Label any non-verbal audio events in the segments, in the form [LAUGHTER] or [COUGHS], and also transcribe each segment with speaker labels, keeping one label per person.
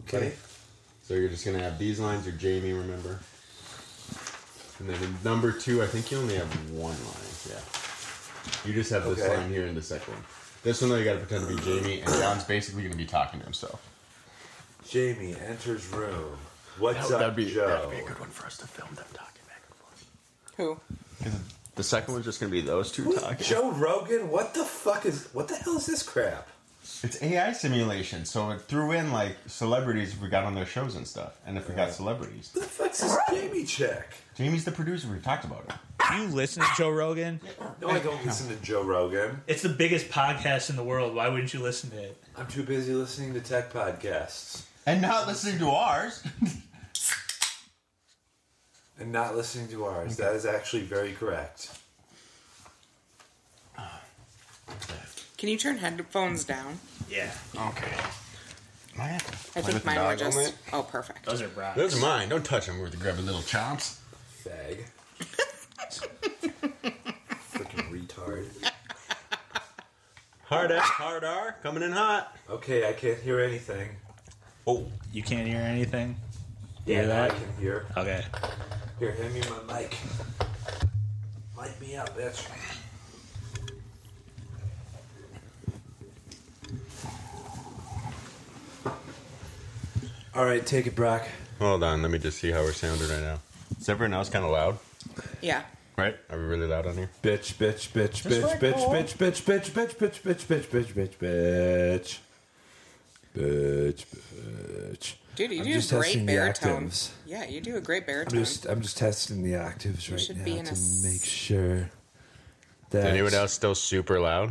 Speaker 1: Okay.
Speaker 2: So you're just gonna have these lines or Jamie, remember? And then in number two, I think you only have one line. Yeah. You just have this
Speaker 1: Okay.
Speaker 2: line here and this second one. This one though, you gotta pretend to be Jamie, and John's basically gonna be talking to himself.
Speaker 1: Jamie enters room. What's up,
Speaker 2: that'd be
Speaker 1: Joe?
Speaker 2: that'd be a good one for us to film them talking back and forth.
Speaker 3: Who?
Speaker 2: The second one's just gonna be those two
Speaker 1: Wait,
Speaker 2: talking.
Speaker 1: Joe Rogan? What the fuck is? What the hell is this crap?
Speaker 2: It's AI simulation, so it threw in like celebrities we got on their shows and stuff, and if we got celebrities,
Speaker 1: What the fuck's this Jamie check?
Speaker 2: Jamie's the producer. We talked about it.
Speaker 4: You listen to Joe Rogan?
Speaker 1: No, I don't listen to Joe Rogan.
Speaker 5: It's the biggest podcast in the world. Why wouldn't you listen to it?
Speaker 1: I'm too busy listening to tech podcasts
Speaker 2: And not listening to ours.
Speaker 1: and not listening to ours. That is actually very correct.
Speaker 3: Can you turn headphones down?
Speaker 5: Yeah,
Speaker 2: Okay.
Speaker 3: I think mine were just. Oh, perfect.
Speaker 5: those are rocks.
Speaker 2: Those are mine. Don't touch them. We're grabbing little chomps. [LAUGHS]
Speaker 1: Fag. Freaking retard.
Speaker 2: Hard F, hard R, coming in hot.
Speaker 1: Okay, I can't hear anything.
Speaker 2: Oh,
Speaker 4: You can't hear anything?
Speaker 1: Yeah,
Speaker 4: hear
Speaker 1: now I
Speaker 4: that?
Speaker 1: can hear.
Speaker 4: Okay.
Speaker 1: Here, hand me my mic. Light me up, bitch. All right, take it, Brock.
Speaker 2: hold on. Let me just see how we're sounding right now. Is everyone else kind of loud?
Speaker 3: Yeah.
Speaker 2: Right? Are we really loud on here?
Speaker 1: Bitch, bitch, bitch, bitch, bitch, bitch, bitch, bitch, bitch, bitch, bitch, bitch, bitch, bitch, bitch, bitch, bitch.
Speaker 3: Dude, you
Speaker 1: I'm
Speaker 3: do
Speaker 1: just
Speaker 3: a great
Speaker 1: testing the
Speaker 3: baritone.
Speaker 1: actives.
Speaker 3: Yeah, you do a great
Speaker 1: I'm
Speaker 3: baritone.
Speaker 1: just, I'm just testing the octaves right
Speaker 3: should
Speaker 1: now
Speaker 3: be in a
Speaker 1: to
Speaker 3: s-
Speaker 1: make sure. That
Speaker 2: Anyone else still super loud?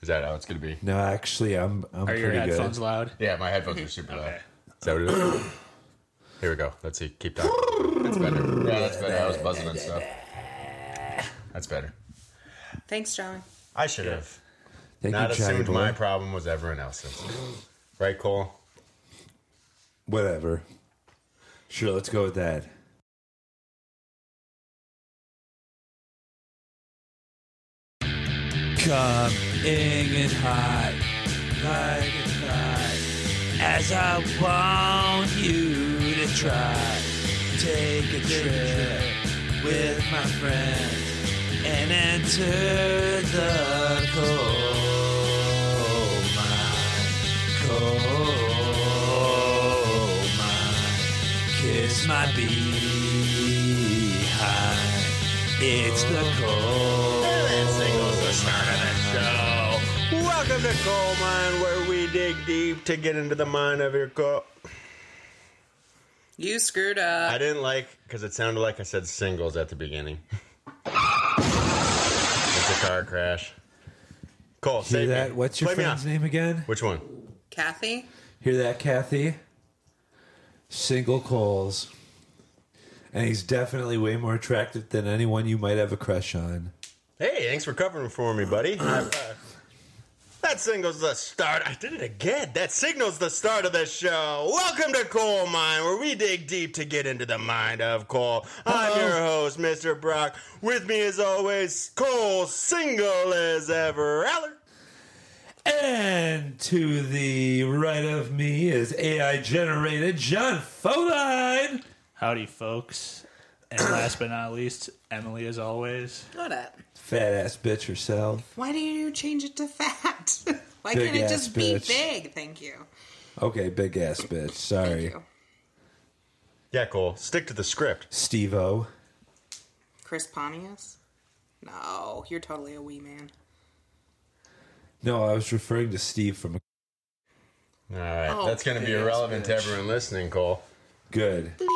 Speaker 2: Is that how it's going to be?
Speaker 1: No, actually, I'm, I'm
Speaker 4: Are
Speaker 1: pretty
Speaker 4: your
Speaker 1: good.
Speaker 4: headphones loud?
Speaker 2: Yeah, my headphones are super loud. Is that what it is? [COUGHS] Here we go. Let's see. Keep talking. That's better. Yeah, that's better. I was buzzing and stuff. That's better.
Speaker 3: Thanks, John.
Speaker 2: I should have
Speaker 1: Thank
Speaker 2: not
Speaker 1: you, Johnny
Speaker 2: assumed
Speaker 1: Boy.
Speaker 2: my problem was everyone else's. Right, Cole?
Speaker 1: Whatever. Sure, let's go with that.
Speaker 4: Coming in hot, like it's hot, as I want you to try. Take a trip with my friends and enter the coal mine. Coal mine, kiss my behind. It's the coal.
Speaker 2: Welcome to Coal Mine, where we dig deep to get into the mine of your coal.
Speaker 3: You screwed up.
Speaker 2: I didn't like because it sounded like I said singles at the beginning. it's a car crash. Cole,
Speaker 1: Hear
Speaker 2: save
Speaker 1: that?
Speaker 2: me.
Speaker 1: What's your
Speaker 2: Play me
Speaker 1: friend's
Speaker 2: off.
Speaker 1: name again?
Speaker 2: Which one?
Speaker 3: Kathy?
Speaker 1: Hear that, Kathy? Single Coles. And he's definitely way more attractive than anyone you might have a crush on.
Speaker 2: Hey, thanks for covering for me, buddy. High five. that signals the start. I did it again. That signals the start of the show. Welcome to Coal Mine, where we dig deep to get into the mind of coal. I'm your host, Mr. Brock. With me, as always, Cole, single as ever. Aller.
Speaker 1: And to the right of me is AI generated John Fodine.
Speaker 4: Howdy, folks. And last but not least, Emily, as always.
Speaker 3: What up?
Speaker 1: Fat ass bitch herself.
Speaker 3: Why do you change it to fat? [LAUGHS] Why
Speaker 1: Big
Speaker 3: can't it
Speaker 1: ass
Speaker 3: just be
Speaker 1: bitch.
Speaker 3: big? Thank you.
Speaker 1: Okay, big ass bitch. Sorry.
Speaker 3: Thank you.
Speaker 2: Yeah, Cole, stick to the script.
Speaker 1: Steve O.
Speaker 3: Chris Pontius? No, you're totally a wee man.
Speaker 1: No, I was referring to Steve from
Speaker 2: All right,
Speaker 3: Oh,
Speaker 2: that's going to be
Speaker 1: yes,
Speaker 2: irrelevant to
Speaker 1: bitch.
Speaker 2: everyone listening, Cole.
Speaker 1: Good.
Speaker 3: Bleep.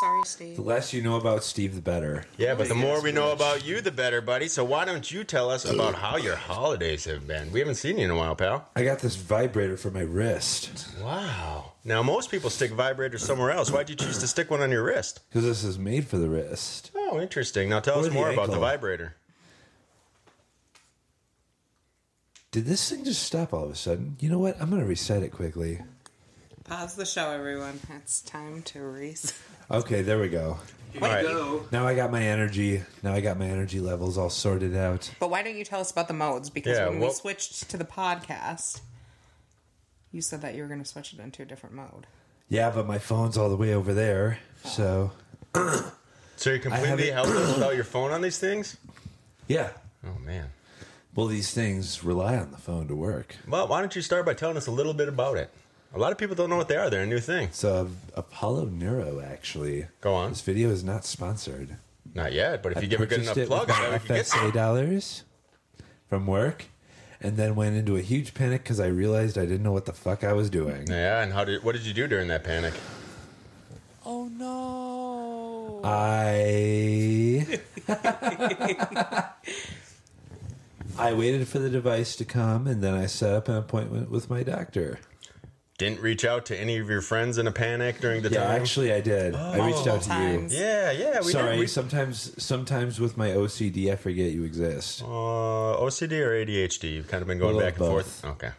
Speaker 3: Sorry,
Speaker 1: The
Speaker 3: Steve.
Speaker 1: less you know about Steve, the better.
Speaker 2: Yeah, but the more we know about you, the better, buddy. So why don't you tell us about how your holidays have been? We haven't seen you in a while, pal.
Speaker 1: I got this vibrator for my wrist
Speaker 2: Wow. Now, most people stick vibrators somewhere else. Why'd you choose to stick one on your wrist?
Speaker 1: because this is made for the wrist.
Speaker 2: Oh, interesting. Now, tell
Speaker 1: Or
Speaker 2: us
Speaker 1: the
Speaker 2: more about the
Speaker 1: ankle.
Speaker 2: vibrator.
Speaker 1: Did this thing just stop all of a sudden? You know what? I'm going to reset it quickly.
Speaker 3: Pause the show, everyone. It's time to reset.
Speaker 1: Okay, there we go.
Speaker 2: All right.
Speaker 1: Now I got my energy. Now I got my energy levels all sorted out.
Speaker 3: But why don't you tell us about the modes? Because
Speaker 2: Yeah,
Speaker 3: when we
Speaker 2: what-
Speaker 3: switched to the podcast, you said that you were going to switch it into a different mode.
Speaker 1: Yeah, but my phone's all the way over there. So,
Speaker 2: So you're completely
Speaker 1: it- [CLEARS THROAT]
Speaker 2: helpless without your phone on these things?
Speaker 1: yeah.
Speaker 2: Oh man.
Speaker 1: Well, these things rely on the phone to work.
Speaker 2: Well, why don't you start by telling us a little bit about it? A lot of people don't know what they are. They're a new thing.
Speaker 1: So, Apollo Neuro, actually.
Speaker 2: Go on.
Speaker 1: This video is not sponsored.
Speaker 2: Not yet, but if you give a good enough
Speaker 1: purchased it
Speaker 2: plug,
Speaker 1: with
Speaker 2: I
Speaker 1: my
Speaker 2: know we can get
Speaker 1: FSA
Speaker 2: some.
Speaker 1: dollars from work, and then went into a huge panic because I realized I didn't know what the fuck I was doing.
Speaker 2: Yeah, and how did what did you do during that panic?
Speaker 4: Oh no!
Speaker 1: I [LAUGHS] I waited for the device to come, and then I set up an appointment with my doctor.
Speaker 2: Didn't reach out to any of your friends in a panic during the
Speaker 1: Yeah,
Speaker 2: time.
Speaker 1: actually, I did. I reached out to
Speaker 3: Times.
Speaker 1: you.
Speaker 2: yeah, yeah. Oh. We
Speaker 1: Sorry,
Speaker 2: Did, we,
Speaker 1: sometimes sometimes with my OCD, I forget you exist.
Speaker 2: uh, OCD or ADHD? You've kind of been going
Speaker 1: little
Speaker 2: back and
Speaker 1: both.
Speaker 2: forth. Okay,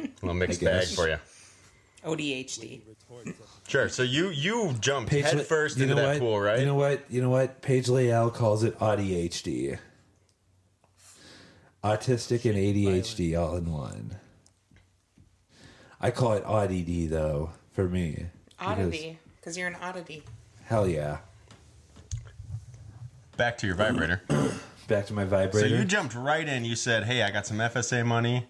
Speaker 2: a little mixed
Speaker 1: I
Speaker 2: bag
Speaker 1: guess.
Speaker 2: for you.
Speaker 3: ODHD.
Speaker 2: Sure. So you you jumped
Speaker 1: Paige
Speaker 2: head
Speaker 1: La-
Speaker 2: first
Speaker 1: you
Speaker 2: into
Speaker 1: know
Speaker 2: that
Speaker 1: what?
Speaker 2: pool, right?
Speaker 1: You know what? You know what? Paige Leal calls it ADHD. Autistic and ADHD all in one. I call it oddity though for me. because-
Speaker 3: Oddity. Because you're an oddity.
Speaker 1: Hell yeah.
Speaker 2: back to your vibrator.
Speaker 1: Back to my
Speaker 2: so
Speaker 1: vibrator.
Speaker 2: you jumped right in. You said, "Hey, I got some FSA money.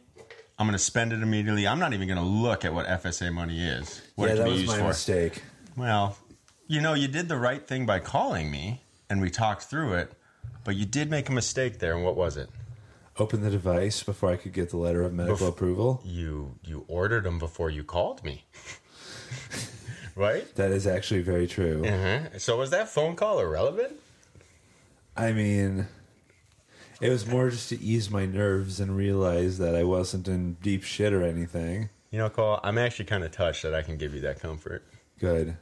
Speaker 2: I'm going to spend it immediately. I'm not even going to look at what FSA money is. What
Speaker 1: yeah,
Speaker 2: it can
Speaker 1: that
Speaker 2: be
Speaker 1: was
Speaker 2: used
Speaker 1: my
Speaker 2: for."
Speaker 1: mistake.
Speaker 2: Well, you know, you did the right thing by calling me, and we talked through it. But you did make a mistake there. And what was it?
Speaker 1: Open the device before I could get the letter of medical
Speaker 2: Bef-
Speaker 1: approval.
Speaker 2: You you ordered them before you called me, [LAUGHS] right?
Speaker 1: That is actually very true.
Speaker 2: Uh-huh. So was that phone call irrelevant?
Speaker 1: I mean, it was more just to ease my nerves and realize that I wasn't in deep shit or anything.
Speaker 2: You know, Cole, I'm actually kind of touched that I can give you that comfort.
Speaker 1: Good.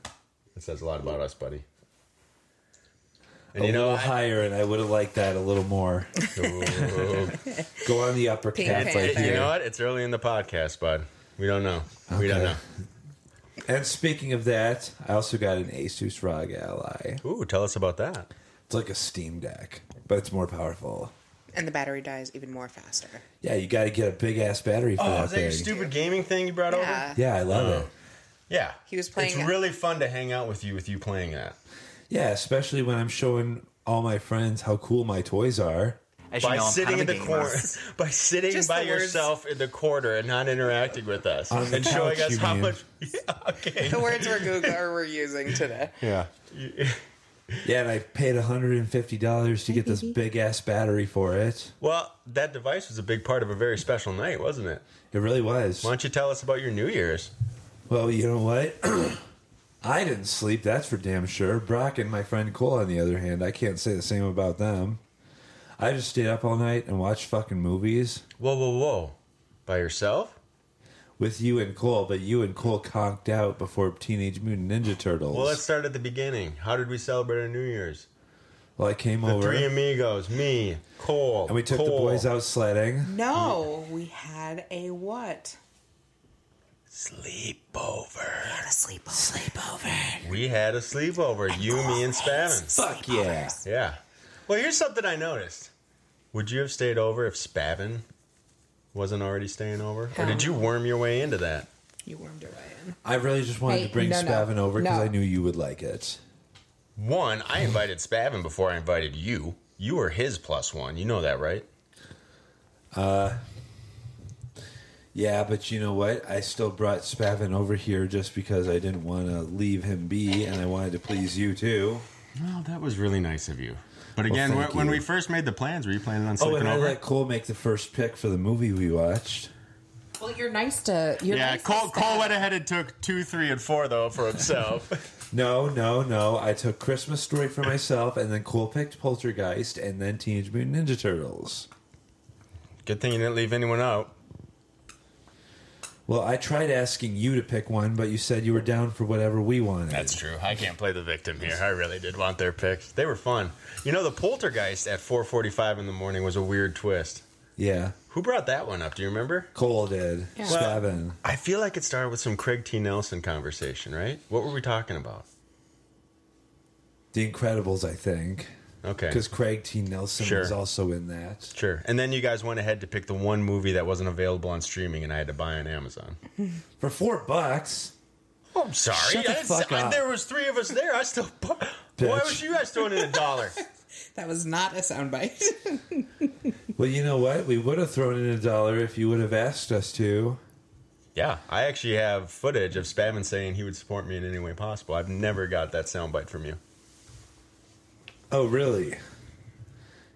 Speaker 2: It says a lot about us, [LAUGHS] buddy.
Speaker 1: a
Speaker 2: And you know,
Speaker 1: little higher, and I would have liked that a little more.
Speaker 2: Ooh.
Speaker 1: Go on the upper
Speaker 3: Pink
Speaker 1: cap right
Speaker 3: Panther.
Speaker 2: you
Speaker 1: here.
Speaker 2: know what? It's early in the podcast, bud. We don't know. We don't know.
Speaker 1: Okay. And speaking of that, I also got an Asus ROG Ally.
Speaker 2: Ooh, tell us about that.
Speaker 1: It's like a Steam Deck, but it's more powerful.
Speaker 3: And the battery dies even more faster.
Speaker 1: Yeah, you got to get a big ass battery for
Speaker 2: Oh,
Speaker 1: that
Speaker 2: is that your
Speaker 1: thing.
Speaker 2: stupid gaming thing you brought over?
Speaker 3: Yeah.
Speaker 1: yeah, I love it.
Speaker 2: Yeah.
Speaker 3: He was playing
Speaker 2: It's
Speaker 3: it.
Speaker 2: really fun to hang out with you with you playing that.
Speaker 1: Yeah, especially when I'm showing all my friends how cool my toys are.
Speaker 6: As
Speaker 2: By
Speaker 6: you know, I'm
Speaker 2: sitting in
Speaker 6: kind of a
Speaker 2: the
Speaker 6: gamer.
Speaker 2: corner
Speaker 6: [LAUGHS]
Speaker 2: by sitting
Speaker 3: Just
Speaker 2: by
Speaker 3: the words.
Speaker 2: yourself in the corner and not interacting with us.
Speaker 1: On the
Speaker 2: and showing
Speaker 1: couch,
Speaker 2: us
Speaker 1: you
Speaker 2: how
Speaker 1: mean.
Speaker 2: much [LAUGHS] Yeah, okay.
Speaker 3: The words we're Google [LAUGHS] or we're using today.
Speaker 2: [LAUGHS] Yeah.
Speaker 1: Yeah, and I paid $150 to get this big ass battery for it.
Speaker 2: Well, that device was a big part of a very special night, wasn't it?
Speaker 1: It really was.
Speaker 2: Why don't you tell us about your New Year's?
Speaker 1: Well, you know what? [CLEARS THROAT] I didn't sleep, that's for damn sure. Brock and my friend Cole, on the other hand, I can't say the same about them. I just stayed up all night and watched fucking movies
Speaker 2: Whoa, whoa, whoa. By yourself?
Speaker 1: with you and Cole, but you and Cole conked out before Teenage Mutant Ninja Turtles.
Speaker 2: Well, let's start at the beginning. How did we celebrate our New Year's?
Speaker 1: Well, I came
Speaker 2: The
Speaker 1: over
Speaker 2: three
Speaker 1: and
Speaker 2: amigos, me, Cole,
Speaker 1: we took the
Speaker 2: Cole.
Speaker 1: boys out sledding.
Speaker 3: No, we had a what?
Speaker 2: Sleepover.
Speaker 3: A sleepover. Sleepover.
Speaker 2: We had a sleepover. you, me, and Spavin.
Speaker 1: Fuck yeah.
Speaker 2: Yeah. Well, here's something I noticed. Would you have stayed over if Spavin wasn't already staying over? Or did you worm your way into that?
Speaker 3: You wormed your way in.
Speaker 1: I really just wanted
Speaker 3: Hey,
Speaker 1: to bring
Speaker 3: no, no,
Speaker 1: Spavin over because
Speaker 3: no.
Speaker 1: I knew you would like it.
Speaker 2: One, I invited Spavin before I invited you. You were his plus one. You know that, right?
Speaker 1: Yeah, but you know what? I still brought Spavin over here just because I didn't want to leave him be and I wanted to please you too.
Speaker 2: Well, that was really nice of you. But again,
Speaker 1: thank
Speaker 2: wh- when
Speaker 1: you.
Speaker 2: we first made the plans, were you planning on
Speaker 1: Oh,
Speaker 2: sleeping
Speaker 1: and I
Speaker 2: over?
Speaker 1: let Cole make the first pick for the movie we watched.
Speaker 3: Well, you're nice to. You're
Speaker 2: yeah,
Speaker 3: nice to
Speaker 2: Cole, Cole
Speaker 3: Spaz.
Speaker 2: went ahead and took two, three, and four, though, for himself. [LAUGHS]
Speaker 1: No, no, no. I took Christmas Story for myself, and then Cole picked Poltergeist, and then Teenage Mutant Ninja Turtles.
Speaker 2: Good thing you didn't leave anyone out.
Speaker 1: Well, I tried asking you to pick one, but you said you were down for whatever we wanted.
Speaker 2: That's true. I can't play the victim here. I really did want their picks. They were fun. You know, the poltergeist at 4:45 in the morning was a weird twist.
Speaker 1: yeah.
Speaker 2: Who brought that one up? Do you remember?
Speaker 1: Cole did.
Speaker 3: Yeah.
Speaker 1: Spavin.
Speaker 2: I feel like it started with some Craig T. Nelson conversation, right? What were we talking about?
Speaker 1: The Incredibles, I think.
Speaker 2: Okay.
Speaker 1: Because Craig T. Nelson
Speaker 2: Sure.
Speaker 1: was also in that.
Speaker 2: Sure. And then you guys went ahead to pick the one movie that wasn't available on streaming and I had to buy on Amazon.
Speaker 1: For four bucks.
Speaker 2: Oh, I'm sorry.
Speaker 1: Shut the
Speaker 2: I didn't-
Speaker 1: fuck
Speaker 2: I-
Speaker 1: up.
Speaker 2: there was three of us there. I still. [LAUGHS] Why
Speaker 1: Bitch.
Speaker 2: was you guys throwing in a dollar?
Speaker 3: That was not a soundbite.
Speaker 1: Well, you know what? We would have thrown in a dollar if you would have asked us to.
Speaker 2: yeah, I actually have footage of Spavin saying he would support me in any way possible. I've never got that soundbite from you.
Speaker 1: Oh, really?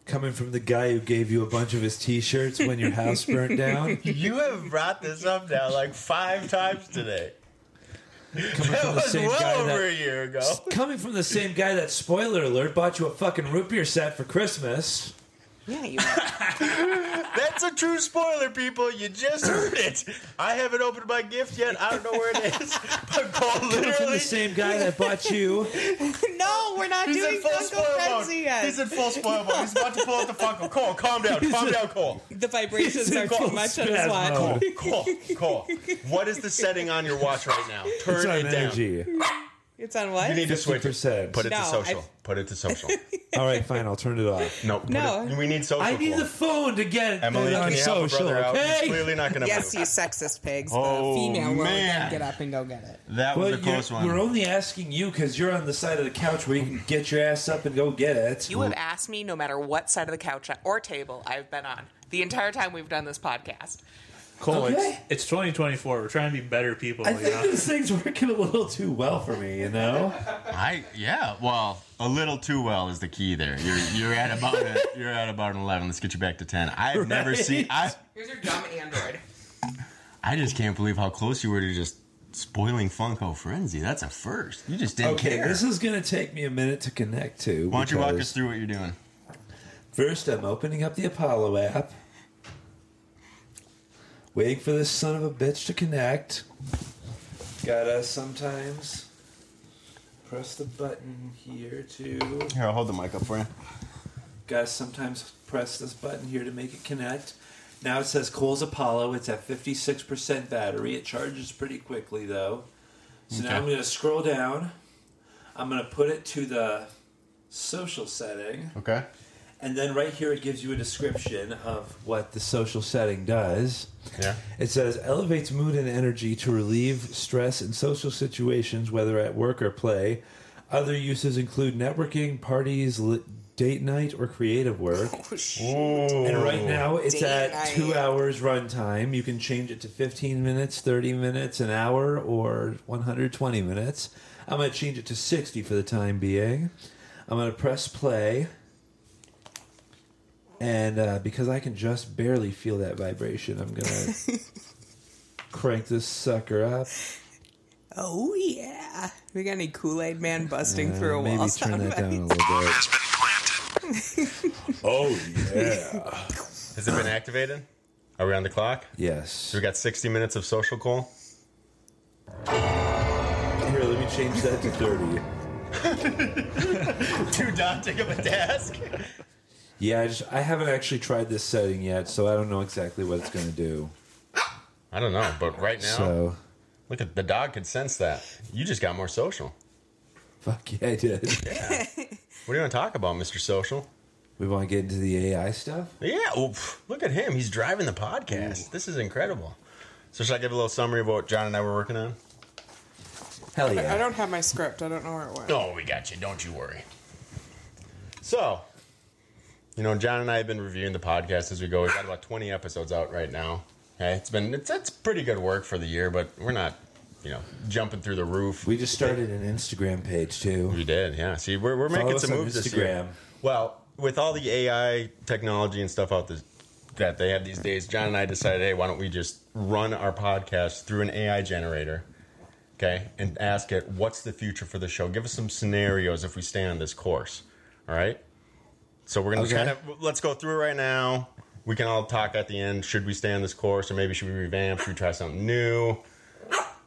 Speaker 1: Coming from the guy who gave you a bunch of his T-shirts when your house burnt
Speaker 2: [LAUGHS]
Speaker 1: down.
Speaker 2: You have brought this up now like five times today.
Speaker 1: Coming
Speaker 2: That
Speaker 1: from the
Speaker 2: was
Speaker 1: same guy
Speaker 2: well over
Speaker 1: that.
Speaker 2: a year ago.
Speaker 1: Coming from the same guy that, spoiler alert, bought you a fucking root beer set for Christmas.
Speaker 3: [LAUGHS] yeah, [LAUGHS] you are.
Speaker 2: That's a true spoiler, people. You just heard it. I haven't opened my gift yet. I don't know where it is. But
Speaker 1: [LAUGHS]
Speaker 2: Paul
Speaker 1: Coming from
Speaker 2: literally
Speaker 1: the same guy that bought
Speaker 2: [LAUGHS]
Speaker 1: you.
Speaker 3: No, we're not
Speaker 2: He's in
Speaker 3: doing
Speaker 2: full
Speaker 3: Funko
Speaker 2: spoil mode.
Speaker 3: Frenzy yet.
Speaker 2: He's in full spoil mode. He's about to pull out the Funko. Cole, calm down. Calm down, Cole.
Speaker 3: the vibrations
Speaker 1: He's in
Speaker 3: are too
Speaker 1: full
Speaker 3: much on his
Speaker 1: spasm
Speaker 3: watch.
Speaker 1: mode.
Speaker 2: Cole, Cole, Cole. What is the setting on your watch right now? Turn
Speaker 1: It's
Speaker 2: it
Speaker 1: on
Speaker 2: down.
Speaker 1: energy.
Speaker 3: It's on what?
Speaker 2: You need to switch it.
Speaker 1: 50%.
Speaker 2: Put it to
Speaker 3: No,
Speaker 2: social.
Speaker 3: I've-
Speaker 2: Put it to
Speaker 3: [LAUGHS]
Speaker 2: social.
Speaker 1: All right, fine. I'll turn it off.
Speaker 2: No, put
Speaker 3: No.
Speaker 2: It, we need social.
Speaker 1: I need
Speaker 2: Cole.
Speaker 1: the phone to get
Speaker 2: Emily,
Speaker 1: it
Speaker 2: can
Speaker 1: on
Speaker 2: you help a
Speaker 1: social.
Speaker 2: brother out? He's
Speaker 1: Okay.
Speaker 2: clearly not going to
Speaker 3: Yes, you
Speaker 2: move.
Speaker 3: sexist pigs.
Speaker 2: Oh,
Speaker 3: the female will
Speaker 2: man.
Speaker 3: then get up and go get it.
Speaker 2: That
Speaker 1: Well,
Speaker 2: was a close
Speaker 1: you're- we're
Speaker 2: one.
Speaker 1: only asking you because you're on the side of the couch where you can get your ass up and go get it.
Speaker 3: You have asked me no matter what side of the couch or table I've been on the entire time we've done this podcast.
Speaker 4: Cole,
Speaker 1: Okay.
Speaker 4: it's, it's 2024. We're trying to be better people.
Speaker 1: I
Speaker 4: You
Speaker 2: Oh,
Speaker 1: think
Speaker 4: know?
Speaker 1: this thing's working a little too well for me, you know?
Speaker 2: I yeah. Well, a little too well is the key there. You're you're at about
Speaker 1: [LAUGHS]
Speaker 2: a, you're at about an eleven. Let's get you back to ten. I've never
Speaker 1: Right.
Speaker 2: seen. I
Speaker 3: Here's your dumb android.
Speaker 2: I just can't believe how close you were to just spoiling Funko Frenzy. That's a first. You just didn't
Speaker 1: Okay,
Speaker 2: care.
Speaker 1: this is going to take me a minute to connect to.
Speaker 2: Why don't you walk
Speaker 1: because
Speaker 2: us through what you're doing?
Speaker 1: First, I'm opening up the Apollo app, waiting for this son of a bitch to connect. Gotta sometimes press the button here to.
Speaker 2: Here, I'll hold the mic up for you.
Speaker 1: Gotta sometimes press this button here to make it connect. Now it says Cole's Apollo. It's at 56% battery. It charges pretty quickly though. So
Speaker 2: Okay.
Speaker 1: now I'm gonna scroll down. I'm gonna put it to the social setting.
Speaker 2: Okay.
Speaker 1: And then right here it gives you a description of what the social setting does.
Speaker 2: Yeah.
Speaker 1: It says elevates mood and energy to relieve stress in social situations, whether at work or play. Other uses include networking, parties, li- date night, or creative work. And right now it's
Speaker 3: Date
Speaker 1: at
Speaker 3: night.
Speaker 1: two hours runtime. You can change it to 15 minutes, 30 minutes, an hour, or 120 minutes. I'm going to change it to 60 for the time being. I'm going to press play. And uh, because I can just barely feel that vibration, I'm going to crank this sucker up.
Speaker 3: Oh yeah, we got any Kool Aid Man busting
Speaker 1: Uh,
Speaker 3: through a
Speaker 1: maybe
Speaker 3: wall?
Speaker 1: turn that
Speaker 3: soundbite?
Speaker 1: down a little bit. oh, yeah.
Speaker 2: Has it been activated? Are we on the clock?
Speaker 1: Yes.
Speaker 2: We got 60 minutes of social call.
Speaker 1: Here, let me change that to 30.
Speaker 2: Do not take up a task.
Speaker 1: Yeah, I, just, I haven't actually tried this setting yet, so I don't know exactly what it's going to do.
Speaker 2: I don't know, but right now,
Speaker 1: So,
Speaker 2: look at the dog could sense that. You just got more social.
Speaker 1: fuck yeah, I [LAUGHS] did.
Speaker 2: What do you want to talk about, Mr. Social?
Speaker 1: we want to get into the AI stuff?
Speaker 2: Yeah, well, pff, look at him. He's driving the
Speaker 1: Mm.
Speaker 2: podcast. This is incredible. So, should I give a little summary of what John and I were working on?
Speaker 1: Hell yeah.
Speaker 3: I don't have my script. I don't know where it went.
Speaker 2: Oh, we got you. Don't you worry. So, you know, John and I have been reviewing the podcast as we go. We've got about 20 episodes out right now. Okay, it's been it's, it's pretty good work for the year, but we're not, you know, jumping through the roof.
Speaker 1: we just started an Instagram page, too.
Speaker 2: We did, yeah. See, we're, we're making
Speaker 1: us
Speaker 2: some
Speaker 1: on
Speaker 2: moves this year.
Speaker 1: Instagram.
Speaker 2: Well, with all the AI technology and stuff out this, that they have these days, John and I decided, hey, why don't we just run our podcast through an AI generator, okay, and ask it, what's the future for the show? Give us some scenarios if we stay on this course, all right? So we're gonna
Speaker 1: Okay.
Speaker 2: kind of let's go through it right now. We can all talk at the end. Should we stay on this course, or maybe should we revamp? Should we try something new?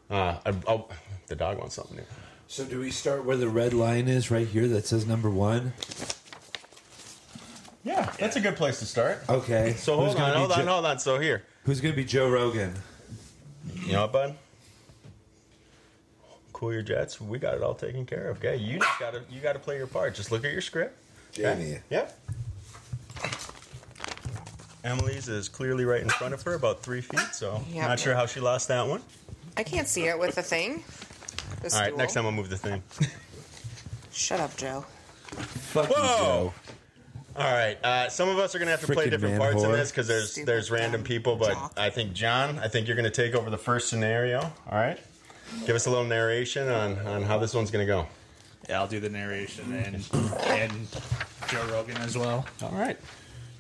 Speaker 2: Uh, I, oh, the dog wants something new.
Speaker 1: So, do we start where the red line is right here that says number one?
Speaker 2: Yeah, that's a good place to start.
Speaker 1: Okay.
Speaker 2: So hold
Speaker 1: gonna
Speaker 2: on,
Speaker 1: be
Speaker 2: hold on,
Speaker 1: Jo-
Speaker 2: hold on. So here,
Speaker 1: Who's going to be Joe Rogan?
Speaker 2: you know what, bud? Cool your jets. We got it all taken care of. Okay, you just gotta you gotta play your part. Just look at your script.
Speaker 1: Jamie.
Speaker 2: Yep. Emily's is clearly right in front of her, about three feet. So
Speaker 3: Yep.
Speaker 2: not sure how she lost that one.
Speaker 3: I can't see it with the thing. The
Speaker 2: All right,
Speaker 3: stool.
Speaker 2: next time I'll move the thing.
Speaker 3: Shut up, Joe.
Speaker 1: Fuck you,
Speaker 2: Whoa!
Speaker 1: Joe.
Speaker 2: All right, uh, some of us are gonna have to play
Speaker 1: Frickin'
Speaker 2: different
Speaker 1: man
Speaker 2: parts in
Speaker 1: whore.
Speaker 2: this because there's
Speaker 3: Stupid
Speaker 2: there's random
Speaker 3: dumb
Speaker 2: people. But
Speaker 3: jock.
Speaker 2: I think John, I think you're gonna take over the first scenario. All right, give us a little narration on on how this one's gonna go.
Speaker 4: Yeah, I'll do the narration [LAUGHS] and and Joe Rogan as well.
Speaker 2: All right,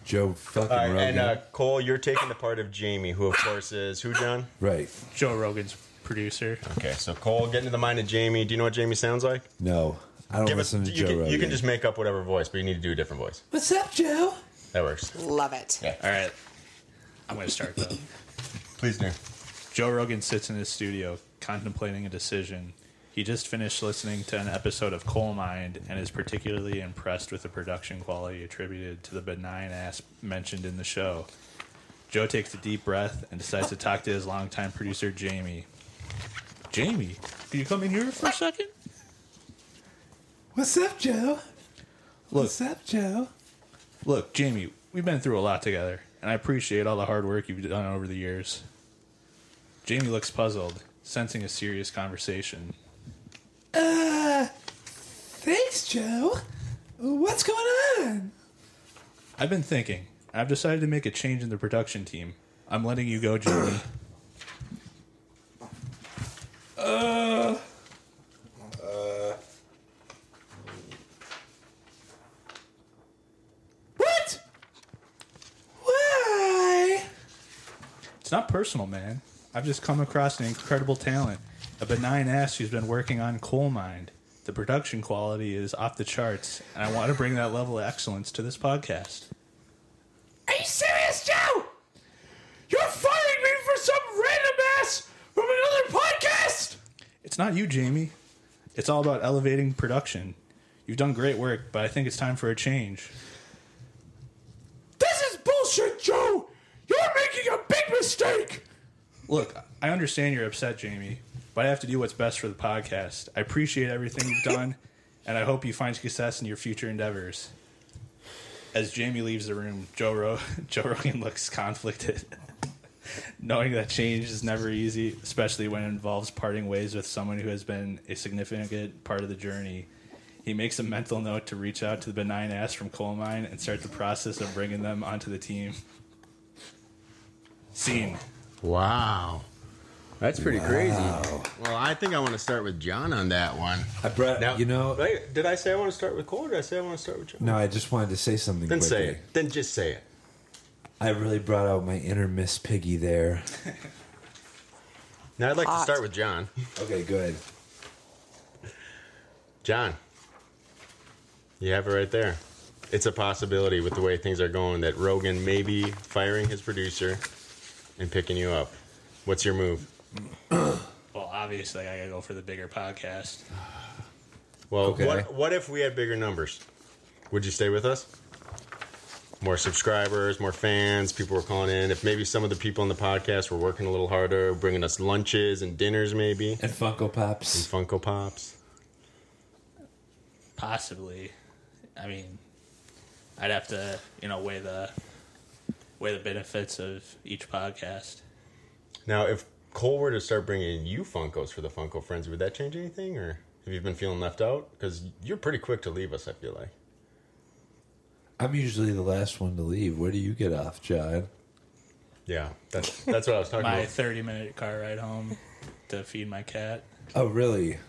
Speaker 1: Joe fucking
Speaker 2: all right,
Speaker 1: Rogan.
Speaker 2: and uh, Cole, you're taking the part of Jamie, who of course is who, John.
Speaker 1: right.
Speaker 4: Joe Rogan's producer.
Speaker 2: Okay, so Cole, get into the mind of Jamie. Do you know what Jamie sounds like?
Speaker 1: No. I don't
Speaker 2: Give us.
Speaker 1: Oh,
Speaker 2: You
Speaker 1: listen to Joe
Speaker 2: can,
Speaker 1: Rogan.
Speaker 2: you can just make up whatever voice, but you need to do a different voice.
Speaker 1: What's up, Joe?
Speaker 2: That works.
Speaker 3: Love it.
Speaker 2: Yeah.
Speaker 4: All right, I'm gonna start though.
Speaker 2: Please do.
Speaker 4: Joe Rogan sits in his studio contemplating a decision. He just finished listening to an episode of Coal Mind and is particularly impressed with the production quality attributed to the benign ass mentioned in the show. Joe takes a deep breath and decides to talk to his longtime producer, Jamie. Jamie, can you come in here for a second?
Speaker 1: What's up, Joe? What's up, Joe?
Speaker 4: Look, Jamie, we've been through a lot together, and I appreciate all the hard work you've done over the years. Jamie looks puzzled, sensing a serious conversation.
Speaker 1: Thanks, Joe. What's going on?
Speaker 4: I've been thinking. I've decided to make a change in the production team. I'm letting you go, Jamie.
Speaker 1: What? Why?
Speaker 4: it's not personal, man. I've just come across an incredible talent, a benign ass who's been working on Coal Mind. The production quality is off the charts, and I want to bring that level of excellence to this podcast.
Speaker 1: Are you serious, Joe? You're firing me for some random ass from another podcast?
Speaker 4: It's not you, Jamie. It's all about elevating production. You've done great work, but I think it's time for a change.
Speaker 1: This is bullshit, Joe. You're making a big mistake.
Speaker 4: Look, I understand you're upset, Jamie, but I have to do what's best for the podcast. I appreciate everything you've done, [LAUGHS] and I hope you find success in your future endeavors. As Jamie leaves the room, Joe, Ro- [LAUGHS] Joe Rogan looks conflicted, [LAUGHS] knowing that change is never easy, especially when it involves parting ways with someone who has been a significant part of the journey. He makes a mental note to reach out to the benign ass from Coal Mine and start the process of bringing them onto the team. Scene.
Speaker 2: Wow. That's pretty crazy. Well, I think I want to start with John on that one.
Speaker 1: I brought, you know.
Speaker 2: Wait, did I say I want to start with Cole or did I say I want to start with John?
Speaker 1: No, I just wanted to say something.
Speaker 2: Then
Speaker 1: quickly.
Speaker 2: say it. Then just say it.
Speaker 1: I really brought out my inner Miss Piggy there.
Speaker 2: Now I'd like to
Speaker 3: Hot.
Speaker 2: start with John.
Speaker 1: Okay, good.
Speaker 2: John, you have it right there. It's a possibility with the way things are going that Rogan may be firing his producer and picking you up. What's your move?
Speaker 4: Well, obviously, I gotta go for the bigger podcast.
Speaker 2: Well,
Speaker 1: Okay.
Speaker 2: what what if we had bigger numbers? Would you stay with us? More subscribers, more fans, people were calling in. If maybe some of the people on the podcast were working a little harder, bringing us lunches and dinners, maybe
Speaker 1: And Funko Pops.
Speaker 2: Funko Pops.
Speaker 4: Possibly, I mean, I'd have to, you know, weigh the weigh the benefits of each podcast.
Speaker 2: Now, if Cole were to start bringing you Funkos for the Funko Frenzy, would that change anything, or have you been feeling left out? Because you're pretty quick to leave us. I feel like.
Speaker 1: I'm usually the last one to leave. Where do you get off, John?
Speaker 2: Yeah, that's that's what I was talking
Speaker 4: [LAUGHS] My
Speaker 2: about.
Speaker 4: thirty minute car ride home to feed my cat.
Speaker 1: Oh, really?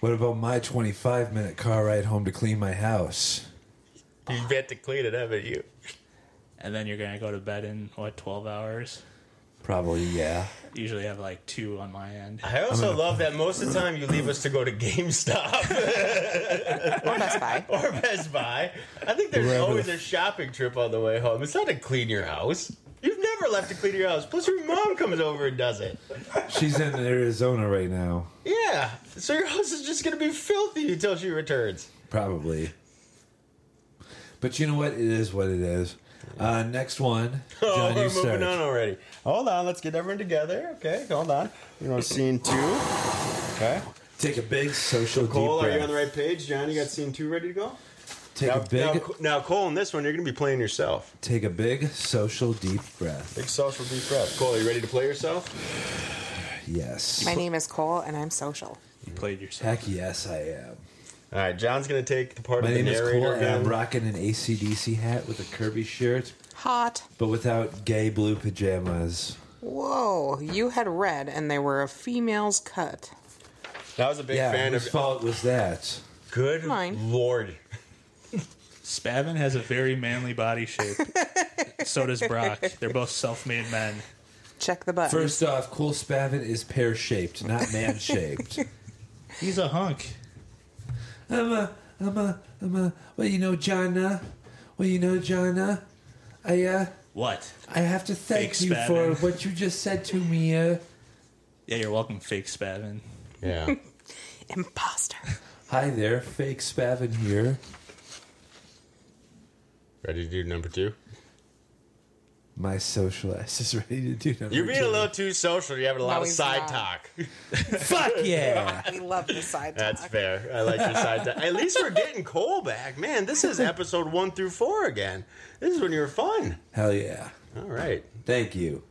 Speaker 1: What about my 25 minute car ride home to clean my house?
Speaker 2: you bet to clean it, haven't you?
Speaker 4: And then you're gonna go to bed in what twelve hours?
Speaker 1: Probably, yeah.
Speaker 4: Usually have like two on my end.
Speaker 2: I also love that most of the time you leave us to [LAUGHS] go to GameStop. [LAUGHS]
Speaker 3: Or Best Buy.
Speaker 2: or Best Buy. I think there's
Speaker 1: Wherever
Speaker 2: always
Speaker 1: the-
Speaker 2: a shopping trip on the way home. It's not to clean your house. You've never left to clean your house. Plus, your mom comes over and does it.
Speaker 1: She's in Arizona right now.
Speaker 2: Yeah. So your house is just going to be filthy until she returns.
Speaker 1: Probably. But you know what? It is what it is. Uh, next one.
Speaker 2: [LAUGHS] Oh,
Speaker 1: John,
Speaker 2: we're
Speaker 1: you
Speaker 2: moving
Speaker 1: start.
Speaker 2: on already. Hold on. Let's get everyone together. Okay. Hold on. You know, scene two. Okay.
Speaker 1: Take a big social
Speaker 2: Cole,
Speaker 1: deep
Speaker 2: are
Speaker 1: breath.
Speaker 2: you on the right page? John, you got scene two ready to go?
Speaker 1: Take
Speaker 2: Now,
Speaker 1: a big,
Speaker 2: now, now, Cole, in this one, you're going to be playing yourself.
Speaker 1: take a big social deep breath.
Speaker 2: Big social deep breath. Cole, are you ready to play yourself?
Speaker 1: Yes.
Speaker 3: My name is Cole, and I'm social.
Speaker 4: played yourself.
Speaker 1: Heck yes, I am.
Speaker 2: All right, John's gonna take the part
Speaker 1: My
Speaker 2: of the
Speaker 1: name is Cole,
Speaker 2: narrator.
Speaker 1: and I'm
Speaker 2: again.
Speaker 1: rocking an ACDC hat with a Kirby shirt,
Speaker 3: Hot.
Speaker 1: but without gay blue pajamas.
Speaker 3: Whoa, you had red and they were a female's cut.
Speaker 2: That was a big
Speaker 1: yeah,
Speaker 2: fan
Speaker 1: whose
Speaker 2: of.
Speaker 1: fault was that?
Speaker 2: Good
Speaker 3: Mine.
Speaker 2: lord.
Speaker 4: Spavin has a very manly body shape. so does Brock. They're both self-made men.
Speaker 3: Check the button.
Speaker 1: First off, Cool Spavin is pear shaped, not
Speaker 2: [LAUGHS]
Speaker 1: man shaped.
Speaker 4: He's a hunk.
Speaker 1: I'm a, I'm a, I'm a. Well, you know, Jana. Well, you know, Jana. I, uh,
Speaker 4: What?
Speaker 1: I have to thank
Speaker 4: Fake
Speaker 1: you for
Speaker 4: Spavin.
Speaker 1: what you just said to me. Uh,
Speaker 4: Yeah, you're welcome, fake Spavin.
Speaker 2: Yeah.
Speaker 3: Imposter.
Speaker 1: hi there, fake Spavin here.
Speaker 2: Ready to do number two?
Speaker 1: My social ass is [LAUGHS] ready to do number
Speaker 2: You're being
Speaker 1: two.
Speaker 2: a little too social. You having a lot of
Speaker 3: he's
Speaker 2: side
Speaker 3: not.
Speaker 2: talk.
Speaker 1: Fuck yeah!
Speaker 3: We love
Speaker 1: [LAUGHS]
Speaker 3: the side talk.
Speaker 2: That's fair. I like your side talk. At least we're getting Cole back. Man, this
Speaker 1: [LAUGHS]
Speaker 2: is episode one through four again. This is when you're fun.
Speaker 1: Hell yeah!
Speaker 2: All right.
Speaker 1: Thank you.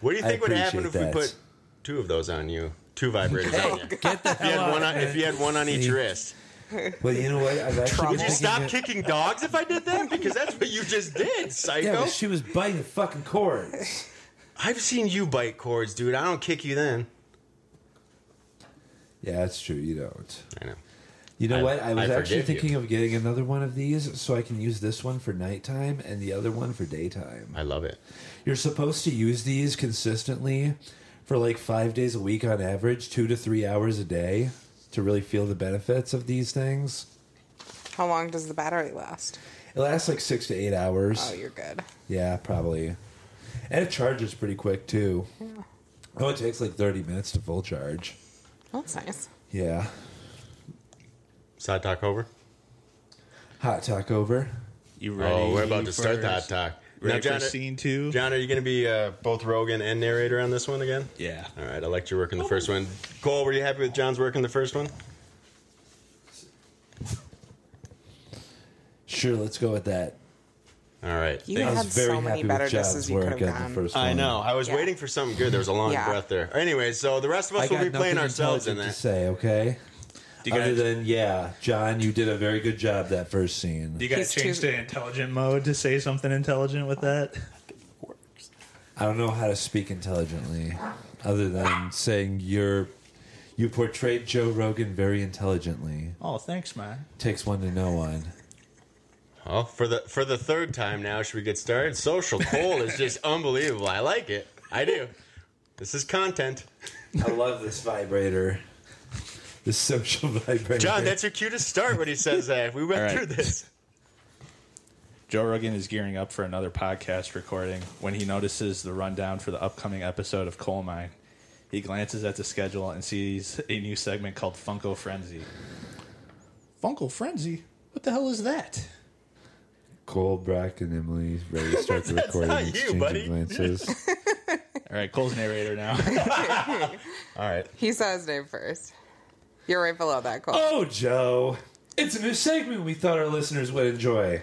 Speaker 2: What do you
Speaker 1: I
Speaker 2: think would happen if
Speaker 1: appreciate
Speaker 2: we
Speaker 1: that.
Speaker 2: put two of those on you? Two vibrators on you.
Speaker 1: Get the
Speaker 2: If you,
Speaker 1: hell
Speaker 2: had
Speaker 1: out
Speaker 2: one on,
Speaker 1: of
Speaker 2: if you had one on each wrist.
Speaker 1: Well, you know what? I've actually been
Speaker 3: Trouble.
Speaker 2: Would you
Speaker 1: thinking
Speaker 2: stop
Speaker 1: it-
Speaker 2: kicking dogs if I did that? Because that's what you just
Speaker 1: [LAUGHS]
Speaker 2: did, psycho.
Speaker 1: Yeah, but she was biting fucking cords.
Speaker 2: I've seen you bite cords, dude. I don't kick you then.
Speaker 1: Yeah, that's true. You don't.
Speaker 2: I know.
Speaker 1: You know
Speaker 2: I-
Speaker 1: what? I
Speaker 2: I
Speaker 1: was actually
Speaker 2: forgive you.
Speaker 1: thinking of getting another one of these so I can use this one for nighttime and the other one for daytime.
Speaker 2: I love it.
Speaker 1: You're supposed to use these consistently for like five days a week on average, two to three hours a day to really feel the benefits of these things.
Speaker 3: How long does the battery last?
Speaker 1: It lasts like six to eight hours.
Speaker 3: Oh, you're good.
Speaker 1: Yeah, probably. And it charges pretty quick too. Oh, it takes like 30 minutes to full charge.
Speaker 3: That's nice.
Speaker 1: Yeah.
Speaker 2: Side talk over.
Speaker 1: Hot talk over.
Speaker 4: You ready?
Speaker 2: oh, we're about to start
Speaker 4: for-
Speaker 2: that talk.
Speaker 4: Ready
Speaker 2: John,
Speaker 4: for scene two?
Speaker 2: John, are you going to be uh, both Rogan and narrator on this one again?
Speaker 4: Yeah.
Speaker 2: All right, I liked your work
Speaker 3: Oh.
Speaker 2: in the first one. Cole, were you happy with John's work in the first one?
Speaker 1: Sure, let's go with that.
Speaker 2: All right.
Speaker 3: You
Speaker 1: I was
Speaker 3: had
Speaker 1: very
Speaker 3: so many
Speaker 1: happy
Speaker 3: better
Speaker 1: with
Speaker 3: guesses
Speaker 1: John's
Speaker 3: you
Speaker 1: work on
Speaker 3: could have
Speaker 1: the
Speaker 3: gone.
Speaker 1: first one.
Speaker 2: I know. I was
Speaker 3: Yeah.
Speaker 2: waiting for something good. There was a long
Speaker 3: Yeah.
Speaker 2: breath there. Anyway, so the rest of
Speaker 1: I
Speaker 2: us
Speaker 1: got
Speaker 2: will be playing
Speaker 1: nothing
Speaker 2: ourselves in
Speaker 1: intelligent
Speaker 2: that.
Speaker 1: to say, okay?
Speaker 4: Do you
Speaker 1: Other
Speaker 4: gotta-
Speaker 1: than, yeah, John, you did a very good job that first scene.
Speaker 4: You got to
Speaker 3: He's
Speaker 4: change
Speaker 3: too-
Speaker 4: to intelligent mode to say something intelligent with that.
Speaker 1: I don't know how to speak intelligently, other than saying you're you portrayed Joe Rogan very intelligently.
Speaker 4: Oh, thanks, man.
Speaker 1: Takes one to know one.
Speaker 2: Well, for the for the third time now, should we get started? Social Cole is [LAUGHS] just unbelievable. I like it. I do. This is content.
Speaker 1: I love this vibrator. This social vibrator.
Speaker 2: John, that's your cutest start when he says that. We went
Speaker 4: All right.
Speaker 2: through this.
Speaker 4: Joe Rogan is gearing up for another podcast recording when he notices the rundown for the upcoming episode of Coal Mine. He glances at the schedule and sees a new segment called Funko Frenzy. Funko Frenzy? What the hell is that?
Speaker 1: Cole, Brock, and Emily ready to
Speaker 2: [LAUGHS]
Speaker 1: start the recording.
Speaker 2: not you,
Speaker 1: exchanging
Speaker 2: buddy. [LAUGHS]
Speaker 1: Glances.
Speaker 4: All right, Cole's narrator now. [LAUGHS]
Speaker 2: All right.
Speaker 3: He saw his name first. You're right below that, Cole.
Speaker 1: oh, Joe, it's a new segment we thought our listeners would enjoy.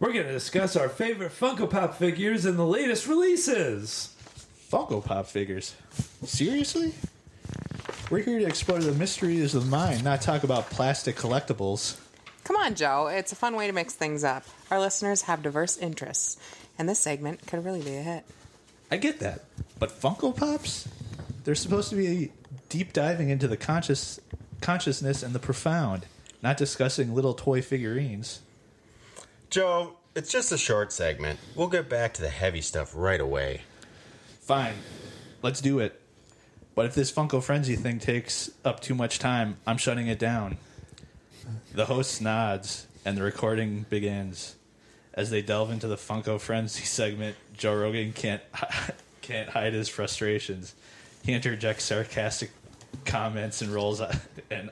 Speaker 1: We're going to discuss our favorite Funko Pop figures and the latest releases.
Speaker 4: Funko Pop figures. Seriously? We're here to explore the mysteries of the mind, not talk about plastic collectibles.
Speaker 3: Come on, Joe. It's a fun way to mix things up. Our listeners have diverse interests, and this segment could really be a hit.
Speaker 4: I get that. But Funko Pops? They're supposed to be deep diving into the conscious consciousness and the profound, not discussing little toy figurines.
Speaker 2: Joe, it's just a short segment. We'll get back to the heavy stuff right away.
Speaker 4: Fine. Let's do it. But if this Funko Frenzy thing takes up too much time, I'm shutting it down. The host nods, and the recording begins. As they delve into the Funko Frenzy segment, Joe Rogan can't [LAUGHS] can't hide his frustrations. He interjects sarcastic comments and rolls [LAUGHS] and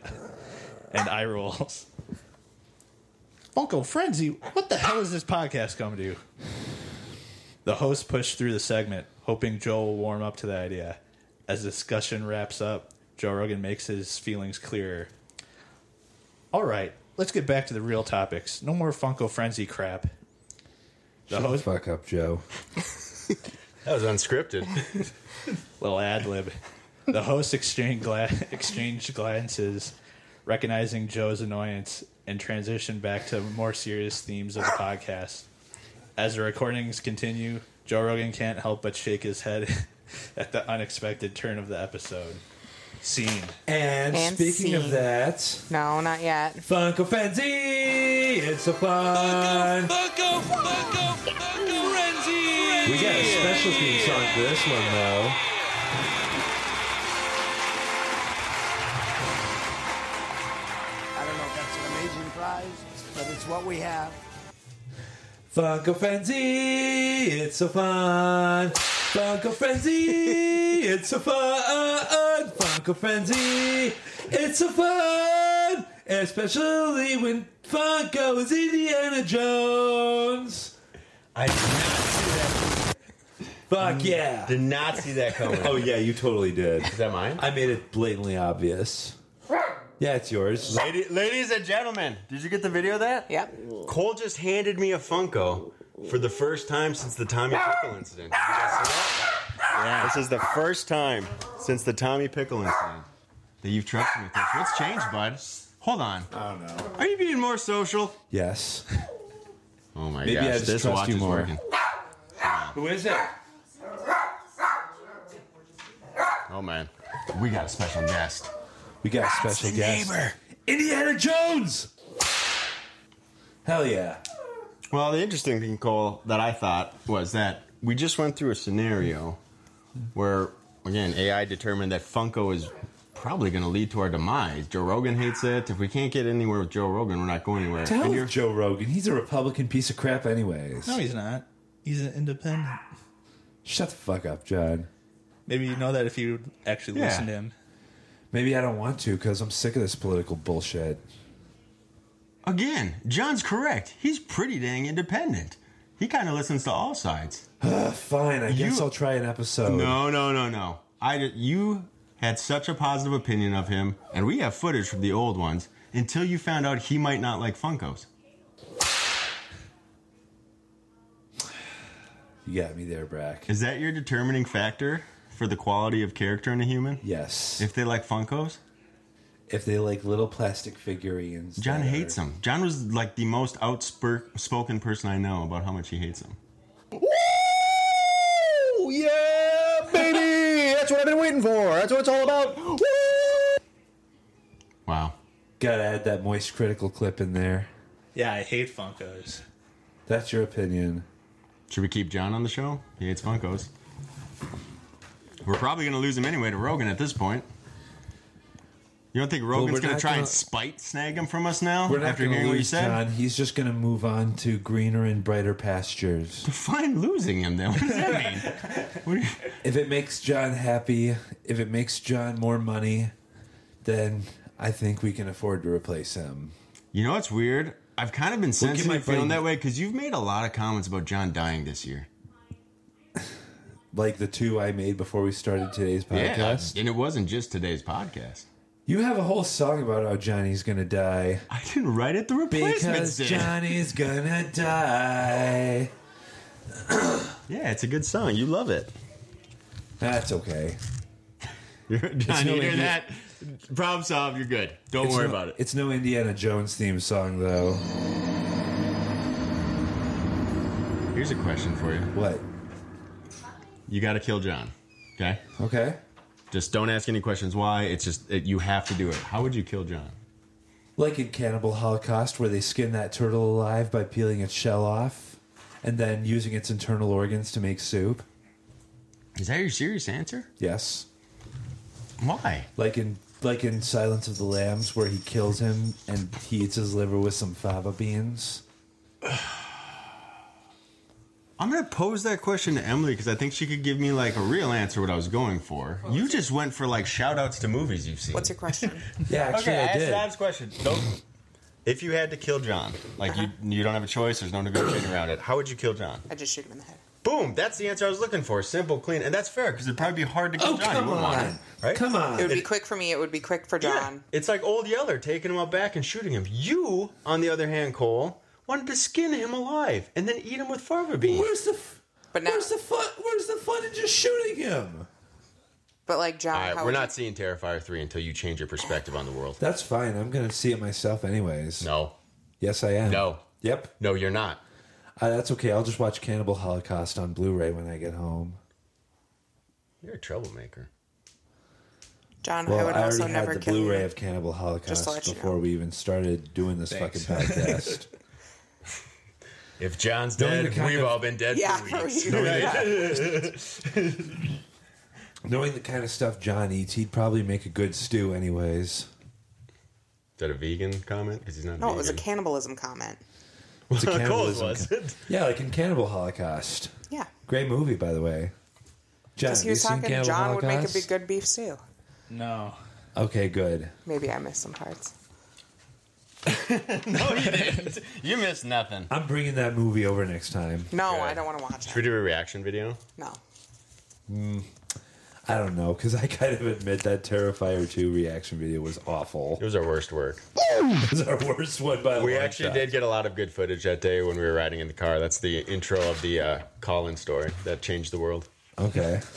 Speaker 4: and eye rolls. Funko Frenzy, what the hell is this podcast come to? The host pushed through the segment, hoping Joe will warm up to the idea. As discussion wraps up, Joe Rogan makes his feelings clearer. All right, let's get back to the real topics. No more Funko Frenzy crap. The host,
Speaker 1: Fuck up, Joe.
Speaker 2: [LAUGHS] That was unscripted.
Speaker 4: little ad lib. [LAUGHS] The hosts exchange gla- exchanged glances, recognizing Joe's annoyance, and transition back to more serious themes of the podcast. As the recordings continue, Joe Rogan can't help but shake his head [LAUGHS] at the unexpected turn of the episode. Scene.
Speaker 1: And,
Speaker 3: And
Speaker 1: speaking of
Speaker 3: scene.
Speaker 1: that,
Speaker 3: No, not yet.
Speaker 1: Funko Frenzy! It's a fun! We got a special theme song for this one, though.
Speaker 6: I don't know if that's an amazing prize, but it's what we have.
Speaker 1: Funko Frenzy! It's so fun! Funko Frenzy! It's so fun! Funko Frenzy! It's so fun! Especially when Funko is Indiana Jones!
Speaker 2: I did not,
Speaker 1: Fuck yeah!
Speaker 2: did not see that coming.
Speaker 1: Mm. Oh, yeah, you totally did.
Speaker 2: Is that mine?
Speaker 1: I made it blatantly obvious. Yeah, it's yours.
Speaker 2: Lady- ladies and gentlemen, did you get the video of that?
Speaker 3: Yep.
Speaker 2: Cole just handed me a Funko for the first time since the Tommy Pickle incident. Did you guys see that? This is the first time since the Tommy Pickle incident that you've trusted me with this. What's changed, bud? Hold on.
Speaker 4: I don't know.
Speaker 2: Are you being more social?
Speaker 1: Yes.
Speaker 2: Oh my
Speaker 1: Maybe I
Speaker 2: gosh,
Speaker 1: just
Speaker 2: this
Speaker 1: trust
Speaker 2: watch
Speaker 1: you
Speaker 2: is
Speaker 1: more.
Speaker 2: working.
Speaker 1: Who is it?
Speaker 2: Oh man, we got a special guest.
Speaker 1: We got a special guest. Indiana Jones! Hell yeah.
Speaker 2: Well, the interesting thing, Cole, that I thought was that we just went through a scenario where, again, AI determined that Funko is probably going to lead to our demise. Joe Rogan hates it. If we can't get anywhere with Joe Rogan, we're not going anywhere.
Speaker 1: To hell
Speaker 2: And
Speaker 1: with
Speaker 2: you're-
Speaker 1: Joe Rogan. He's a Republican piece of crap, anyways.
Speaker 4: No, he's not. He's an independent.
Speaker 1: Shut the fuck up, John.
Speaker 4: Maybe you know that if you actually
Speaker 2: Yeah.
Speaker 4: listen to him.
Speaker 1: Maybe I don't want to because I'm sick of this political bullshit.
Speaker 2: again, John's correct. He's pretty dang independent. He kind of listens to all sides.
Speaker 1: Ugh, Uh, fine, I guess
Speaker 2: You-
Speaker 1: I'll try an episode.
Speaker 2: No, no, no, no. I did- you had such a positive opinion of him, and we have footage from the old ones until you found out he might not like Funkos.
Speaker 1: You got me there, Brack.
Speaker 2: Is that your determining factor for the quality of character in a human?
Speaker 1: Yes. If,
Speaker 2: If they like Funkos?
Speaker 1: they like little plastic figurines.
Speaker 2: John
Speaker 1: that are-
Speaker 2: hates them. John was like the most outspoken person I know about how much he hates them.
Speaker 7: Woo! Yeah, baby! That's what I've been waiting for. That's what it's all about. Woo!
Speaker 2: Wow.
Speaker 1: Gotta add that moist critical clip in there.
Speaker 4: Yeah, I hate Funkos.
Speaker 1: That's your opinion.
Speaker 2: Should we keep John on the show? He hates Funkos. We're probably going to lose him anyway to Rogan at this point. You don't think Rogan's
Speaker 1: we're
Speaker 2: going
Speaker 1: not
Speaker 2: to try
Speaker 1: gonna-
Speaker 2: and spite snag him from us now
Speaker 1: We're not
Speaker 2: after
Speaker 1: gonna
Speaker 2: hearing what you
Speaker 1: lose
Speaker 2: said?
Speaker 1: John. He's just gonna move on to greener and brighter pastures.
Speaker 2: Fine losing him then. What does that mean?
Speaker 1: [LAUGHS]
Speaker 2: What do you-
Speaker 1: if it makes John happy, if it makes John more money, then I think we can afford to replace him.
Speaker 2: You know what's weird? I've kind of been
Speaker 1: at
Speaker 2: sensing
Speaker 1: my
Speaker 2: you feeling
Speaker 1: brain.
Speaker 2: that way because you've made a lot of comments about John dying this year.
Speaker 1: Like the two I made before we started today's podcast.
Speaker 2: and it wasn't just today's podcast.
Speaker 1: You have a whole song about how Johnny's gonna die.
Speaker 2: I didn't write it. The replacements
Speaker 1: Because
Speaker 2: did.
Speaker 1: Johnny's gonna die.
Speaker 2: yeah, it's a good song. You love [LAUGHS] it.
Speaker 1: That's okay.
Speaker 2: John,
Speaker 1: no
Speaker 2: you hear
Speaker 1: idea.
Speaker 2: that? Problem solved. You're good. Don't
Speaker 1: It's
Speaker 2: worry
Speaker 1: no-
Speaker 2: about it.
Speaker 1: It's no Indiana Jones theme song though.
Speaker 2: Here's a question for you.
Speaker 1: What?
Speaker 2: You got to kill John. Okay.
Speaker 1: Okay.
Speaker 2: Just don't ask any questions. Why? It's just it, you have to do it. How would you kill John?
Speaker 1: Like in Cannibal Holocaust, where they skin that turtle alive by peeling its shell off and then using its internal organs to make soup.
Speaker 2: Is that your serious answer?
Speaker 1: Yes.
Speaker 2: Why?
Speaker 1: like in like in Silence of the Lambs, where he kills him and he eats his liver with some fava beans.
Speaker 2: I'm gonna pose that question to Emily because I think she could give me like a real answer what I was going for. You just went for like shout outs to movies you've seen.
Speaker 3: What's your question?
Speaker 1: Yeah, actually, I did.
Speaker 2: Adam's question. Don't- if you had to kill John, like
Speaker 3: Uh-huh.
Speaker 2: you, you don't have a choice. There's no negotiating around it. How would you kill John?
Speaker 3: I just shoot him in the head.
Speaker 2: Boom! That's the answer I was looking for. Simple, clean, and that's fair because it'd probably be hard to kill
Speaker 1: Oh,
Speaker 2: John. You
Speaker 1: come
Speaker 2: wouldn't want
Speaker 1: on.
Speaker 2: him, right?
Speaker 1: Come
Speaker 3: It would
Speaker 1: on.
Speaker 3: be quick for me. It would be quick for
Speaker 2: Yeah.
Speaker 3: John.
Speaker 2: It's like Old Yeller taking him out back and shooting him. You, on the other hand, Cole, wanted to skin him alive and then eat him with fava beans.
Speaker 1: Where's the f-
Speaker 3: But now,
Speaker 1: Where's the fun? Where's the fun in just shooting him?
Speaker 3: But like John,
Speaker 2: All right,
Speaker 3: how
Speaker 2: we're
Speaker 3: would
Speaker 2: not seeing Terrifier 3 until you change your perspective on the world.
Speaker 1: That's fine. I'm going to see it myself, anyways.
Speaker 2: No.
Speaker 1: Yes, I am.
Speaker 2: No.
Speaker 1: Yep.
Speaker 2: No, you're not.
Speaker 1: Uh, that's okay. I'll just watch Cannibal Holocaust on Blu-ray when I get home.
Speaker 2: You're a troublemaker.
Speaker 3: you- John, I
Speaker 1: Well,
Speaker 3: would
Speaker 1: I,
Speaker 3: also
Speaker 1: already had
Speaker 3: never
Speaker 1: the
Speaker 3: kill
Speaker 1: Blu-ray
Speaker 3: you.
Speaker 1: of Cannibal Holocaust
Speaker 3: let you
Speaker 1: before
Speaker 3: know.
Speaker 1: we even started doing this
Speaker 4: Thanks.
Speaker 2: [LAUGHS]
Speaker 1: fucking podcast.
Speaker 2: If John's
Speaker 1: Knowing the
Speaker 2: dead,
Speaker 1: kind
Speaker 2: we've
Speaker 1: of-
Speaker 2: all been dead
Speaker 3: Yeah,
Speaker 2: for
Speaker 3: for [LAUGHS]
Speaker 2: weeks.
Speaker 3: you. Yeah.
Speaker 1: Knowing the kind of stuff John eats, he'd probably make a good stew, anyways.
Speaker 2: Is that a vegan comment? Because he's not.
Speaker 3: No,
Speaker 2: vegan.
Speaker 3: it was a cannibalism comment.
Speaker 2: [LAUGHS]
Speaker 1: It's a
Speaker 2: Cole's
Speaker 1: cannibalism.
Speaker 2: was.
Speaker 1: yeah, like in Cannibal Holocaust.
Speaker 3: Yeah,
Speaker 1: Great movie, by the way. John,
Speaker 3: because
Speaker 1: have
Speaker 3: he
Speaker 1: you
Speaker 3: was
Speaker 1: seen
Speaker 3: talking.
Speaker 1: Cannibal
Speaker 3: John would make a
Speaker 1: Holocaust?
Speaker 3: big good beef stew.
Speaker 4: No.
Speaker 1: Okay, good.
Speaker 3: Maybe I missed some parts.
Speaker 2: [LAUGHS] no,
Speaker 1: [LAUGHS]
Speaker 2: you didn't. You missed nothing.
Speaker 1: I'm bringing that movie over next time.
Speaker 3: No,
Speaker 2: Okay.
Speaker 3: I don't want to watch
Speaker 2: Should we
Speaker 3: it.
Speaker 2: do a reaction video?
Speaker 3: No,
Speaker 1: I don't know, because I kind of admit that Terrifier 2 reaction video was awful. [LAUGHS]
Speaker 2: It was our worst work.
Speaker 1: It was our worst one by the
Speaker 2: We actually did get a lot of good footage that day when we were riding in the car. That's the intro of the uh, Colin story that changed the world.
Speaker 1: Okay. [LAUGHS]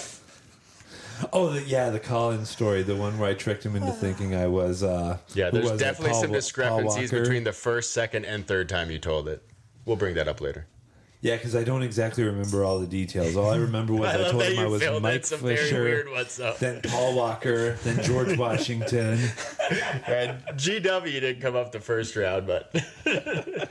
Speaker 1: Oh, the, yeah, the Colin story, the one where I tricked him into thinking I was. Uh,
Speaker 2: Yeah,
Speaker 1: who
Speaker 2: there's
Speaker 1: was it?
Speaker 2: definitely some
Speaker 1: Paul Wa- Paul
Speaker 2: discrepancies
Speaker 1: Walker?
Speaker 2: between the first, second, and third time you told it. We'll bring that up later.
Speaker 1: Yeah, because I don't exactly remember all the details. All I
Speaker 2: [LAUGHS]
Speaker 1: remember was I, told him I was Mike Fisher,
Speaker 2: what's
Speaker 1: [LAUGHS]
Speaker 2: up.
Speaker 1: then Paul Walker,
Speaker 2: [LAUGHS]
Speaker 1: then George Washington.
Speaker 2: And GW didn't come up the first round, but [LAUGHS]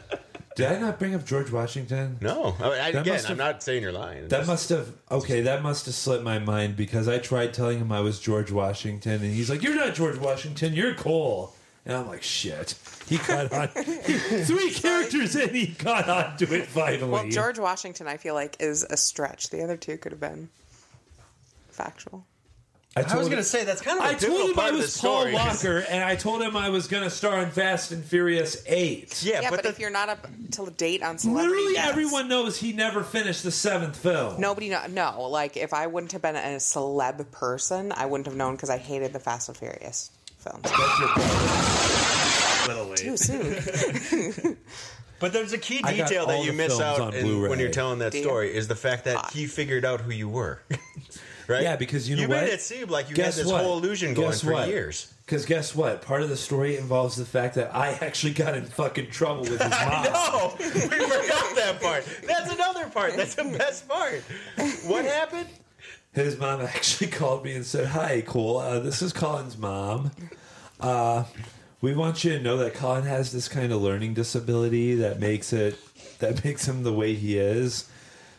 Speaker 1: Did I not bring up George Washington?
Speaker 2: no. I mean, I,
Speaker 1: That
Speaker 2: again,
Speaker 1: must have-
Speaker 2: I'm not saying you're lying.
Speaker 1: That must have okay. That must have slipped my mind because I tried telling him I was George Washington, and he's like, "You're not George Washington. You're Cole." And I'm like, "Shit." He caught on. [LAUGHS] Three characters in, he caught on to it finally.
Speaker 3: well, George Washington, I feel like is a stretch. The other two could have been factual.
Speaker 1: I, told him-
Speaker 2: gonna say that's kind of a
Speaker 1: I told him I was
Speaker 2: [LAUGHS]
Speaker 1: Paul Walker, and I told him I was going to star in Fast and Furious Eight.
Speaker 2: Yeah,
Speaker 3: Yeah,
Speaker 2: but,
Speaker 3: but,
Speaker 2: the,
Speaker 3: if you're not up to date on celebrity,
Speaker 1: Literally,
Speaker 3: deaths-
Speaker 1: everyone knows he never finished the seventh film.
Speaker 3: Nobody know. No, like if I wouldn't have been a celeb person, I wouldn't have known because I hated the Fast and Furious films.
Speaker 1: That's your problem.
Speaker 5: little late.
Speaker 3: Too
Speaker 1: [LAUGHS]
Speaker 3: soon.
Speaker 2: but there's a key
Speaker 1: I got
Speaker 2: detail
Speaker 1: all
Speaker 2: that you
Speaker 1: the
Speaker 2: miss
Speaker 1: films on
Speaker 2: out in,
Speaker 1: Blu-ray.
Speaker 2: when you're telling that
Speaker 3: Do you?
Speaker 2: story is the fact that he figured out who you were. [LAUGHS] right?
Speaker 1: Yeah, because you know
Speaker 2: you
Speaker 1: what?
Speaker 2: made it seem like you
Speaker 1: Guess
Speaker 2: had this
Speaker 1: what?
Speaker 2: whole illusion going
Speaker 1: Guess
Speaker 2: for
Speaker 1: what? [LAUGHS]
Speaker 2: years.
Speaker 1: Because guess what? Part of the story involves the fact that I actually got in fucking trouble with
Speaker 2: [LAUGHS]
Speaker 1: his mom.
Speaker 2: No, we forgot that part. That's another part. That's the best part. What
Speaker 1: [LAUGHS]
Speaker 2: happened?
Speaker 1: His mom actually [LAUGHS] called me and said, "Hi, Cole. Uh, this is Colin's mom. Uh, we want you to know that Colin has this kind of learning disability that makes it that [LAUGHS] makes him the way he is.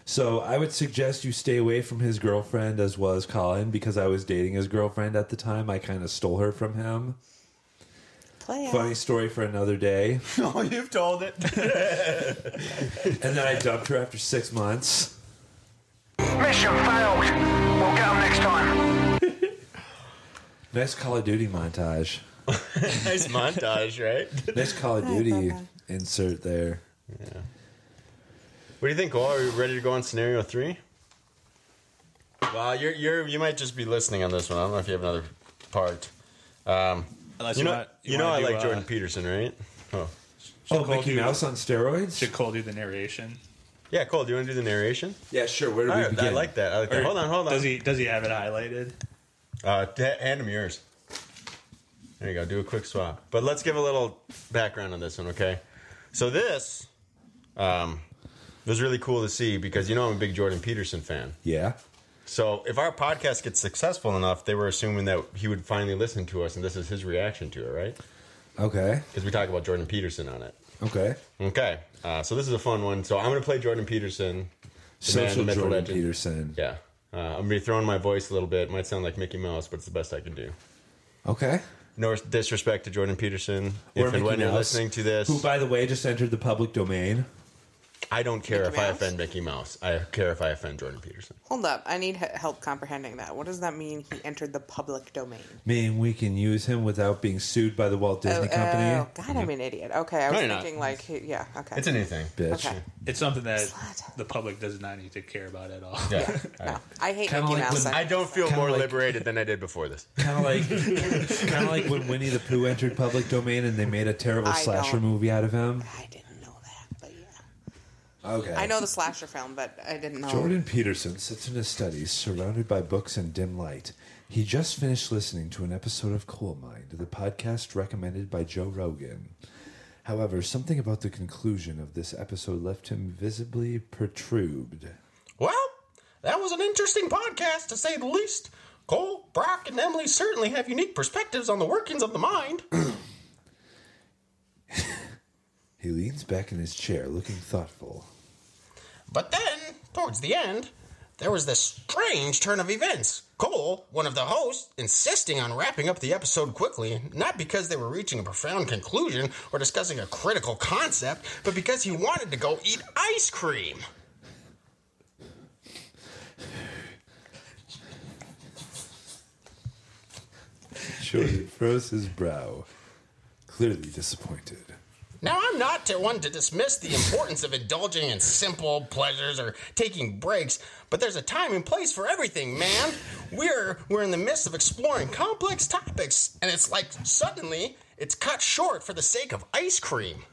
Speaker 1: So I would suggest you stay away from his girlfriend as well as Colin because I was dating his girlfriend at the time. I kind of stole her from him.
Speaker 3: Play
Speaker 1: Funny
Speaker 3: out.
Speaker 1: story for another day.
Speaker 2: No, you've told it.
Speaker 1: And then I dumped her after six months."
Speaker 8: Mission failed. We'll get 'em next time.
Speaker 1: Nice Call of Duty montage.
Speaker 2: nice montage, [LAUGHS] right?
Speaker 1: Nice Call
Speaker 3: [LAUGHS]
Speaker 1: of
Speaker 3: bye,
Speaker 1: Duty
Speaker 3: bye.
Speaker 1: insert there.
Speaker 2: What do you think, Cole? Are we ready to go on scenario three? Well, you're you're you might just be listening on this one. I don't know if you have another part. Um,
Speaker 4: Unless
Speaker 2: you know,
Speaker 4: want-
Speaker 2: you, know, I
Speaker 4: wanna do,
Speaker 2: like
Speaker 4: uh,
Speaker 2: Jordan Peterson, right? Oh,
Speaker 1: Oh,
Speaker 4: Call of
Speaker 1: Mickey
Speaker 4: Duty.
Speaker 1: Mouse on steroids?
Speaker 4: Should Cole do the narration?
Speaker 2: yeah, Cole. Do you want to do the narration?
Speaker 1: Yeah, sure. Where do
Speaker 2: All
Speaker 1: we
Speaker 2: right,
Speaker 1: begin?
Speaker 2: I like Oh, that. I like
Speaker 4: Or
Speaker 2: that. Hold on, hold on.
Speaker 4: Does he does he have it highlighted?
Speaker 2: Uh, t- hand him yours. There you go. Do a quick swap. But let's give a little background on this one, okay? So this um, was really cool to see because you know I'm a big Jordan Peterson fan.
Speaker 1: Yeah.
Speaker 2: So if our podcast gets successful enough, they were assuming that he would finally listen to us, and this is his reaction to it, right?
Speaker 1: Okay.
Speaker 2: Because we talk about Jordan Peterson on it.
Speaker 1: Okay.
Speaker 2: Okay. Uh, so this is a fun one. So I'm going to play Jordan Peterson. the man,
Speaker 1: Social
Speaker 2: the myth, the
Speaker 1: Jordan
Speaker 2: legend.
Speaker 1: Peterson.
Speaker 2: Yeah. Uh, I'm going to be throwing my voice a little bit. might sound like Mickey Mouse, but it's the best I can do.
Speaker 1: Okay.
Speaker 2: No disrespect to Jordan Peterson.
Speaker 1: Or
Speaker 2: If and
Speaker 1: Mickey
Speaker 2: when you're
Speaker 1: Mouse.
Speaker 2: listening to this,
Speaker 1: Who, by the way, just entered the public domain.
Speaker 2: I don't care
Speaker 3: Mickey
Speaker 2: if I
Speaker 3: Mouse?
Speaker 2: offend Mickey Mouse. I care if I offend Jordan Peterson.
Speaker 3: Hold up. I need he- help comprehending that. What does that mean? He entered the public domain.
Speaker 1: Mean we can use him without being sued by the Walt Disney Company.
Speaker 3: oh, God, I'm an idiot. Okay, I was
Speaker 2: you're not.
Speaker 3: thinking like, he, yeah, okay.
Speaker 2: It's a new thing.
Speaker 1: Bitch.
Speaker 3: okay.
Speaker 4: It's something that
Speaker 3: Slut.
Speaker 4: the public does not need to care about at all.
Speaker 2: Yeah. [LAUGHS]
Speaker 3: No, I hate
Speaker 1: Kinda
Speaker 3: Mickey
Speaker 1: like
Speaker 3: Mouse.
Speaker 1: when-
Speaker 2: I don't feel
Speaker 1: Kinda
Speaker 2: more
Speaker 1: like-
Speaker 2: liberated than I did before this.
Speaker 1: Kind of
Speaker 3: [LAUGHS]
Speaker 1: like, kind of like when Winnie the Pooh entered public domain and they made a terrible
Speaker 3: I
Speaker 1: slasher
Speaker 3: don't-
Speaker 1: movie out of him.
Speaker 3: I didn't know that, but yeah.
Speaker 1: Okay.
Speaker 3: I know the slasher film, but I didn't know.
Speaker 1: Jordan Peterson sits in his studies, surrounded by books and dim light. He just finished listening to an episode of Coal Mind, the podcast recommended by Joe Rogan. However, something about the conclusion of this episode left him visibly perturbed.
Speaker 2: Well, that was an interesting podcast, to say the least. Cole, Brock, and Emily certainly have unique perspectives on the workings of the mind. [CLEARS THROAT]
Speaker 1: He leans back in his chair, looking thoughtful.
Speaker 2: But then, towards the end, there was this strange turn of events. Cole, one of the hosts, insisting on wrapping up the episode quickly, not because they were reaching a profound conclusion or discussing a critical concept, but because he wanted to go eat ice cream.
Speaker 1: Jordan froze his brow, clearly disappointed.
Speaker 2: Now, I'm not to one to dismiss the importance of indulging in simple pleasures or taking breaks, but there's a time and place for everything, man. We're we're in the midst of exploring complex topics, and it's like suddenly it's cut short for the sake of ice cream.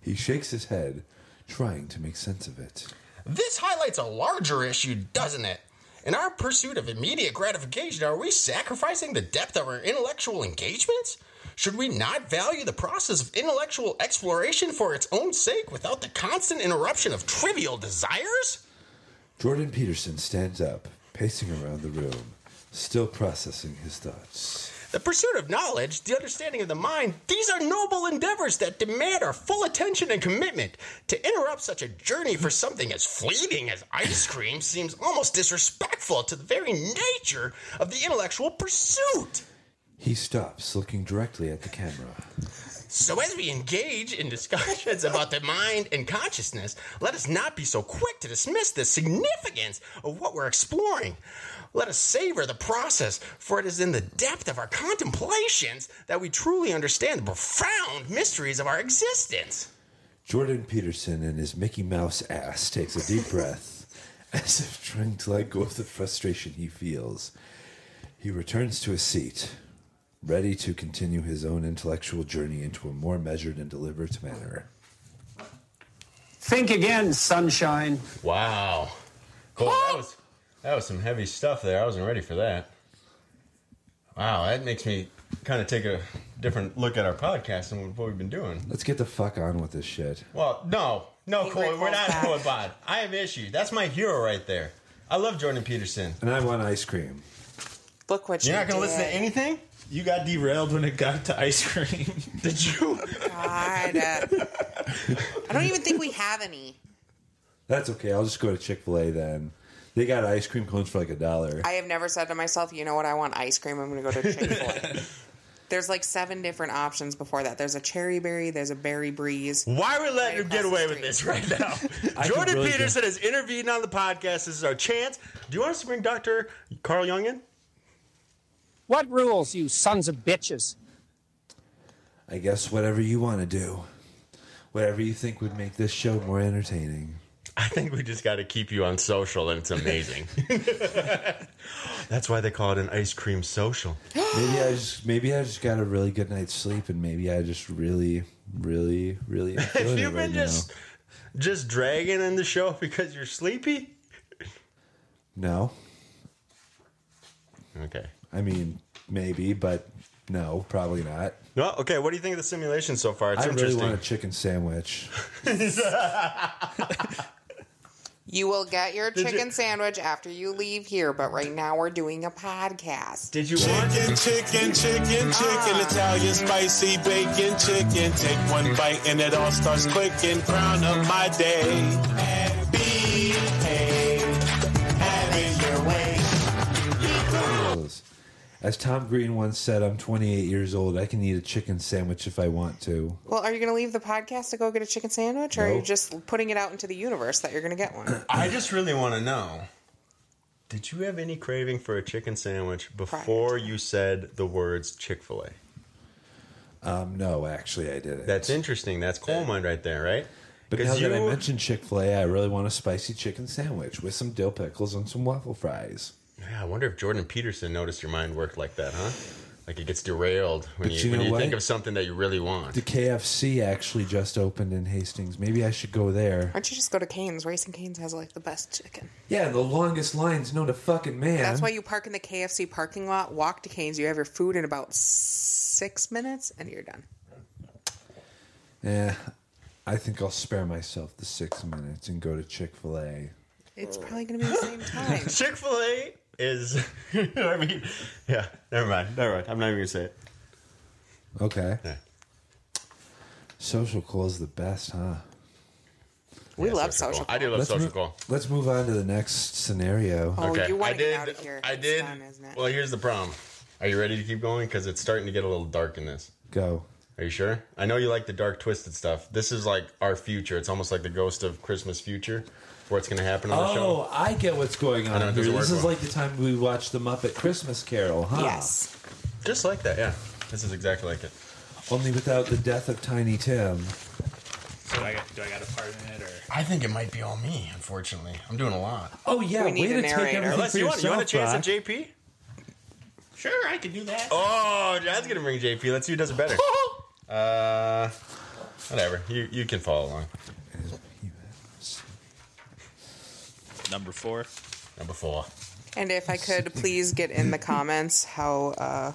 Speaker 1: He shakes his head, trying to make sense of it.
Speaker 2: This highlights a larger issue, doesn't it? In our pursuit of immediate gratification, are we sacrificing the depth of our intellectual engagements? Should we not value the process of intellectual exploration for its own sake without the constant interruption of trivial desires?
Speaker 1: Jordan Peterson stands up, pacing around the room, still processing his thoughts.
Speaker 2: The pursuit of knowledge, the understanding of the mind, these are noble endeavors that demand our full attention and commitment. To interrupt such a journey for something as fleeting as ice cream seems almost disrespectful to the very nature of the intellectual pursuit.
Speaker 1: He stops, looking directly at the camera.
Speaker 2: So, as we engage in discussions about the mind and consciousness, let us not be so quick to dismiss the significance of what we're exploring. Let us savor the process, for it is in the depth of our contemplations that we truly understand the profound mysteries of our existence.
Speaker 1: Jordan Peterson in his Mickey Mouse ass takes a deep breath, [LAUGHS] as if trying to let go of the frustration he feels. He returns to his seat, ready to continue his own intellectual journey into a more measured and deliberate manner.
Speaker 9: Think again, sunshine.
Speaker 2: Wow. Cool. That was that was some heavy stuff there. I wasn't ready for that. Wow, that makes me kind of take a different look at our podcast and what we've been doing.
Speaker 1: Let's get the fuck on with this shit.
Speaker 2: Well, no, no,
Speaker 3: Angry
Speaker 2: Cole, we're not
Speaker 3: Colback.
Speaker 2: doing bod. I have issue. That's my hero right there. I love Jordan Peterson.
Speaker 1: And I want ice cream.
Speaker 3: Look what
Speaker 2: You're
Speaker 3: you
Speaker 2: not going to
Speaker 3: did.
Speaker 2: listen to anything?
Speaker 4: [LAUGHS] You got derailed when it got to ice [LAUGHS] cream.
Speaker 2: Did you? [LAUGHS]
Speaker 3: God. uh, I don't even think we have any.
Speaker 1: That's okay. I'll just go to Chick fil A then. They got ice cream cones for like a dollar.
Speaker 3: I have never said to myself, you know what, I want ice cream. I'm going to go to Chick
Speaker 2: [LAUGHS]
Speaker 3: fil A. There's like seven different options before that. There's a cherry berry, there's a berry breeze.
Speaker 2: Why are we letting
Speaker 3: Right
Speaker 2: him get
Speaker 3: across
Speaker 2: away
Speaker 3: the
Speaker 2: with this right [LAUGHS] now?
Speaker 1: I could
Speaker 2: Jordan
Speaker 1: really
Speaker 2: Peterson is intervening on the podcast. This is our chance. Do you want us to bring Dr. Carl Young in?
Speaker 9: What rules, you sons of bitches?
Speaker 1: I guess whatever you want to do, whatever you think would make this show more entertaining.
Speaker 2: I think we just got to keep you on social, and it's [LAUGHS] amazing. That's why they call it an ice cream [LAUGHS] social.
Speaker 1: Maybe I just maybe I just got a really good night's sleep, and maybe I just really, really,
Speaker 2: [LAUGHS]
Speaker 1: really. am
Speaker 2: If
Speaker 1: feeling
Speaker 2: you've
Speaker 1: it right
Speaker 2: been just just dragging in the show because you're sleepy,
Speaker 1: now.
Speaker 2: okay.
Speaker 1: no, I mean maybe, but no, probably not.
Speaker 2: No, okay. What do you think of the simulation so far? It's
Speaker 1: I really
Speaker 2: interesting.
Speaker 1: want a chicken sandwich.
Speaker 3: You will get your
Speaker 2: you-
Speaker 3: chicken sandwich after you leave here, but right now we're doing a podcast.
Speaker 2: Did you want?
Speaker 10: Chicken, chicken, chicken, chicken, Italian spicy bacon, chicken. Take one bite and it all starts clicking. Crown of my day. Happy, hey, have it your way.
Speaker 1: As Tom Green once said, "I'm 28 years old. I can eat a chicken sandwich if I want to."
Speaker 3: Well, are you going to leave the podcast to go get a chicken sandwich, or are
Speaker 1: No.
Speaker 3: you just putting it out into the universe that you're going to
Speaker 2: [CLEARS THROAT]
Speaker 3: get one?
Speaker 2: I just really want to know. Did you have any craving for a chicken sandwich before you said the words Chick Fil A?
Speaker 1: Um, no, actually, I didn't.
Speaker 2: That's interesting. That's coal mine right there, right?
Speaker 1: But now
Speaker 2: you
Speaker 1: that I mentioned Chick Fil A, I really want a spicy chicken sandwich with some dill pickles and some waffle fries.
Speaker 2: yeah, I wonder if Jordan Peterson noticed your mind worked like that, huh? Like it gets derailed when
Speaker 1: But
Speaker 2: you,
Speaker 1: you
Speaker 2: when
Speaker 1: know
Speaker 2: you
Speaker 1: what?
Speaker 2: think of something that you really want. [LAUGHS]
Speaker 1: The KFC actually just opened in Hastings. Maybe I should go there.
Speaker 3: Why don't you just go to Canes? Racing Canes has like the best chicken.
Speaker 1: Yeah, the longest lines known to fucking man.
Speaker 3: That's why you park in the KFC parking lot, walk to Canes, you have your food in about six minutes, and you're done.
Speaker 1: Yeah, I think I'll spare myself the six minutes and go to Chick Fil A.
Speaker 2: Oh.
Speaker 3: It's probably going to be the
Speaker 2: [LAUGHS]
Speaker 3: same time.
Speaker 2: Chick Fil A is. [LAUGHS] I mean, yeah. Never mind. Never mind. I'm not even gonna say it.
Speaker 1: Okay. Social call is the best, huh?
Speaker 3: We love social.
Speaker 2: I do love
Speaker 1: Let's
Speaker 2: social
Speaker 1: mo-
Speaker 2: call.
Speaker 1: Let's move on to the next scenario.
Speaker 2: okay.
Speaker 3: Oh, you
Speaker 2: I
Speaker 3: wanna get
Speaker 2: did.
Speaker 3: out of here.
Speaker 2: I did. Well, here's the problem. Are you ready to keep going? Because it's starting to get a little dark in this.
Speaker 1: Go.
Speaker 2: Are you sure? I know you like the dark, twisted stuff. This is like our future. It's almost like the ghost of Christmas future, where it's going to happen on the show.
Speaker 1: Oh, I get what's going
Speaker 2: I
Speaker 1: on
Speaker 2: know, it
Speaker 1: here.
Speaker 2: doesn't
Speaker 1: This
Speaker 2: work well.
Speaker 1: is like the time we watched the Muppet Christmas Carol, huh?
Speaker 2: Yes. Just like that, yeah. This is exactly like it.
Speaker 1: Only without the death of Tiny Tim.
Speaker 4: So do I got, do I got a part in it or?
Speaker 2: I think it might be all me, unfortunately. I'm doing a lot.
Speaker 1: Oh yeah,
Speaker 4: We need
Speaker 1: way
Speaker 4: a
Speaker 1: to take
Speaker 4: narrator.
Speaker 1: everything
Speaker 2: Unless
Speaker 1: for
Speaker 2: you want, you want a
Speaker 1: yourself,
Speaker 2: chance at
Speaker 1: Brock.
Speaker 2: JP?
Speaker 4: Sure, I can do that.
Speaker 2: Oh, Dad's gonna bring JP. Let's see who does it
Speaker 1: [LAUGHS]
Speaker 2: better. uh, whatever. You you can follow along.
Speaker 4: Number four.
Speaker 2: Number four.
Speaker 3: And if I could please get in the comments how uh,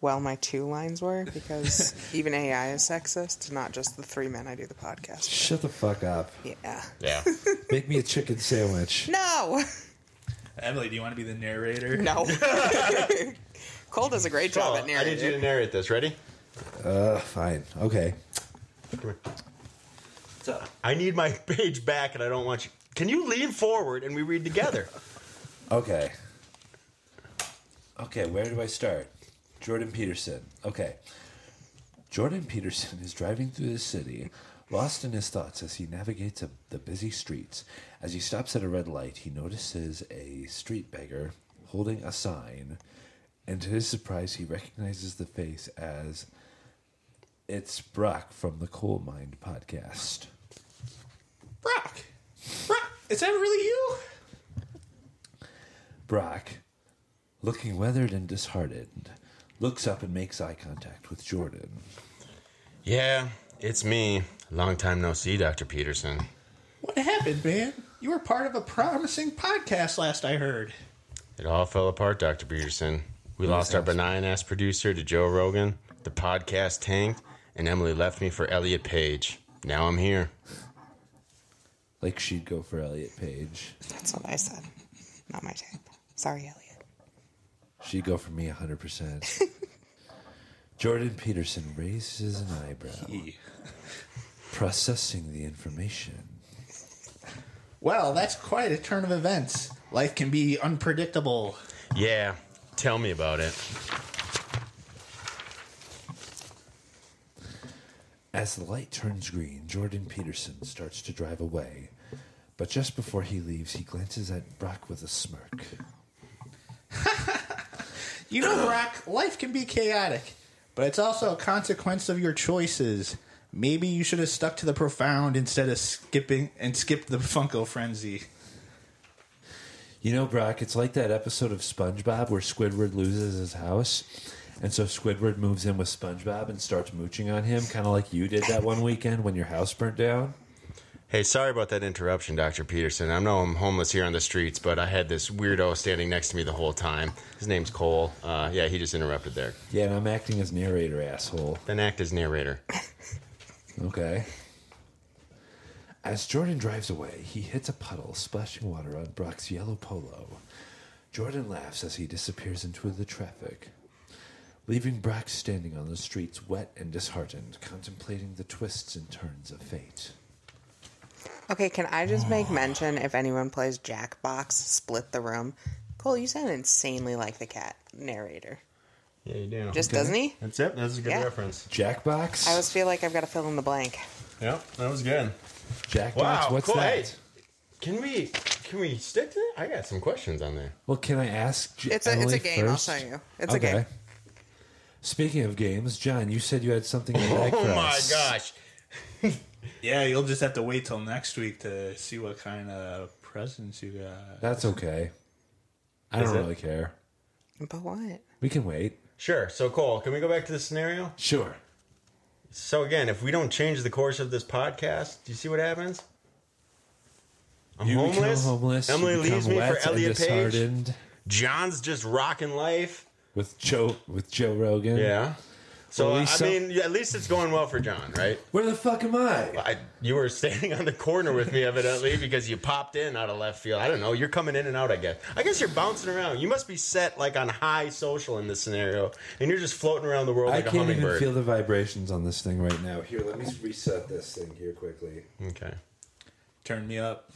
Speaker 3: well my two lines were,
Speaker 2: [LAUGHS]
Speaker 3: because even AI is sexist, not just the three men I do the podcast.
Speaker 1: Shut the fuck up.
Speaker 3: Yeah.
Speaker 2: Yeah.
Speaker 1: Make me a chicken sandwich.
Speaker 3: No! [LAUGHS]
Speaker 4: Emily, do you want to be the narrator?
Speaker 3: No. [LAUGHS] Cole does a great job at
Speaker 2: Oh, I need you to
Speaker 3: narrating.
Speaker 2: narrate this. Ready?
Speaker 1: Uh, fine. Okay.
Speaker 2: I need my [LAUGHS] page back, and I don't want you. Can you lean forward and we read together?
Speaker 1: Okay. Okay, where do I start? Jordan Peterson. Okay. Jordan Peterson is driving through the city, lost in his thoughts as he navigates a, the busy streets. As he stops at a red light, he notices a street beggar holding a sign, and to his surprise, he recognizes the face as it's Brock from the Coal Mind podcast.
Speaker 4: Is that really you?
Speaker 1: Brock, looking weathered and disheartened, looks up and makes eye contact with Jordan.
Speaker 2: [LAUGHS] yeah, it's me. Long time no see, Doctor Peterson.
Speaker 4: What happened, man? You were part of a promising podcast last I heard.
Speaker 2: It all fell apart, Dr. Peterson. We lost our benign ass producer to Joe Rogan, the podcast tanked, and Emily left me for Elliot Page. Now I'm here.
Speaker 1: Like she'd go for Elliot Page.
Speaker 3: That's what I said. Not my type. Sorry, Elliot.
Speaker 1: She'd go for me 100%. Jordan Peterson raises an eyebrow, processing the information.
Speaker 4: Well, that's quite a turn of events. Life can be unpredictable.
Speaker 2: Yeah, tell me about it.
Speaker 1: As the light turns green, Jordan Peterson starts to drive away. But just before he leaves, he glances at Brock with a smirk.
Speaker 4: You [CLEARS THROAT] know, Brock, life can be chaotic, but it's also a consequence of your choices. Maybe you should have stuck to the profound instead of skipping and skipped the Funko frenzy.
Speaker 1: You know, Brock, it's like that episode of SpongeBob where Squidward loses his house. And so Squidward moves in with SpongeBob and starts mooching on him, kind of like you did that one weekend when your house burnt down.
Speaker 2: Hey, sorry about that interruption, Dr. Peterson. I know I'm homeless here on the streets, but I had this weirdo standing next to me the whole time. His name's Cole. Uh, yeah, he just interrupted there.
Speaker 1: Yeah, and I'm acting as narrator, asshole.
Speaker 2: Then act as narrator.
Speaker 1: Okay. As Jordan drives away, he hits a puddle, splashing water on Brock's yellow polo. Jordan laughs as he disappears into the traffic, leaving Brock standing on the streets, wet and disheartened, contemplating the twists and turns of fate.
Speaker 3: Okay, can I just make mention if anyone plays Jackbox, split the room? Cole, you sound insanely like the cat narrator.
Speaker 2: Yeah, you do.
Speaker 3: Just doesn't he?
Speaker 2: That's it. That's a good
Speaker 3: Yeah.
Speaker 2: reference.
Speaker 1: Jackbox?
Speaker 3: I always feel like I've got to fill in the blank.
Speaker 2: Yep, that was good.
Speaker 1: Jackbox,
Speaker 2: Wow,
Speaker 1: what's
Speaker 2: cool.
Speaker 1: that?
Speaker 2: Hey, can we can we stick to that? I got some questions on there.
Speaker 1: Well, can I ask? J-
Speaker 3: It's a- it's a
Speaker 1: Emily
Speaker 3: game, I'll
Speaker 1: first?
Speaker 3: show you. It's a game.
Speaker 1: Speaking of games, John, you said you had something in the bag
Speaker 2: [LAUGHS] Oh
Speaker 1: for
Speaker 2: my
Speaker 1: us.
Speaker 2: gosh.
Speaker 4: Yeah, you'll just have to wait till next week to see what kind of presents you got.
Speaker 1: That's okay. I
Speaker 4: Is
Speaker 1: don't
Speaker 4: it?
Speaker 1: really care.
Speaker 3: But what?
Speaker 1: We can wait.
Speaker 2: Sure. So, Cole, can we go back to this scenario?
Speaker 1: Sure.
Speaker 2: So, again, if we don't change the course of this podcast, do you see what happens? I'm
Speaker 1: You become
Speaker 2: homeless.
Speaker 1: homeless, you
Speaker 2: Emily
Speaker 1: become
Speaker 2: leaves me
Speaker 1: wet
Speaker 2: for
Speaker 1: and
Speaker 2: Elliot Page.
Speaker 1: disheartened.
Speaker 2: John's just rocking life.
Speaker 1: With Joe with Joe Rogan.
Speaker 2: Yeah. So,
Speaker 1: Well, at
Speaker 2: I
Speaker 1: least some-
Speaker 2: mean, yeah, at least it's going well for John, right?
Speaker 1: Where the fuck am I?
Speaker 2: I, you were [LAUGHS] standing on the corner with me, evidently, because you popped in out of left field. I don't know. You're coming in and out, I guess. I guess you're bouncing around. You must be set like on high social in this scenario, and you're just floating around the world
Speaker 1: I
Speaker 2: like a
Speaker 1: can't even
Speaker 2: hummingbird.
Speaker 1: feel the vibrations on this thing right now. Here, let me reset this thing here quickly.
Speaker 2: okay.
Speaker 4: Turn me up.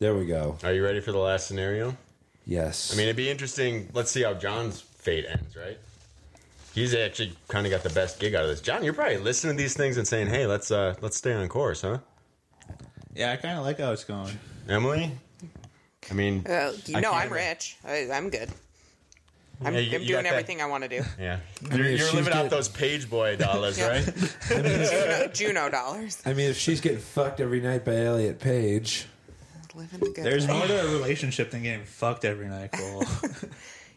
Speaker 1: There we go.
Speaker 2: Are you ready for the last scenario?
Speaker 1: Yes.
Speaker 2: I mean, it'd be interesting. Let's see how John's fate ends, right? He's actually kind of got the best gig out of this. John, you're probably listening to these things and saying, "Hey, let's uh let's stay on course, huh?"
Speaker 4: Yeah, I kind of like how it's going.
Speaker 2: Emily, I mean,
Speaker 3: Uh, you
Speaker 2: I
Speaker 3: know, I'm
Speaker 2: can't-
Speaker 3: rich. I, I'm good. I'm,
Speaker 2: Yeah, you-
Speaker 3: I'm
Speaker 2: you got
Speaker 3: doing
Speaker 2: that-
Speaker 3: everything I want
Speaker 2: [LAUGHS]
Speaker 3: to do.
Speaker 2: yeah,
Speaker 1: mean,
Speaker 2: you're,
Speaker 1: if
Speaker 2: you're
Speaker 1: she's
Speaker 2: living out
Speaker 1: getting-
Speaker 2: those page [LAUGHS] boy dollars,
Speaker 3: Yeah.
Speaker 2: right?
Speaker 3: Juno, Juno dollars.
Speaker 1: I mean, if she's getting fucked every night by Elliot Page,
Speaker 3: [LAUGHS] Living the good
Speaker 4: There's
Speaker 3: life.
Speaker 4: more to a relationship than getting fucked every night, Cole.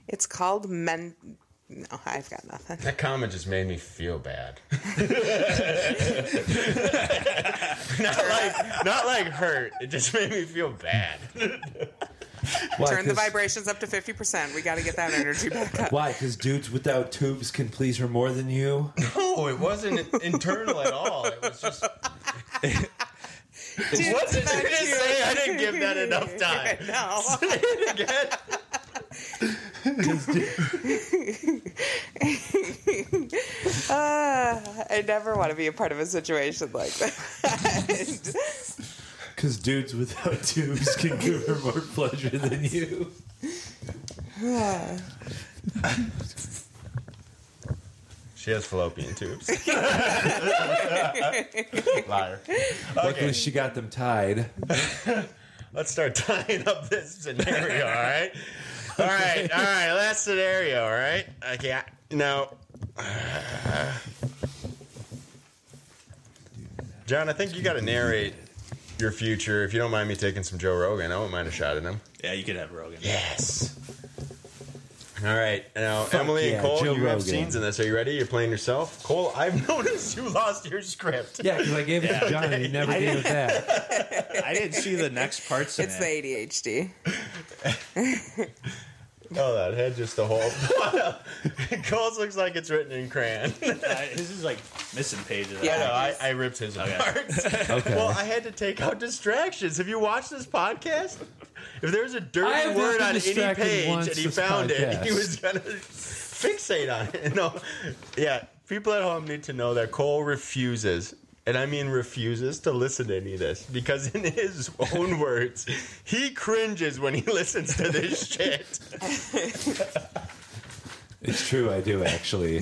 Speaker 3: It's called men. No, I've got nothing.
Speaker 2: That comment just made me feel [LAUGHS] bad. not like not like hurt. It just made me feel bad.
Speaker 1: why?
Speaker 3: [LAUGHS] Turn the
Speaker 1: 'Cause-
Speaker 3: vibrations up to 50%. We got to get that energy back
Speaker 2: [LAUGHS]
Speaker 3: up.
Speaker 1: Why? Because dudes without tubes can please her more than you.
Speaker 2: No, it [LAUGHS] wasn't internal at all. It was just
Speaker 3: Dude,
Speaker 2: wasn't
Speaker 3: thank
Speaker 2: just
Speaker 3: you.
Speaker 2: saying I didn't give that
Speaker 3: [LAUGHS]
Speaker 2: enough time. [LAUGHS]
Speaker 3: No.
Speaker 2: Say it again.
Speaker 3: Uh, I never want to be a part of a situation like that.
Speaker 1: Because dudes without [LAUGHS] tubes can give her more pleasure than you.
Speaker 2: She has fallopian tubes. Liar.
Speaker 1: Luckily, she got them tied.
Speaker 2: Let's start [LAUGHS] tying up this scenario, all
Speaker 1: [LAUGHS]
Speaker 2: right? All right, all right, last scenario, all right? Okay, I, now. [SIGHS] John, I think you got to narrate your future. If you don't mind me taking some Joe Rogan, I won't mind a shot at him.
Speaker 4: yeah, you could have Rogan.
Speaker 2: Yes. All right, now Emily
Speaker 1: yeah,
Speaker 2: and Cole,
Speaker 1: Joe
Speaker 2: you have
Speaker 1: Rogan.
Speaker 2: scenes in this. Are you ready? You're playing yourself, Cole. I've [LAUGHS] noticed you lost your script.
Speaker 1: Yeah, because I gave it to John and he never gave it back.
Speaker 4: [LAUGHS] I didn't see the next parts in
Speaker 3: It's
Speaker 4: it.
Speaker 3: the ADHD.
Speaker 2: Oh, that head just a whole. [LAUGHS] Cole's looks like it's written in crayon.
Speaker 4: Uh, his is like missing pages.
Speaker 3: Yeah.
Speaker 2: I know. I, I ripped his apart.
Speaker 1: [LAUGHS] [LAUGHS] Okay.
Speaker 2: Well, I had to take out distractions. Have you watched this podcast? If there's a
Speaker 1: I have
Speaker 2: dirty
Speaker 1: not
Speaker 2: word
Speaker 1: been
Speaker 2: on any
Speaker 1: distracted
Speaker 2: page
Speaker 1: once
Speaker 2: and he
Speaker 1: this
Speaker 2: found it, he
Speaker 1: podcast.
Speaker 2: was gonna fixate on it. No, yeah. People at home need to know that Cole refuses. And I mean refuses to listen to any of this because, in his
Speaker 1: [LAUGHS]
Speaker 2: own words, he cringes when he [LAUGHS] listens to
Speaker 1: [LAUGHS]
Speaker 2: this shit.
Speaker 1: it's true, I do actually.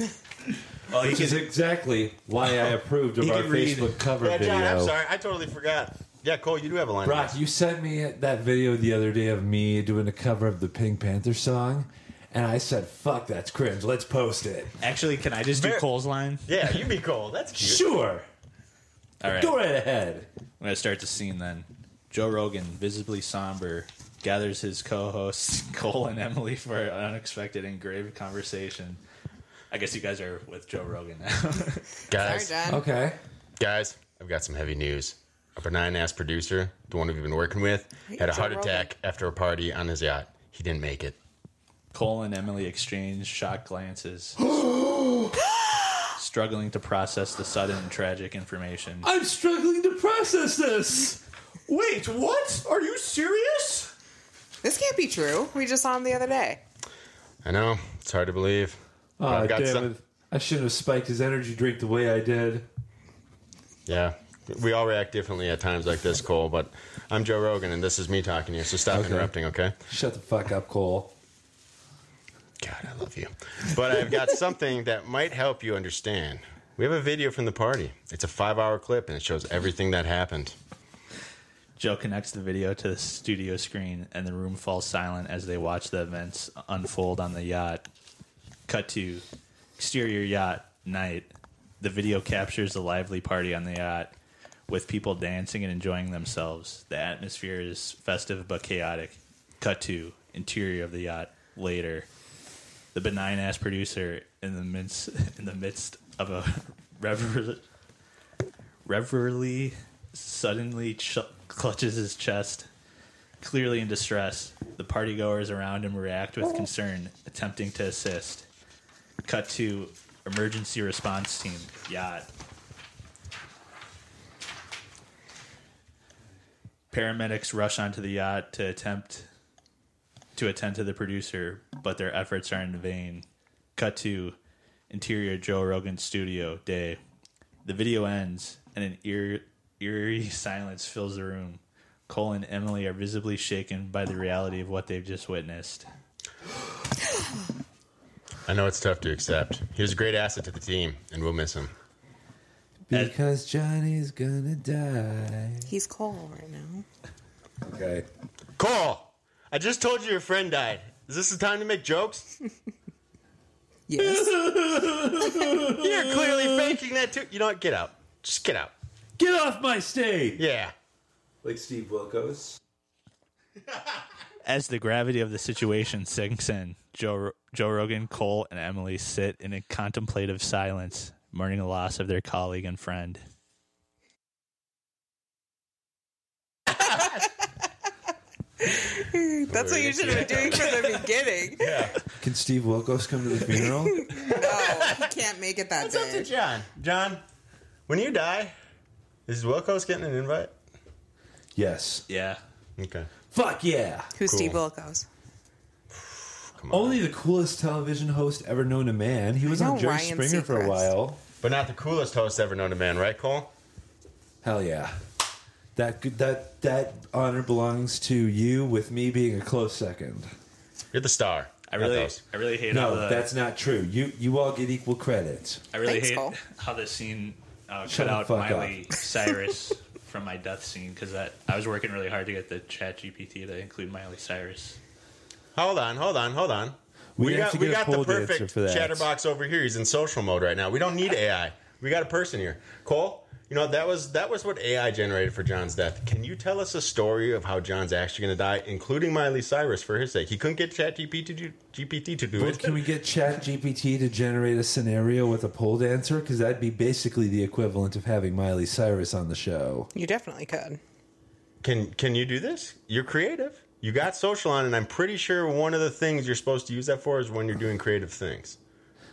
Speaker 4: Well, he
Speaker 1: Which is
Speaker 4: can,
Speaker 1: exactly why I approved of
Speaker 4: He
Speaker 1: our
Speaker 4: can read.
Speaker 1: Facebook cover
Speaker 2: Yeah,
Speaker 1: video.
Speaker 2: John, I'm sorry. I totally forgot. Yeah, Cole, you do have a line.
Speaker 1: Brock, you sent me that video the other day of me doing a cover of the Pink Panther song, and I said, "Fuck, that's cringe. Let's post it."
Speaker 4: actually, can I just do
Speaker 2: Very-
Speaker 4: Cole's line?
Speaker 2: Yeah, you be Cole. That's cute.
Speaker 1: Sure,
Speaker 4: All right.
Speaker 1: go right ahead.
Speaker 4: I'm gonna start the scene then. Joe Rogan, visibly somber, gathers his co-hosts [LAUGHS] Cole and Emily for an unexpected and grave conversation. I guess you guys are with Joe Rogan now. [LAUGHS]
Speaker 2: Guys, Oh.
Speaker 3: Sorry, John.
Speaker 1: Okay,
Speaker 2: guys, I've got some heavy news. A benign ass producer, the one we've been working with, had a
Speaker 3: Joe
Speaker 2: heart
Speaker 3: Rogan.
Speaker 2: attack after a party on his yacht. He didn't make it.
Speaker 4: Cole and Emily exchange shocked glances, struggling to process the sudden and tragic information.
Speaker 1: I'm struggling to process this.
Speaker 4: Wait, what? Are you serious?
Speaker 3: This can't be true. We just saw him the other day.
Speaker 2: I know it's hard to believe.
Speaker 1: Oh,
Speaker 2: I've got
Speaker 1: damn
Speaker 2: some-
Speaker 1: it. I shouldn't have spiked his energy drink the way I did.
Speaker 2: Yeah, we all react differently at times like this, Cole. But I'm Joe Rogan, and this is me talking to you. So stop
Speaker 1: Okay.
Speaker 2: interrupting, okay?
Speaker 1: Shut the fuck up, Cole.
Speaker 2: God, I love you. But I've got something that might help you understand. We have a video from the party. It's a five-hour clip, and it shows everything that happened.
Speaker 4: Joe connects the video to the studio screen, and the room falls silent as they watch the events unfold on the yacht. Cut to exterior yacht night. The video captures the lively party on the yacht with people dancing and enjoying themselves. The atmosphere is festive but chaotic. Cut to interior of the yacht later. the benign ass producer in the midst [LAUGHS] in the midst of a [LAUGHS] rever- reverently suddenly ch- clutches his chest, clearly in distress. The partygoers around him react with concern, attempting to assist. Cut to emergency response team yacht. Paramedics rush onto the yacht to attempt to attend to the producer, but their efforts are in vain. Cut to interior Joe Rogan studio day. The video ends, and an eer- eerie silence fills the room. Cole and Emily are visibly shaken by the reality of what they've just witnessed.
Speaker 2: I know it's tough to accept. He was a great asset to the team, and we'll miss him.
Speaker 1: Because Johnny's gonna die.
Speaker 3: He's Cole right now.
Speaker 1: Okay.
Speaker 2: Cole, I just told you your friend died. Is this the time to make jokes?
Speaker 3: Yes.
Speaker 2: You're clearly faking that too. You know what? Get out. Just get out.
Speaker 1: Get off my stage!
Speaker 2: Yeah.
Speaker 1: Like Steve Wilkos.
Speaker 4: As the gravity of the situation sinks in, Joe, Joe Rogan, Cole, and Emily sit in a contemplative silence, mourning the loss of their colleague and friend.
Speaker 3: [LAUGHS] That's what you should have been doing from the
Speaker 2: [LAUGHS]
Speaker 3: beginning.
Speaker 1: Can Steve Wilkos come to the funeral? [LAUGHS]
Speaker 3: No, Oh, he can't make it that
Speaker 2: What's up to
Speaker 3: day.
Speaker 2: John? John, when you die, is Wilco's getting an invite?
Speaker 1: yes.
Speaker 4: Yeah.
Speaker 2: Okay.
Speaker 1: Fuck yeah!
Speaker 3: Who's
Speaker 2: Cool.
Speaker 3: Steve Wilkos?
Speaker 1: Only the coolest television host ever known to man. He was
Speaker 3: I know
Speaker 1: on Jerry
Speaker 3: Ryan
Speaker 1: Springer for a
Speaker 3: Seacrest.
Speaker 1: while.
Speaker 2: But not the coolest host ever known to man, right, Cole?
Speaker 1: Hell yeah. That that that honor belongs to you, with me being a close second.
Speaker 2: You're the star.
Speaker 4: I really,
Speaker 2: Not those.
Speaker 4: I really hate how
Speaker 1: No,
Speaker 4: the,
Speaker 1: that's not true. You you all get equal credit.
Speaker 4: I really
Speaker 3: Thanks,
Speaker 4: hate
Speaker 11: [LAUGHS]
Speaker 3: Cole.
Speaker 4: how the scene uh,
Speaker 1: Shut
Speaker 4: cut
Speaker 1: the
Speaker 4: out
Speaker 1: fuck
Speaker 4: Miley
Speaker 1: [LAUGHS]
Speaker 4: Cyrus from my death scene because that I was working really hard to get the Chat GPT to include Miley Cyrus.
Speaker 2: Hold on, hold on, hold on.
Speaker 1: We
Speaker 2: We
Speaker 1: have
Speaker 2: got
Speaker 1: to
Speaker 2: we
Speaker 1: get a
Speaker 2: got the
Speaker 1: poll dancer
Speaker 2: perfect
Speaker 1: for that.
Speaker 2: chatterbox over here. He's in social mode right now. We don't need AI. We got a person here. Cole, you know that was that was what AI generated for John's death. Can you tell us a story of how John's actually going to die, including Miley Cyrus for his sake? He couldn't get ChatGPT to do, GPT to do
Speaker 1: But
Speaker 2: it.
Speaker 1: can we get Chat GPT to generate a scenario with a pole dancer? Because that'd be basically the equivalent of having Miley Cyrus on the show.
Speaker 3: You definitely could.
Speaker 2: Can can you do this? You're creative. You got social on, and I'm pretty sure one of the things you're supposed to use that for is when you're doing creative things.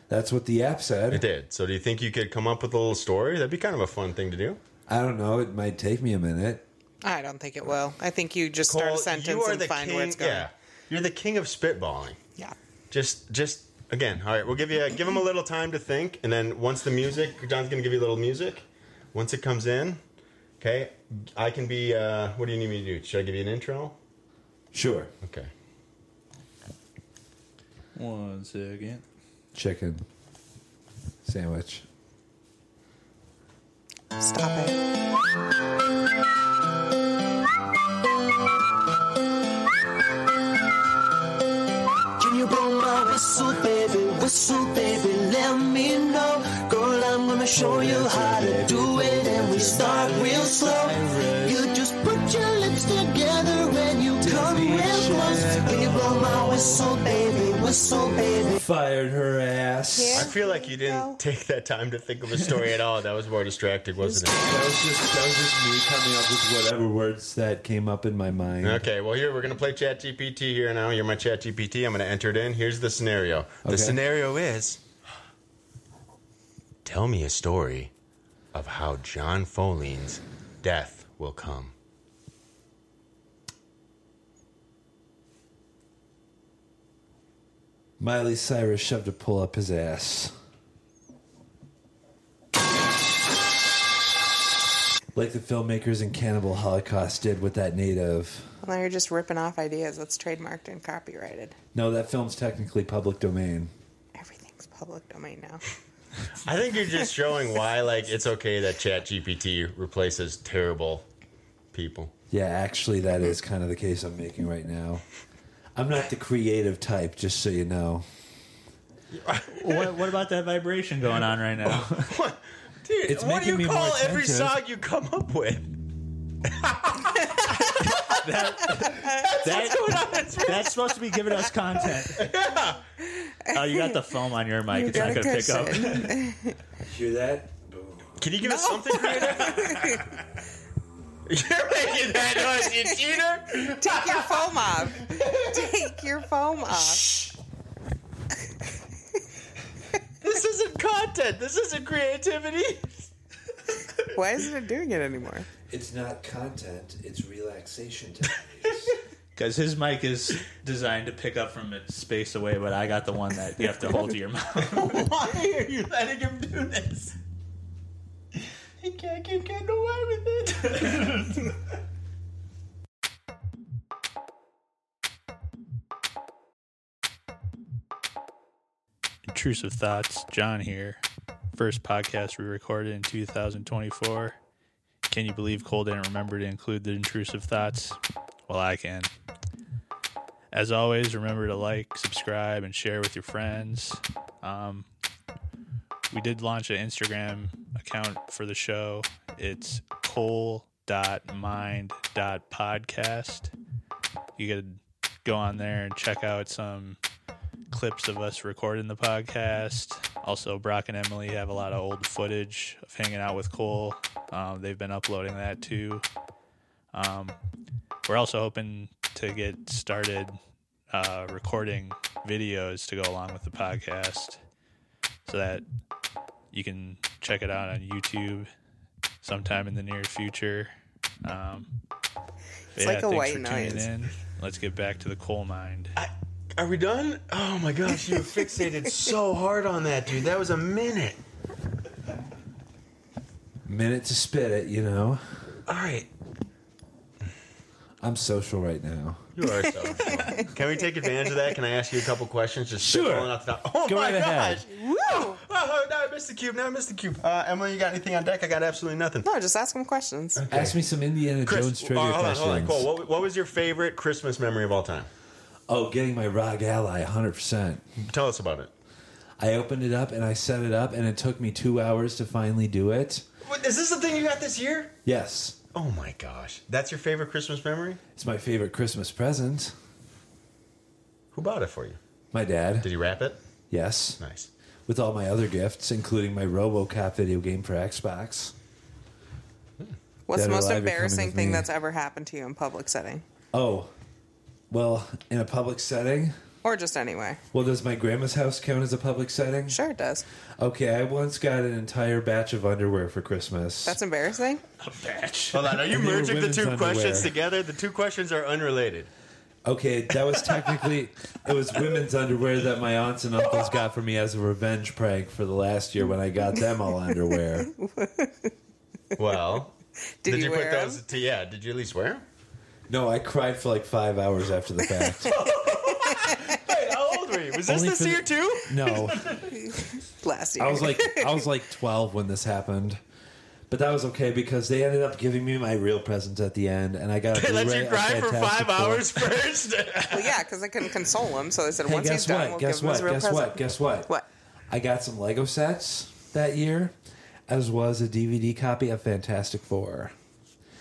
Speaker 1: That's what the app
Speaker 2: It
Speaker 1: said.
Speaker 2: did. So do you think you could come up with a little story? That'd be kind of a fun thing to do.
Speaker 1: I don't know. It might take me a minute.
Speaker 3: I don't think it will. I think you just start
Speaker 2: Cole,
Speaker 3: a sentence and find where it's going.
Speaker 2: Yeah, you're the king of spitballing.
Speaker 3: Yeah.
Speaker 2: Just, just again. All right, we'll give you give him a little time to think, and then once the music, John's gonna give you a little music. Once it comes in, okay, I can be. Uh, what do you need me to do? Should I give you an intro?
Speaker 1: Sure.
Speaker 2: Okay.
Speaker 4: One second.
Speaker 1: Chicken sandwich.
Speaker 3: Stop it.
Speaker 6: Can you blow my whistle, baby? Whistle, baby, let me know. Girl, I'm gonna show you how to do it, and we start real slow. You just put your lips together and you come real close. When you blow my whistle, baby? Whistle, baby.
Speaker 1: Fired her ass.
Speaker 2: I
Speaker 3: Yeah.
Speaker 2: feel like you
Speaker 3: No.
Speaker 2: didn't take that time to think of a story at all. That was more distracted, wasn't it?
Speaker 1: That was just that was just me coming up with whatever words that came up in my mind.
Speaker 2: Okay, well here we're gonna play ChatGPT here now. You're my ChatGPT. I'm gonna enter it in. Here's the scenario.
Speaker 1: Okay.
Speaker 2: The scenario is Tell me a story of how John Foley's death will come.
Speaker 1: Miley Cyrus shoved a pull up his ass. Like the filmmakers in Cannibal Holocaust did with that native.
Speaker 3: Well, now you're just ripping off ideas. That's trademarked and copyrighted.
Speaker 1: No, that film's technically public domain.
Speaker 3: Everything's public domain now.
Speaker 2: I think you're just showing why like it's okay that ChatGPT replaces terrible people.
Speaker 1: Yeah, actually, that is kind of the case I'm making right now. I'm not the creative type, just so you know.
Speaker 4: What, what about that vibration going on right now?
Speaker 2: [LAUGHS] Dude,
Speaker 1: It's
Speaker 2: what do
Speaker 1: making
Speaker 2: you
Speaker 1: me more
Speaker 2: call every
Speaker 1: attentive.
Speaker 2: song you come up with?
Speaker 11: That- That's supposed to be giving us content. Oh, you got the foam on your mic.
Speaker 1: You
Speaker 11: it's not
Speaker 1: gotta
Speaker 11: going to pick up.
Speaker 1: Hear that?
Speaker 2: Can you give us something? [LAUGHS] You're making that noise, you cheater!
Speaker 3: Take your foam off. Take your foam off.
Speaker 2: This isn't content. This isn't creativity.
Speaker 3: Why isn't it doing it anymore?
Speaker 1: It's not content, it's relaxation time.
Speaker 11: Because his mic is designed to pick up from a space away, but I got the one that you have to hold to your mouth.
Speaker 2: [LAUGHS] Why are you letting him do this? He can't keep getting away with it.
Speaker 4: Intrusive Thoughts, John here. First podcast we recorded in 2024. Can you believe Cole didn't remember to include the intrusive thoughts? Well, I can. As always, remember to like, subscribe, and share with your friends. Um, we did launch an Instagram account for the show. It's cole.mind.podcast. You could go on there and check out some clips of us recording the podcast. Also, Brock and Emily have a lot of old footage of hanging out with Cole. Um, they've been uploading that too. Um, we're also hoping to get started uh, recording videos to go along with the podcast so that you can check it out on YouTube sometime in the near future. Um,
Speaker 3: It's like a
Speaker 4: thanks
Speaker 3: white
Speaker 4: for tuning
Speaker 3: noise.
Speaker 4: in. Let's get back to the coal mine.
Speaker 2: Are we done? Oh my gosh, you fixated so hard on that, dude. That was a minute.
Speaker 1: Minute to spit it, you know.
Speaker 2: All right.
Speaker 1: I'm social right now.
Speaker 2: You are so. Can we take advantage of that? Can I ask you a couple questions? Just
Speaker 1: Sure.
Speaker 2: spitballing off the top. Oh
Speaker 1: Go
Speaker 2: my
Speaker 1: right ahead.
Speaker 2: gosh! Woo! Oh, oh, now I missed the cube. Now I missed the cube. Uh, Emily, you got anything on deck? I got absolutely nothing.
Speaker 3: No, just ask them questions.
Speaker 1: Ask me some Indiana Jones trivia
Speaker 2: hold on,
Speaker 1: questions.
Speaker 2: hold on. Cole, what, what was your favorite Christmas memory of all time?
Speaker 1: Oh, getting my ROG Ally 100%.
Speaker 2: Tell us about it.
Speaker 1: I opened it up and I set it up, and it took me two hours to finally do it.
Speaker 2: Wait, is this the thing you got this year?
Speaker 1: Yes,
Speaker 2: Oh my gosh. That's your favorite Christmas memory?
Speaker 1: it's my favorite Christmas present.
Speaker 2: Who bought it for you?
Speaker 1: My dad.
Speaker 2: Did he wrap it?
Speaker 1: Yes.
Speaker 2: Nice.
Speaker 1: With all my other gifts, including my RoboCop video game for Xbox.
Speaker 3: What's
Speaker 1: Dead or alive,
Speaker 3: the most
Speaker 1: you're coming
Speaker 3: embarrassing
Speaker 1: with
Speaker 3: thing
Speaker 1: me.
Speaker 3: that's ever happened to you in public setting,
Speaker 1: Oh, well, in a public setting.
Speaker 3: or just anywhere?
Speaker 1: Well, does my grandma's house count as a public setting?
Speaker 3: Sure, it does.
Speaker 1: Okay, I once got an entire batch of underwear for Christmas.
Speaker 3: That's embarrassing.
Speaker 2: Hold on. Are you
Speaker 1: And they were
Speaker 2: merging the
Speaker 1: women's
Speaker 2: two
Speaker 1: underwear.
Speaker 2: questions together? The two questions are unrelated.
Speaker 1: Okay, that was technically it was women's underwear that my aunts and uncles got for me as a revenge prank for the last year when I got them all underwear.
Speaker 2: Well,
Speaker 3: [LAUGHS] Did you wear 'em?
Speaker 2: those? To, yeah, did you at least wear them?
Speaker 1: No, I cried for like five hours after the
Speaker 2: [LAUGHS]
Speaker 1: fact.
Speaker 2: Wait, how old were you?
Speaker 1: [LAUGHS]
Speaker 2: Was this
Speaker 1: Only
Speaker 2: this
Speaker 1: for the-
Speaker 2: year too?
Speaker 1: No,
Speaker 3: Last year,
Speaker 1: I was like I was like twelve when this happened, but that was okay because they ended up giving me my real present at the end, and I got. a
Speaker 2: They [LAUGHS] let
Speaker 1: Blu-ray
Speaker 2: you
Speaker 1: of
Speaker 2: cry for
Speaker 1: Fantastic
Speaker 2: five
Speaker 1: Four. [LAUGHS]
Speaker 2: hours first.
Speaker 3: well, [LAUGHS] yeah, because I couldn't console him, so they said
Speaker 1: Hey,
Speaker 3: once
Speaker 1: guess
Speaker 3: he's done,
Speaker 1: what?
Speaker 3: we'll
Speaker 1: guess
Speaker 3: give him
Speaker 1: what?
Speaker 3: his real
Speaker 1: Guess
Speaker 3: present.
Speaker 1: what? Guess what?
Speaker 3: What?
Speaker 1: I got some Lego sets that year, as well as a DVD copy of Fantastic Four.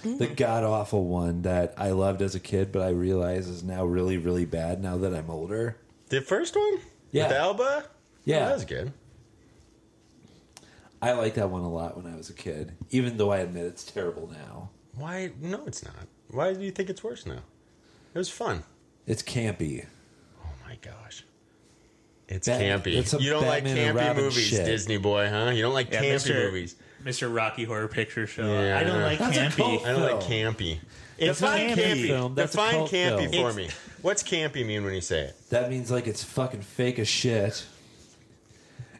Speaker 1: The
Speaker 2: Mm.
Speaker 1: god awful one that I loved as a kid, but I realize is now really, really bad now that I'm older.
Speaker 2: the first one?
Speaker 1: Yeah.
Speaker 2: With Alba?
Speaker 1: Yeah.
Speaker 2: that was good.
Speaker 1: I liked that one a lot when I was a kid, even though I admit it's terrible now.
Speaker 2: Why? No, it's not. Why do you think it's worse now? It was fun.
Speaker 1: It's campy.
Speaker 2: Oh my gosh. It's
Speaker 1: Bat-
Speaker 2: campy.
Speaker 1: it's some
Speaker 2: you don't like
Speaker 1: Batman and
Speaker 2: campy
Speaker 1: Robin
Speaker 2: movies,
Speaker 1: shit.
Speaker 2: Disney boy, huh? You don't like
Speaker 11: Yeah,
Speaker 2: campy
Speaker 11: Mr.
Speaker 2: movies.
Speaker 11: Mr. Rocky Horror Picture Show.
Speaker 2: Yeah.
Speaker 11: I don't like
Speaker 1: That's a cult
Speaker 11: campy.
Speaker 2: I don't like
Speaker 1: film.
Speaker 2: campy.
Speaker 11: That's
Speaker 2: Define
Speaker 11: not a
Speaker 2: campy.
Speaker 11: campy
Speaker 1: film. That's a
Speaker 2: Define
Speaker 1: cult
Speaker 2: campy
Speaker 1: film.
Speaker 2: for me. What's campy mean when you say it?
Speaker 1: That means like it's fucking fake as shit.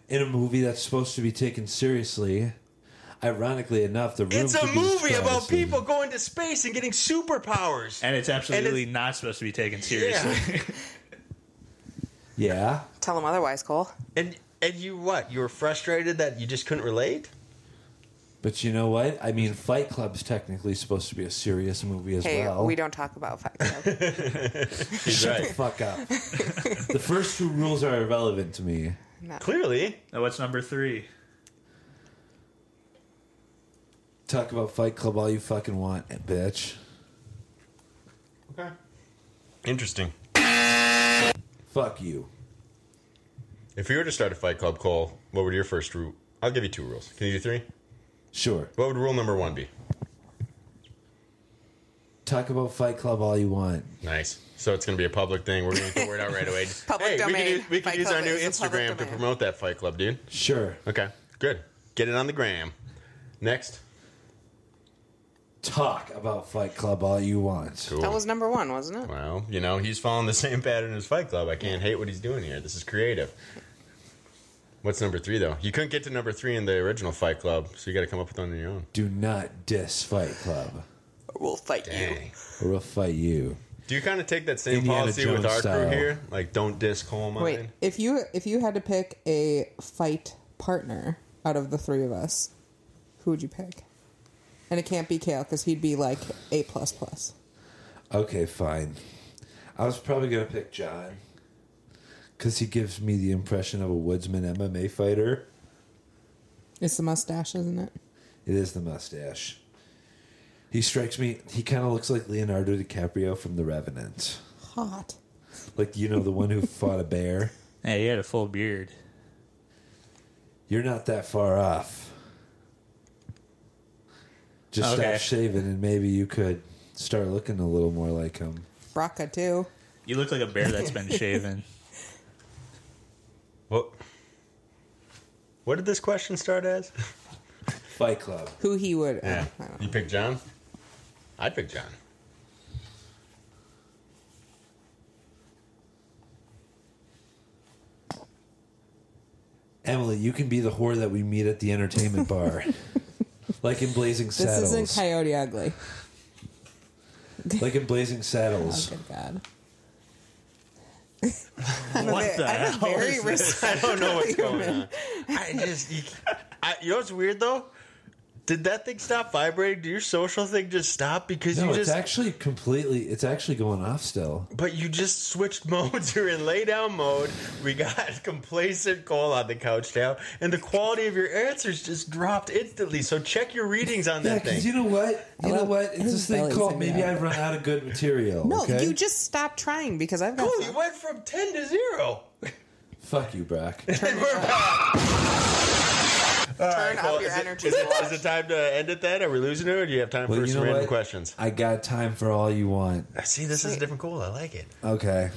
Speaker 1: In a movie that's supposed to be taken seriously. Ironically enough, the room
Speaker 2: It's a
Speaker 1: could be
Speaker 2: movie
Speaker 1: described
Speaker 2: about
Speaker 1: as-
Speaker 2: people going to space and getting superpowers.
Speaker 11: And it's absolutely not supposed to be taken seriously.
Speaker 1: Yeah.
Speaker 3: Tell him otherwise, Cole.
Speaker 2: And and you what? You were frustrated that you just couldn't relate?
Speaker 1: But you know what? I mean, Fight Club's technically supposed to be a serious movie as
Speaker 3: Hey,
Speaker 1: well.
Speaker 3: we don't talk about Fight Club.
Speaker 12: [LAUGHS]
Speaker 2: He's
Speaker 3: [LAUGHS]
Speaker 1: Shut the fuck up. the first two rules are irrelevant to me.
Speaker 2: Clearly.
Speaker 11: [LAUGHS] Now, what's number three?
Speaker 1: Talk about Fight Club all you fucking want, bitch.
Speaker 2: Interesting.
Speaker 1: Fuck you.
Speaker 2: If you were to start a fight club, Cole, what would your first rule? I'll give you two rules. Can you do three?
Speaker 1: Sure.
Speaker 2: What would rule number one be?
Speaker 1: Talk about Fight Club all you want.
Speaker 2: Nice. So it's going to be a public thing. We're going to get the word out right away.
Speaker 3: [LAUGHS] Public
Speaker 2: hey,
Speaker 3: domain.
Speaker 2: we could, use- we could
Speaker 3: Fight
Speaker 2: use our
Speaker 3: Club
Speaker 2: new
Speaker 3: is a public
Speaker 2: Instagram to
Speaker 3: domain.
Speaker 2: promote that Fight Club, dude.
Speaker 1: Sure.
Speaker 2: Okay, good. Get it on the gram. Next.
Speaker 1: Talk about Fight Club all you want.
Speaker 3: That was number one, wasn't it?
Speaker 2: Well, you know, he's following the same pattern as Fight Club. I can't hate what he's doing here. This is creative. What's number three, though? You couldn't get to number three in the original Fight Club, so you got to come up with one on your own.
Speaker 1: Do not diss Fight Club.
Speaker 3: We'll fight
Speaker 2: Dang.
Speaker 1: Or we'll fight you.
Speaker 2: Do you kind of take that same
Speaker 1: Indiana
Speaker 2: policy with
Speaker 1: Jones
Speaker 2: our
Speaker 1: style.
Speaker 2: crew here? Like, don't diss Cole Mine?
Speaker 12: Wait, if you if you had to pick a fight partner out of the three of us, who would you pick? And it can't be Kale because he'd be like a plus plus.
Speaker 1: Okay, fine. I was probably gonna pick John because he gives me the impression of a woodsman MMA fighter.
Speaker 12: It's the mustache, isn't it?
Speaker 1: It is the mustache. He strikes me. He kind of looks like Leonardo DiCaprio from The Revenant,
Speaker 12: Hot.
Speaker 1: like you know the one who fought a bear.
Speaker 11: Yeah, he had a full beard.
Speaker 1: You're not that far off. Just
Speaker 11: Okay.
Speaker 1: stop shaving, and maybe you could start looking a little more like him.
Speaker 12: Braca too.
Speaker 11: You look like a bear that's [LAUGHS] been shaven.
Speaker 2: What? What did this question start as?
Speaker 1: Fight Club.
Speaker 12: Who he would?
Speaker 2: [LAUGHS] Yeah. You pick John? I'd pick John.
Speaker 1: Emily, you can be the whore that we meet at the entertainment
Speaker 3: [LAUGHS]
Speaker 1: bar, like in Blazing
Speaker 12: This
Speaker 1: Saddles.
Speaker 12: isn't Coyote Ugly.
Speaker 1: like in Blazing
Speaker 12: Oh,
Speaker 1: Saddles.
Speaker 12: good God.
Speaker 2: What the
Speaker 3: I'm a hell very is
Speaker 2: [LAUGHS]
Speaker 3: this?
Speaker 2: I don't know what's
Speaker 3: respectful
Speaker 2: going on. I just, you, I, you know what's weird though? Did that thing stop vibrating? Did your social thing just stop because
Speaker 1: No,
Speaker 2: you
Speaker 1: it's
Speaker 2: just?
Speaker 1: actually completely. It's actually going off still.
Speaker 2: but you just switched [LAUGHS] modes. You're in lay down mode. We got [LAUGHS] complacent Cole on the couch now, and the quality of your answers just dropped instantly. So check your readings on
Speaker 1: Yeah,
Speaker 2: that thing.
Speaker 1: because you know what? You know what? It's this thing
Speaker 2: belly's
Speaker 1: called
Speaker 2: hanging
Speaker 1: maybe
Speaker 2: out.
Speaker 1: I've run out of good material.
Speaker 3: No,
Speaker 1: okay?
Speaker 3: you just stopped trying because I've got.
Speaker 2: Cool, you went from ten to zero.
Speaker 1: fuck you, Brock.
Speaker 2: Turn
Speaker 3: up your
Speaker 2: is
Speaker 3: energy
Speaker 2: It, is, it,
Speaker 3: watch.
Speaker 2: is it time to end it then? Are we losing it, or do you have time
Speaker 1: Well,
Speaker 2: for
Speaker 1: you
Speaker 2: some
Speaker 1: know
Speaker 2: random
Speaker 1: what?
Speaker 2: questions?
Speaker 1: I got time for all you want.
Speaker 2: See, this is a different Cole. I like it.
Speaker 1: Okay.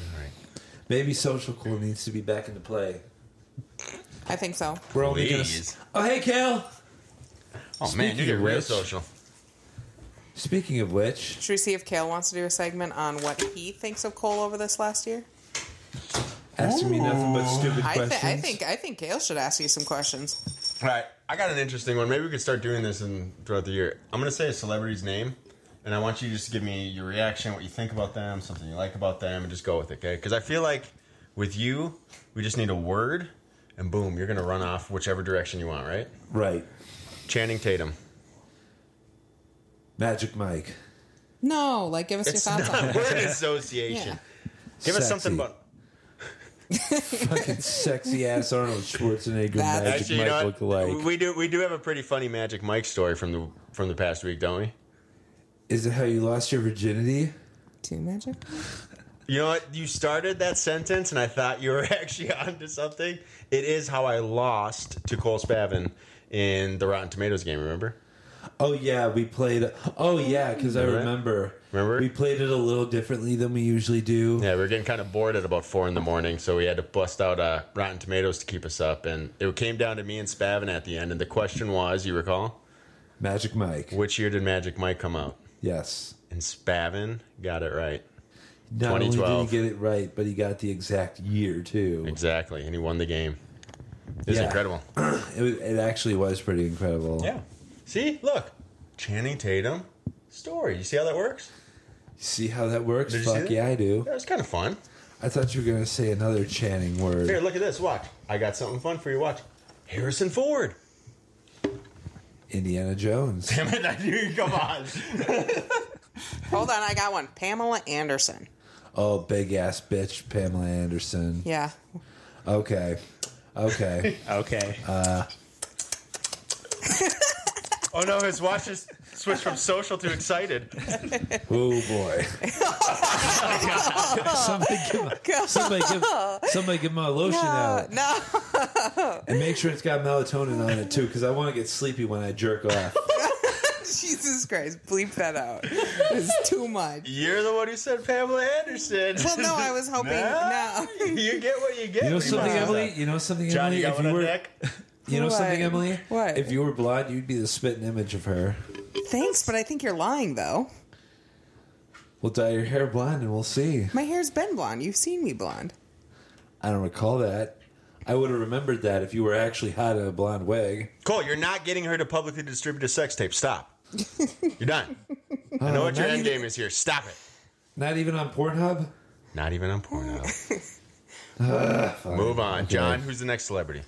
Speaker 1: Maybe social cool needs to be back into play.
Speaker 12: I think so.
Speaker 1: We're only gonna.
Speaker 2: Please.
Speaker 1: Oh hey, Kale.
Speaker 2: Oh man, you
Speaker 1: Speaking
Speaker 2: get
Speaker 1: of
Speaker 2: real
Speaker 1: which-
Speaker 2: social.
Speaker 1: Speaking of which,
Speaker 3: Should we see if Kale wants to do a segment on what he thinks of Cole over this last year?
Speaker 1: asking me nothing but stupid
Speaker 3: Oh, I,
Speaker 1: questions.
Speaker 3: th- I think I think Kale should ask you some questions.
Speaker 2: All right, I got an interesting one. Maybe we could start doing this in, throughout the year. I'm going to say a celebrity's name, and I want you just to give me your reaction, what you think about them, something you like about them, and just go with it, okay? Because I feel like with you, we just need a word, and boom, you're going to run off whichever direction you want, right?
Speaker 1: Right.
Speaker 2: Channing
Speaker 3: [LAUGHS]
Speaker 2: Tatum.
Speaker 1: Magic Mike.
Speaker 12: No, like give us
Speaker 2: It's
Speaker 12: your thoughts on it.
Speaker 2: not word association. Give us something
Speaker 1: Sexy.
Speaker 2: about
Speaker 1: Fucking sexy ass Arnold Schwarzenegger
Speaker 2: That's-
Speaker 1: Magic
Speaker 2: Actually, you
Speaker 1: Mike
Speaker 2: know
Speaker 1: look
Speaker 2: what?
Speaker 1: alike.
Speaker 2: We do we do have a pretty funny Magic Mike story from the from the past week, don't we?
Speaker 1: Is it how you lost your virginity?
Speaker 12: Too magic.
Speaker 2: You know what? You started that sentence, and I thought you were [LAUGHS] actually onto something. It is how I lost to Cole Spavin in the Rotten Tomatoes game. Remember?
Speaker 1: Oh yeah, we played. Oh yeah, because I
Speaker 2: Remember that?
Speaker 1: remember.
Speaker 2: Remember?
Speaker 1: We played it a little differently than we usually do.
Speaker 2: Yeah, we were getting kind of bored at about four in the morning, so we had to bust out uh, Rotten Tomatoes to keep us up. And it came down to me and Spavin at the end. And the question was, you recall,
Speaker 1: Magic Mike.
Speaker 2: which year did Magic Mike come out?
Speaker 1: Yes.
Speaker 2: And Spavin got it right.
Speaker 1: Not only did
Speaker 2: 2012.
Speaker 1: he get it right, but he got the exact year too.
Speaker 2: Exactly, and he won the game. It's
Speaker 1: Yeah.
Speaker 2: incredible.
Speaker 1: It, was, it actually was pretty incredible.
Speaker 2: Yeah. See, look, Channing Tatum story. You see how that works?
Speaker 1: See how that works?
Speaker 2: Did you see
Speaker 1: Fuck
Speaker 2: that?
Speaker 1: yeah, I do.
Speaker 2: That was kind of fun.
Speaker 1: I thought you were gonna say another Channing word.
Speaker 2: Here, look at this. Watch. I got something fun for you. Watch. Harrison Ford. [LAUGHS]
Speaker 1: Indiana Jones.
Speaker 2: Damn it! I knew you. Come on.
Speaker 3: Hold on, I got one. Pamela Anderson.
Speaker 1: Oh, big ass bitch, Pamela Anderson.
Speaker 3: Yeah,
Speaker 2: [LAUGHS]
Speaker 1: Okay. Okay.
Speaker 11: okay.
Speaker 1: Uh,
Speaker 2: Oh no, his watch just switched from social to excited.
Speaker 1: Oh boy! [LAUGHS] somebody, give, somebody, give, somebody give my lotion out
Speaker 3: [LAUGHS] No.
Speaker 1: and make sure it's got melatonin on it too, because I want to get sleepy when I jerk off.
Speaker 3: Jesus Christ, bleep that out. It's too much.
Speaker 2: You're the one who said Pamela Anderson.
Speaker 3: Well, no, I was hoping. [LAUGHS] No.
Speaker 2: [LAUGHS] You get what you get.
Speaker 1: You know
Speaker 2: when
Speaker 1: something,
Speaker 2: buy stuff.
Speaker 1: Emily? You know something,
Speaker 2: Johnny,
Speaker 1: Emily?
Speaker 2: you got
Speaker 1: if
Speaker 2: one
Speaker 1: you
Speaker 2: on
Speaker 1: were,
Speaker 2: deck?
Speaker 1: you know
Speaker 3: What?
Speaker 1: something, Emily?
Speaker 3: What?
Speaker 1: If you were blonde, you'd be the spitting image of her.
Speaker 3: Thanks, but I think you're lying, though.
Speaker 1: We'll dye your hair blonde, and we'll see.
Speaker 3: My hair's been blonde. You've seen me blonde.
Speaker 1: I don't recall that. I would have remembered that if you were actually hot in a blonde wig.
Speaker 2: Cole, you're not getting her to publicly distribute a sex tape. [LAUGHS] Stop. You're done. I know
Speaker 1: Oh,
Speaker 2: what your
Speaker 1: now
Speaker 2: end
Speaker 1: you-
Speaker 2: game is here. Stop it.
Speaker 1: Not even on Pornhub.
Speaker 2: Not even on Pornhub. [LAUGHS]
Speaker 1: Ugh, fine.
Speaker 2: Move on,
Speaker 1: Okay.
Speaker 2: John. Who's the next celebrity?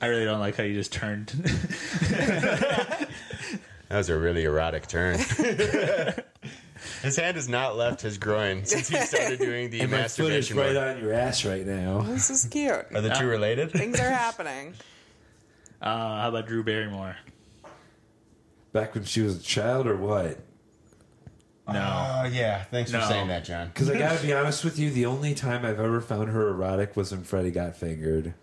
Speaker 11: I really don't like how you just turned. [LAUGHS]
Speaker 2: That was a really erotic [LAUGHS] turn. his hand has not left his groin since he started doing the
Speaker 1: and my foot is
Speaker 2: masturbation.
Speaker 1: right
Speaker 2: mode.
Speaker 1: on your ass right now.
Speaker 3: This is cute.
Speaker 2: Are the two related?
Speaker 3: Things
Speaker 2: [LAUGHS]
Speaker 3: are happening.
Speaker 11: Uh, how about Drew Barrymore?
Speaker 1: Back when she was a child, or what?
Speaker 11: No.
Speaker 2: Oh, yeah. Thanks for
Speaker 11: No.
Speaker 2: saying that, John.
Speaker 1: Because I gotta be honest with you, the only time I've ever found her erotic was when Freddie got fingered.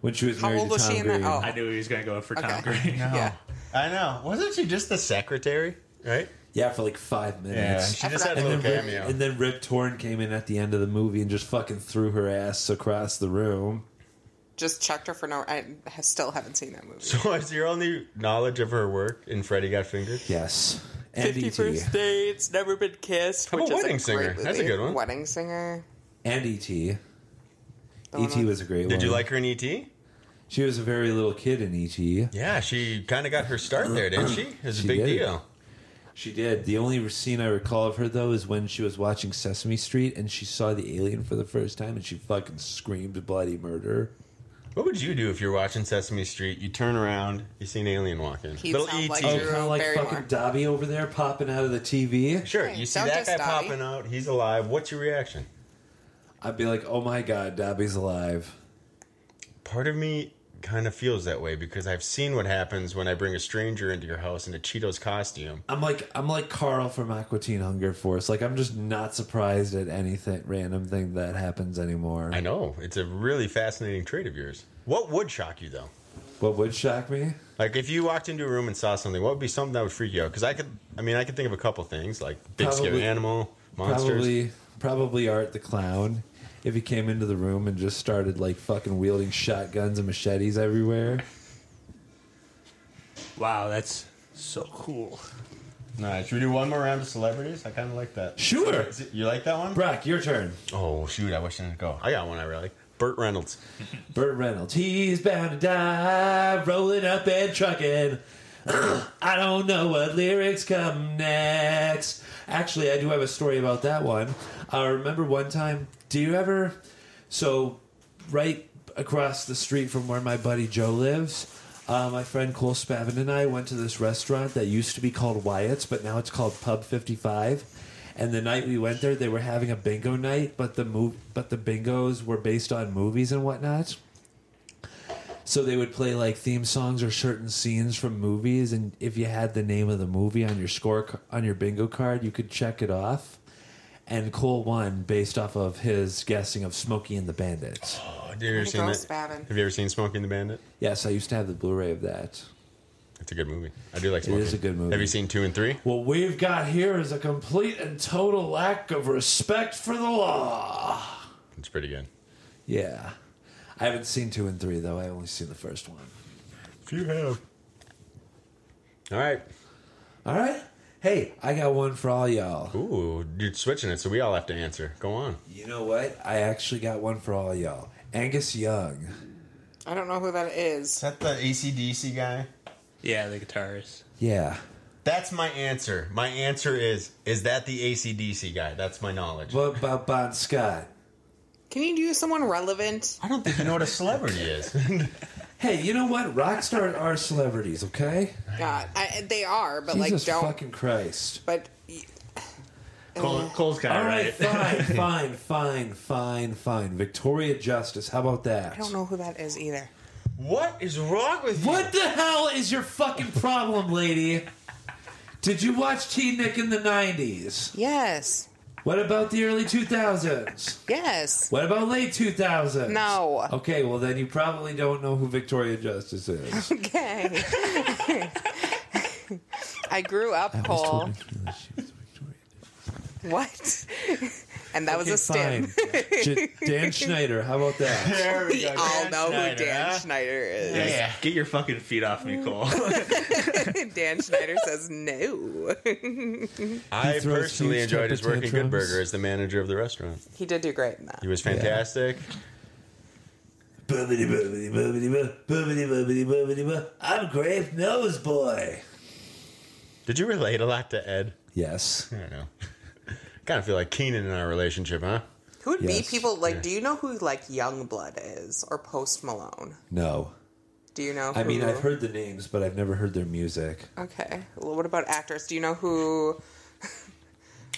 Speaker 1: When she was
Speaker 2: How
Speaker 1: married
Speaker 2: old
Speaker 1: to
Speaker 2: was
Speaker 1: Tom
Speaker 2: she in that?
Speaker 1: Green.
Speaker 2: Oh.
Speaker 11: I knew he was going to go for Tom
Speaker 2: Okay. [LAUGHS]
Speaker 11: Green.
Speaker 3: Oh,
Speaker 2: No. I know. Wasn't she just the secretary? Right?
Speaker 1: Yeah, for like five minutes.
Speaker 2: she just had a little
Speaker 1: and then, Rip,
Speaker 2: cameo.
Speaker 1: and then Rip Torn came in at the end of the movie and just fucking threw her ass across the room.
Speaker 3: Just chucked her for no. I ha- still haven't seen
Speaker 2: [LAUGHS]
Speaker 3: that
Speaker 2: [LAUGHS]
Speaker 3: movie.
Speaker 2: So is your only knowledge of her work in Freddie Got Fingered?
Speaker 1: Yes. And E
Speaker 3: Fifty First Dates, Never Been Kissed.
Speaker 2: How about
Speaker 3: which is a
Speaker 2: Wedding Singer?
Speaker 3: great
Speaker 2: That's a
Speaker 3: movie.
Speaker 2: good one.
Speaker 3: Wedding Singer.
Speaker 1: And E E.T.
Speaker 3: one
Speaker 1: E.T. was a great
Speaker 2: Did
Speaker 1: one.
Speaker 2: you like her in E E.T.?
Speaker 1: She was a very little kid in E E.T.
Speaker 2: Yeah, she kind of got her start there, didn't she? It was a
Speaker 1: She
Speaker 2: big
Speaker 1: did.
Speaker 2: deal.
Speaker 1: She did. The only scene I recall of her though is when she was watching Sesame Street and she saw the alien for the first time and she fucking screamed bloody murder.
Speaker 2: What would you do if you're watching Sesame Street? You turn around, you see an alien walk in.
Speaker 1: He'd
Speaker 2: Little E
Speaker 1: sound
Speaker 2: E.T.
Speaker 1: like Oh, Drew kinda like Barrymore. fucking Dobby over there popping out of the TV.
Speaker 2: Sure, you see
Speaker 1: don't
Speaker 2: that guy
Speaker 1: diss Dobby.
Speaker 2: popping out. He's alive. What's your reaction?
Speaker 1: I'd be like, "Oh my god, Dobby's alive."
Speaker 2: Part of me kind of feels that way because I've seen what happens when I bring a stranger into your house in a Cheetos costume.
Speaker 1: I'm like I'm like Carl from Aqua Teen Hunger Force. Like I'm just not surprised at anything random thing that happens anymore.
Speaker 2: I know it's a really fascinating trait of yours. What would shock you though?
Speaker 1: What would shock me?
Speaker 2: Like if you walked into a room and saw something, what would be something that would freak you out? Because I could, I mean, I could think of a couple things like big scary
Speaker 1: Probably-
Speaker 2: animal, monsters.
Speaker 1: Probably, probably Art the clown. If he came into the room and just started like fucking wielding shotguns and machetes everywhere.
Speaker 11: Wow, that's so cool.
Speaker 2: All right, should we do one more round of celebrities? I kind of like that.
Speaker 1: Sure.
Speaker 2: Is it- You like that one?
Speaker 1: Brock, your turn.
Speaker 2: Oh shoot, I wish I didn't go. I got one I really like. Burt Reynolds.
Speaker 1: Burt Reynolds, he's bound to die, rolling up and trucking. [CLEARS THROAT] I don't know what lyrics come next. Actually, I do have a story about that one. I remember one time. Do you ever? So, right across the street from where my buddy Joe lives, uh, my friend Cole Spavin and I went to this restaurant that used to be called Wyatt's, but now it's called Pub Fifty Five. And the night we went there, they were having a bingo night, but the move, but the bingos were based on movies and whatnot. So they would play like theme songs or certain scenes from movies, and if you had the name of the movie on your score c- on your bingo card, you could check it off. And Cole won based off of his guessing of Smokey and the Bandit.
Speaker 2: Oh, have you ever
Speaker 1: Hey,
Speaker 2: seen
Speaker 1: Joel
Speaker 2: that?
Speaker 1: Spavin.
Speaker 2: Have you ever seen Smoking the Bandit?
Speaker 1: Yes, I used to have the Blu-ray of that.
Speaker 2: It's a good movie. I do like
Speaker 1: It
Speaker 2: Smoking.
Speaker 1: is a good movie.
Speaker 2: Have you seen two and three?
Speaker 1: What we've got here is a complete and total lack of respect for the law.
Speaker 2: It's pretty good.
Speaker 1: Yeah, I haven't seen two and three though. I only seen the first one.
Speaker 2: If you have. All right.
Speaker 1: All right. Hey, I got one for all y'all.
Speaker 2: Ooh, you're switching it, so we all have to answer. Go on.
Speaker 1: You know what? I actually got one for all y'all. Angus Young.
Speaker 3: I don't know who that is. Is
Speaker 2: that the ACDC guy?
Speaker 11: Yeah, the guitarist.
Speaker 1: Yeah.
Speaker 2: That's my answer. My answer is is that the ACDC guy? That's my knowledge.
Speaker 1: What about Bon Scott?
Speaker 3: Can you do someone relevant?
Speaker 2: I don't think you know what a celebrity is. [LAUGHS]
Speaker 1: Hey, you know what? Rock stars are celebrities, okay?
Speaker 3: God, I, they are, but
Speaker 1: Jesus
Speaker 3: like don't.
Speaker 1: fucking Christ.
Speaker 3: But
Speaker 11: Cole, Cole's got
Speaker 1: All
Speaker 11: it
Speaker 1: right,
Speaker 11: right.
Speaker 1: [LAUGHS] fine, fine, fine, fine, fine. Victoria Justice. How about that?
Speaker 3: I don't know who that is either.
Speaker 2: What is wrong with you?
Speaker 1: What the hell is your fucking problem, lady? Did you watch T Nick in the 90s?
Speaker 3: Yes.
Speaker 1: What about the early 2000s?
Speaker 3: Yes.
Speaker 1: What about late 2000s?
Speaker 3: No.
Speaker 1: Okay, well, then you probably don't know who Victoria Justice is.
Speaker 3: Okay. [LAUGHS] I grew up Cole. What? And that was
Speaker 1: Okay,
Speaker 3: a stim.
Speaker 1: fine. J- Dan Schneider, how about that?
Speaker 3: There [LAUGHS] we
Speaker 13: go,
Speaker 3: all
Speaker 13: Dan
Speaker 3: know who
Speaker 13: Schneider,
Speaker 3: Dan
Speaker 13: huh?
Speaker 3: Schneider is.
Speaker 13: Yeah, Get your fucking feet off me, Cole.
Speaker 3: [LAUGHS] Dan Schneider says no.
Speaker 2: I
Speaker 13: throws
Speaker 2: personally
Speaker 13: huge
Speaker 2: enjoyed his
Speaker 13: temper
Speaker 2: work at Good
Speaker 13: tantrums.
Speaker 2: Burger as the manager of the restaurant.
Speaker 3: he did do great in that.
Speaker 2: He was fantastic.
Speaker 1: Bubbity bubbity bubbity bu- bubbity bubbity bubbity bu- I'm Grape Nose Boy.
Speaker 2: Did you relate a lot to Ed?
Speaker 1: Yes.
Speaker 2: I don't know. [LAUGHS] kind of feel like Keenan in our relationship, huh?
Speaker 3: Who would
Speaker 2: Yes.
Speaker 3: be people like?
Speaker 2: Yeah.
Speaker 3: Do you know who like Youngblood is or Post Malone?
Speaker 1: No.
Speaker 3: Do you know? Who,
Speaker 1: I mean, I've heard the names, but I've never heard their music.
Speaker 3: Okay. Well, what about actors? Do you know who [LAUGHS]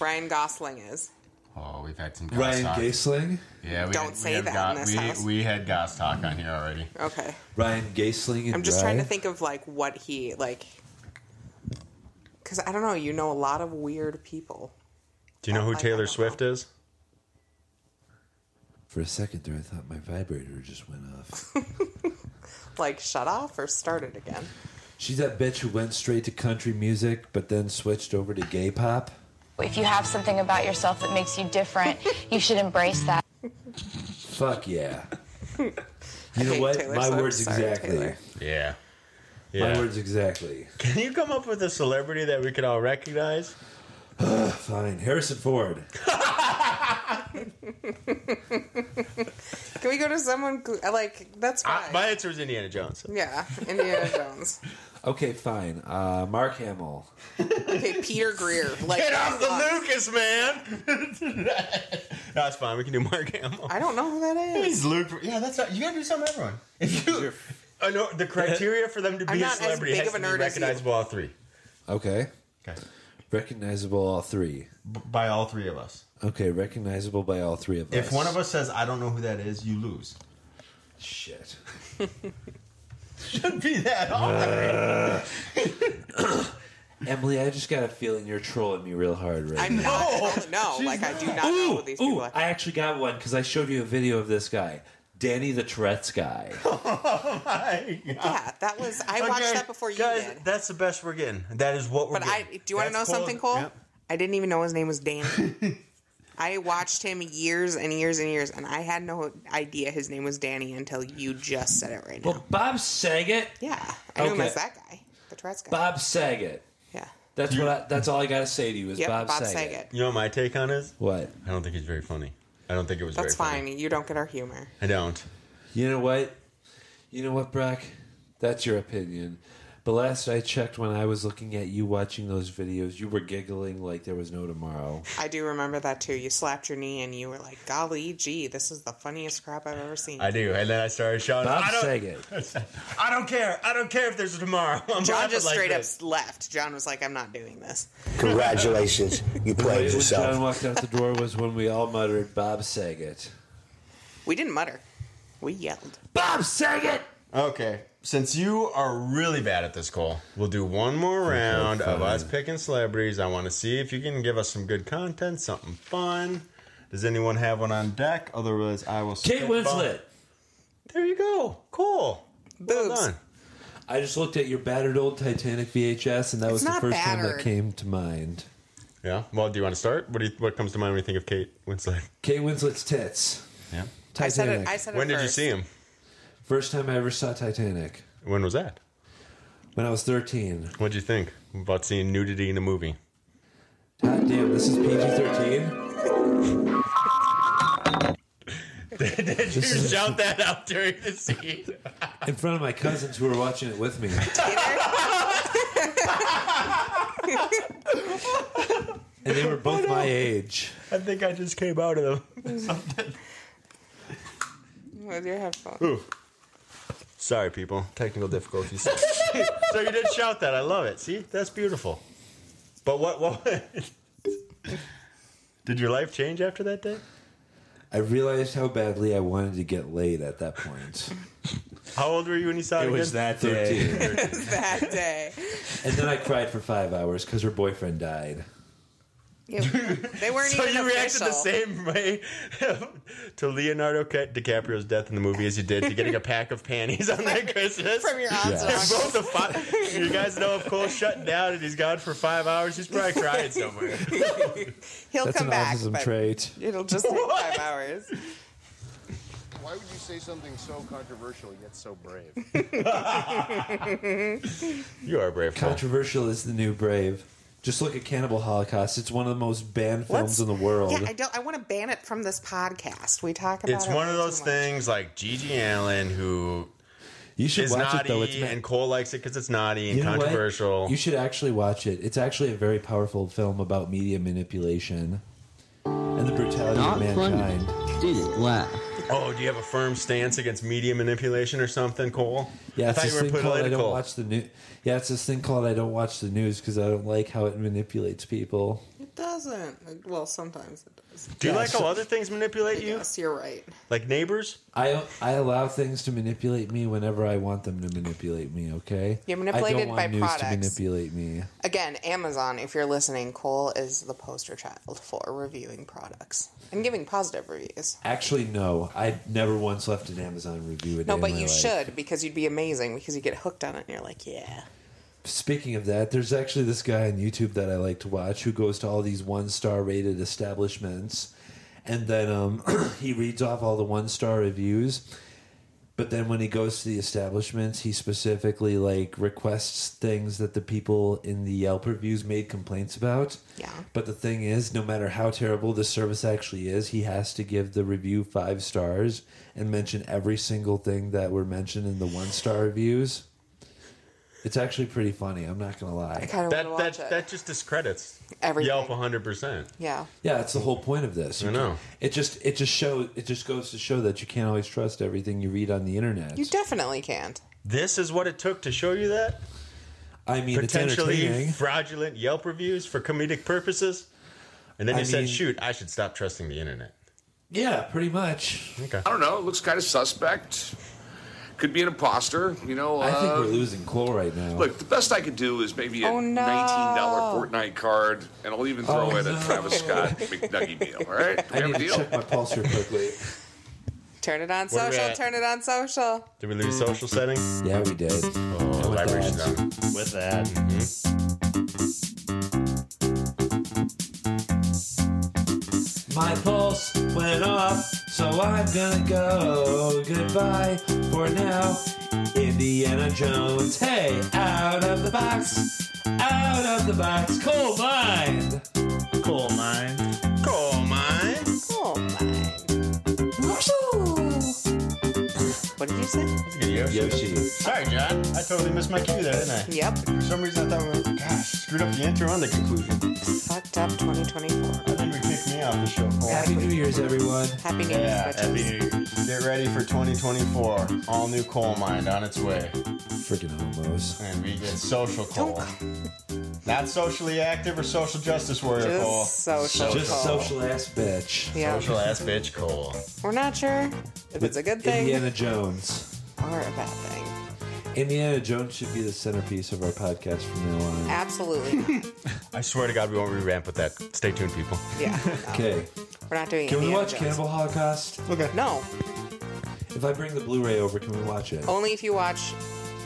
Speaker 3: Ryan Gosling is?
Speaker 2: Oh, we've had some
Speaker 1: Ryan Gaisling?
Speaker 2: Yeah,
Speaker 3: we Don't had- we say have that go- in this we- house.
Speaker 2: we had Goss talk on here already.
Speaker 3: Okay.
Speaker 1: Ryan Gaisling and
Speaker 3: I'm just trying to
Speaker 1: Ryan?
Speaker 3: think of like what he like. Because I don't know, you know a lot of weird people.
Speaker 2: Do you know who Taylor Swift is?
Speaker 1: For a second there, I thought my vibrator just went off. [LAUGHS]
Speaker 3: Like, shut off or start it again.
Speaker 1: She's that bitch who went straight to country music, but then switched over to gay pop.
Speaker 11: If you have something about yourself that makes you different, you should embrace that.
Speaker 1: Fuck
Speaker 3: [LAUGHS]
Speaker 1: yeah. You
Speaker 2: I
Speaker 1: know
Speaker 2: hate
Speaker 1: what?
Speaker 2: Taylor
Speaker 1: my
Speaker 2: Swift.
Speaker 1: words
Speaker 2: Sorry,
Speaker 1: exactly.
Speaker 2: Taylor. Yeah.
Speaker 1: My
Speaker 2: Yeah.
Speaker 1: words exactly.
Speaker 2: Can you come up with a celebrity that we could all recognize?
Speaker 1: Fine. Harrison Ford.
Speaker 3: Can we go to someone gl- like that's
Speaker 2: Uh,
Speaker 3: fine.
Speaker 2: my answer is Indiana Jones.
Speaker 3: yeah, Indiana Jones.
Speaker 1: Okay, fine. Uh, Mark Hamill.
Speaker 3: Okay, Peter Greer. Like,
Speaker 2: Get off the
Speaker 3: come on.
Speaker 2: Lucas, man! [LAUGHS] That's fine. We can do Mark Hamill.
Speaker 3: I don't know who that is.
Speaker 2: He's Luke. Yeah, that's not. You gotta do something, everyone. If you, I know Oh, the criteria for
Speaker 3: [LAUGHS]
Speaker 2: them to
Speaker 3: I'm
Speaker 2: be a
Speaker 3: not as
Speaker 2: celebrity
Speaker 3: big
Speaker 2: has
Speaker 3: of a
Speaker 2: to be
Speaker 3: nerd as you.
Speaker 2: recognizable all three
Speaker 1: Okay.
Speaker 2: Okay.
Speaker 1: Recognizable all three.
Speaker 2: B- by all three of us.
Speaker 1: Okay, recognizable by all three of us.
Speaker 2: If one of us says I don't know who that is, you lose. [LAUGHS]
Speaker 1: Shit.
Speaker 2: Should be that hard.
Speaker 1: Uh, Emily, I just got a feeling you're trolling me real hard right
Speaker 3: I'm
Speaker 1: now.
Speaker 3: not. No, like I do not know who these people
Speaker 1: Ooh, I actually got one because I showed you a video of this guy, Danny the Tourette's guy.
Speaker 2: [LAUGHS] oh my god!
Speaker 3: Yeah, that was. I watched that before you
Speaker 2: guys,
Speaker 3: did.
Speaker 2: That's the best we're getting. That is what we're
Speaker 3: But I
Speaker 2: getting.
Speaker 3: do you want to know
Speaker 2: That's cool.
Speaker 3: something, Cole?
Speaker 2: Yep.
Speaker 3: I didn't even know his name
Speaker 2: [LAUGHS]
Speaker 3: was Danny. I watched him years and years and years, and I had no idea his name was Danny until you just said it right now.
Speaker 1: Well, Bob Saget.
Speaker 3: Yeah, I knew him
Speaker 1: Okay.
Speaker 3: as that guy, the Tourette's guy.
Speaker 1: Bob Saget.
Speaker 3: Yeah.
Speaker 1: That's what. I, that's all I got to say to you is
Speaker 3: Yep,
Speaker 1: Bob,
Speaker 3: Bob
Speaker 1: Saget.
Speaker 3: Saget.
Speaker 2: You know what my take on is?
Speaker 1: What?
Speaker 2: I don't think he's very funny. I don't think it was
Speaker 3: That's
Speaker 2: very
Speaker 3: fine. You don't get our humor.
Speaker 2: funny. I don't.
Speaker 1: You know what? You know what, Brock? That's your opinion. But last I checked, when I was looking at you watching those videos, you were giggling like there was no tomorrow.
Speaker 3: I do remember that too. You slapped your knee and you were like, "Golly gee, this is the funniest crap I've ever seen."
Speaker 2: I do. And then I started shouting.
Speaker 1: Bob
Speaker 2: I don't,
Speaker 1: Saget.
Speaker 2: I don't care. I don't care if there's a tomorrow. [LAUGHS] I'm
Speaker 3: John
Speaker 2: laughing
Speaker 3: just
Speaker 2: like
Speaker 3: straight
Speaker 2: this.
Speaker 3: up left. John was like, "I'm not doing this."
Speaker 1: Congratulations, you
Speaker 3: played yourself.
Speaker 1: When John walked out the door was when we all muttered Bob Saget.
Speaker 3: We didn't mutter. We yelled.
Speaker 1: Bob Saget.
Speaker 2: Okay. Since you are really bad at this, Cole, we'll do one more round of us picking celebrities. I want to see if you can give us some good content, something fun. Does anyone have one on deck? Otherwise, I will.
Speaker 1: Kate
Speaker 2: spitball.
Speaker 1: Winslet.
Speaker 2: There you go. Cool.
Speaker 3: Boobs.
Speaker 1: I just looked at your battered old Titanic VHS, and that was the
Speaker 3: not
Speaker 1: first time
Speaker 3: battered.
Speaker 1: that came to mind.
Speaker 2: Yeah. Well, do you want to start? What do you, what comes to mind when you think of Kate Winslet?
Speaker 1: Kate Winslet's tits.
Speaker 2: Yeah.
Speaker 3: I said
Speaker 1: Titanic.
Speaker 3: it. I said it
Speaker 2: when did you
Speaker 3: first.
Speaker 2: see him?
Speaker 1: First time I ever saw Titanic.
Speaker 2: When was that?
Speaker 1: When I was 13.
Speaker 2: What'd you think about seeing nudity in a movie?
Speaker 1: God damn, this is PG 13.
Speaker 2: Did you
Speaker 1: This is-
Speaker 2: shout that out during the scene?
Speaker 1: In front of my cousins who were watching it
Speaker 3: [LAUGHS]
Speaker 1: with me. And they were both my age.
Speaker 2: I think I just came out of them.
Speaker 3: With your headphones.
Speaker 2: Ooh. Sorry, people. Technical difficulties. [LAUGHS] so you did shout that. I love it. See, that's beautiful. But what? What? did your life [LAUGHS] change after that day?
Speaker 1: I realized how badly I wanted to get laid at that point.
Speaker 2: How old were you when you saw it?
Speaker 1: It was
Speaker 2: again?
Speaker 1: that day. 13.
Speaker 3: that day.
Speaker 1: And then I cried for five hours because her boyfriend died.
Speaker 3: [LAUGHS] They weren't
Speaker 2: so
Speaker 3: even
Speaker 2: you reacted
Speaker 3: official.
Speaker 2: the same way [LAUGHS] to Leonardo Ca- DiCaprio's death in the movie as you did to getting a pack of panties on that Christmas
Speaker 3: From your aunts and
Speaker 2: They're both
Speaker 3: uncles.
Speaker 2: the fi- you guys know if Cole's shutting down and he's gone for five hours, he's [LAUGHS] probably crying somewhere.
Speaker 3: He'll
Speaker 2: That's
Speaker 3: come
Speaker 2: an
Speaker 3: back.
Speaker 2: autism
Speaker 3: but
Speaker 2: trait.
Speaker 3: It'll just take five hours.
Speaker 14: Why would you say something so controversial yet so brave?
Speaker 2: You are brave.
Speaker 1: Controversial is the new brave. Just look at Cannibal Holocaust. It's one of the most banned films in the world.
Speaker 3: Yeah, I don't. I want to ban it from this podcast. We talk about
Speaker 2: It's
Speaker 3: it.
Speaker 2: one of those things like Gigi Allen who
Speaker 1: You should
Speaker 2: is
Speaker 1: watch
Speaker 2: naughty
Speaker 1: it though. It's ma-
Speaker 2: and Cole likes it because it's naughty and
Speaker 1: You know what?
Speaker 2: controversial.
Speaker 1: You should actually watch it. It's actually a very powerful film about media manipulation and the brutality
Speaker 2: Not
Speaker 1: of mankind.
Speaker 2: Didn't laugh. Oh, do you have a firm stance against media manipulation or something, Cole?
Speaker 1: Yeah,
Speaker 2: I
Speaker 1: it's
Speaker 2: thought you
Speaker 1: this
Speaker 2: were
Speaker 1: thing called I don't
Speaker 2: political.
Speaker 1: watch the news. Yeah, it's this thing called I don't watch the news because I don't like how it manipulates people.
Speaker 3: It doesn't. Well, sometimes it does.
Speaker 1: Do you Yeah, like how so-
Speaker 2: other things manipulate
Speaker 3: you? Yes, you're right.
Speaker 2: Like neighbors?
Speaker 1: I I allow things to manipulate me whenever I want them to manipulate me. Okay, I
Speaker 3: You're manipulated
Speaker 1: don't want
Speaker 3: by
Speaker 1: news to
Speaker 3: products.
Speaker 1: manipulate me.
Speaker 3: Again, Amazon. If you're listening, Cole is the poster child for reviewing products and giving positive reviews.
Speaker 1: Actually, no. I never once left an Amazon review. A day
Speaker 3: No,
Speaker 1: in
Speaker 3: but
Speaker 1: my
Speaker 3: you
Speaker 1: life.
Speaker 3: should because you'd be amazing because you get hooked on it and you're like, yeah.
Speaker 1: Speaking of that, there's actually this guy on YouTube that I like to watch who goes to all these one star rated establishments and then um, [CLEARS THROAT] he reads off all the one star reviews. But then when he goes to the establishments, he specifically like requests things that the people in the Yelp reviews made complaints about.
Speaker 3: Yeah.
Speaker 1: But the thing is, no matter how terrible the service actually is, he has to give the review five stars and mention every single thing that were mentioned in the one star reviews. It's actually pretty funny. I'm not gonna lie.
Speaker 2: that that that just discredits
Speaker 3: Everything.
Speaker 2: Yelp 100. percent
Speaker 3: Yeah.
Speaker 1: Yeah, it's the whole point of this.
Speaker 2: I know.
Speaker 1: It just it just shows it just goes to show that you can't always trust everything you read on the internet.
Speaker 3: You definitely can't.
Speaker 2: This is what it took to show you that
Speaker 1: I mean, it's
Speaker 2: potentially
Speaker 1: entertaining.
Speaker 2: fraudulent Yelp reviews for comedic purposes, and then
Speaker 1: I
Speaker 2: you said,
Speaker 1: mean-
Speaker 2: "Shoot, I should stop trusting the internet."
Speaker 1: Yeah, pretty much.
Speaker 2: Okay.
Speaker 15: I don't know. It looks kind of suspect. Could be an imposter. You know.
Speaker 1: I think
Speaker 15: uh,
Speaker 1: we're losing Cole right now.
Speaker 15: Look, the best I could do is maybe a
Speaker 3: Oh, no.
Speaker 15: nineteen dollar Fortnite card, and I'll even throw
Speaker 1: Oh,
Speaker 15: in
Speaker 1: no.
Speaker 15: a Travis Scott McNuggie meal. All right, Do we
Speaker 1: I
Speaker 15: have
Speaker 1: need
Speaker 15: a
Speaker 1: to
Speaker 15: deal.
Speaker 1: check my pulse
Speaker 2: [LAUGHS]
Speaker 1: here quickly.
Speaker 3: Turn it on
Speaker 2: Where we
Speaker 3: social.
Speaker 2: at?
Speaker 3: Turn it on social.
Speaker 2: Did we lose social setting?
Speaker 1: Yeah, we did.
Speaker 2: Oh, vibrations on.
Speaker 11: With that.
Speaker 1: My pulse went off, so I'm gonna go. Goodbye for now, Indiana Jones. Hey, out of the box, out of the box, coal mine,
Speaker 11: coal mine,
Speaker 2: coal mine,
Speaker 3: coal mine. What did you say?
Speaker 2: Yoshi.
Speaker 1: Yoshi.
Speaker 2: Sorry, John. I totally missed my cue there, didn't I?
Speaker 3: Yep.
Speaker 2: For some reason, I thought we were, gosh, screwed up the intro and the conclusion.
Speaker 3: Fucked up 2024.
Speaker 2: I think we kicked me off the show. Cole.
Speaker 1: Happy New Year's, everyone.
Speaker 3: Happy New Year's,
Speaker 2: Yeah,
Speaker 3: bitches.
Speaker 2: Get ready for 2024. All new coal mine on its way.
Speaker 1: Freaking homos.
Speaker 2: And we get social coal. Not socially active or social justice warrior
Speaker 3: Just
Speaker 2: coal.
Speaker 3: social
Speaker 1: Just coal. social ass bitch.
Speaker 3: Yeah.
Speaker 2: Social ass bitch coal.
Speaker 3: We're not sure if it's a good thing
Speaker 1: Indiana Jones.
Speaker 3: or a bad thing.
Speaker 1: Indiana Jones should be the centerpiece of our podcast from now on.
Speaker 3: Absolutely not.
Speaker 2: I swear to God, we won't revamp with that. Stay tuned, people.
Speaker 3: Yeah.
Speaker 1: Okay.
Speaker 3: We're not doing
Speaker 1: Can we
Speaker 3: Ah. Indiana
Speaker 1: watch
Speaker 3: Jones.
Speaker 1: Cannibal Holocaust?
Speaker 2: Okay.
Speaker 3: No.
Speaker 1: If I bring the Blu-ray over, can we watch it?
Speaker 3: Only if you watch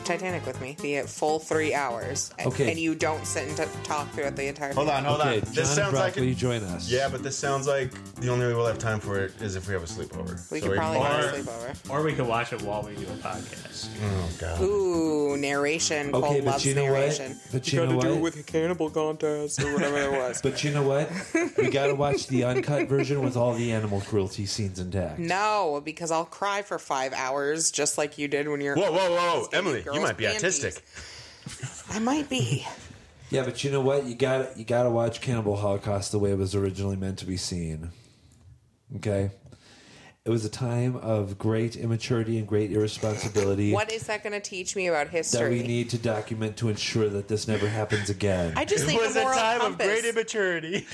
Speaker 3: Titanic with me, the full three hours. and-
Speaker 1: Okay.
Speaker 3: And you don't sit and t- talk throughout the entire
Speaker 2: Hold on, hold
Speaker 1: okay,
Speaker 2: on.
Speaker 1: John
Speaker 2: This
Speaker 1: and
Speaker 2: sounds
Speaker 1: Brock,
Speaker 2: like
Speaker 1: will you join us?
Speaker 2: Yeah, but this sounds like the only way we'll have time for it is if we have a sleepover.
Speaker 3: We
Speaker 2: So
Speaker 3: could probably have a
Speaker 11: Or, or we could watch it while we do a podcast.
Speaker 2: Oh god.
Speaker 3: Ooh, narration. Cole
Speaker 1: Okay, but
Speaker 3: loves
Speaker 1: you know what?
Speaker 3: narration.
Speaker 1: But you You gotta know do it what? with
Speaker 3: a cannibal contest or whatever it was.
Speaker 1: [LAUGHS] But you know what? We gotta watch the uncut version with all the animal cruelty scenes intact.
Speaker 3: No, because I'll cry for five hours just like you did when you're.
Speaker 2: Whoa, whoa, whoa,
Speaker 3: Skinny
Speaker 2: Emily, you
Speaker 3: girls
Speaker 2: might be
Speaker 3: panties.
Speaker 2: autistic.
Speaker 3: I
Speaker 1: [LAUGHS]
Speaker 3: might be.
Speaker 1: Yeah, but you know what? You gotta you gotta watch Cannibal Holocaust the way it was originally meant to be seen. Okay? It was a time of great immaturity and great irresponsibility
Speaker 3: What is that going to teach me about
Speaker 1: that we
Speaker 3: history?
Speaker 1: need to document to ensure that this never happens again.
Speaker 3: I just
Speaker 2: It
Speaker 3: think
Speaker 2: was
Speaker 3: a
Speaker 2: a
Speaker 3: moral
Speaker 2: time of
Speaker 3: compass.
Speaker 2: great immaturity.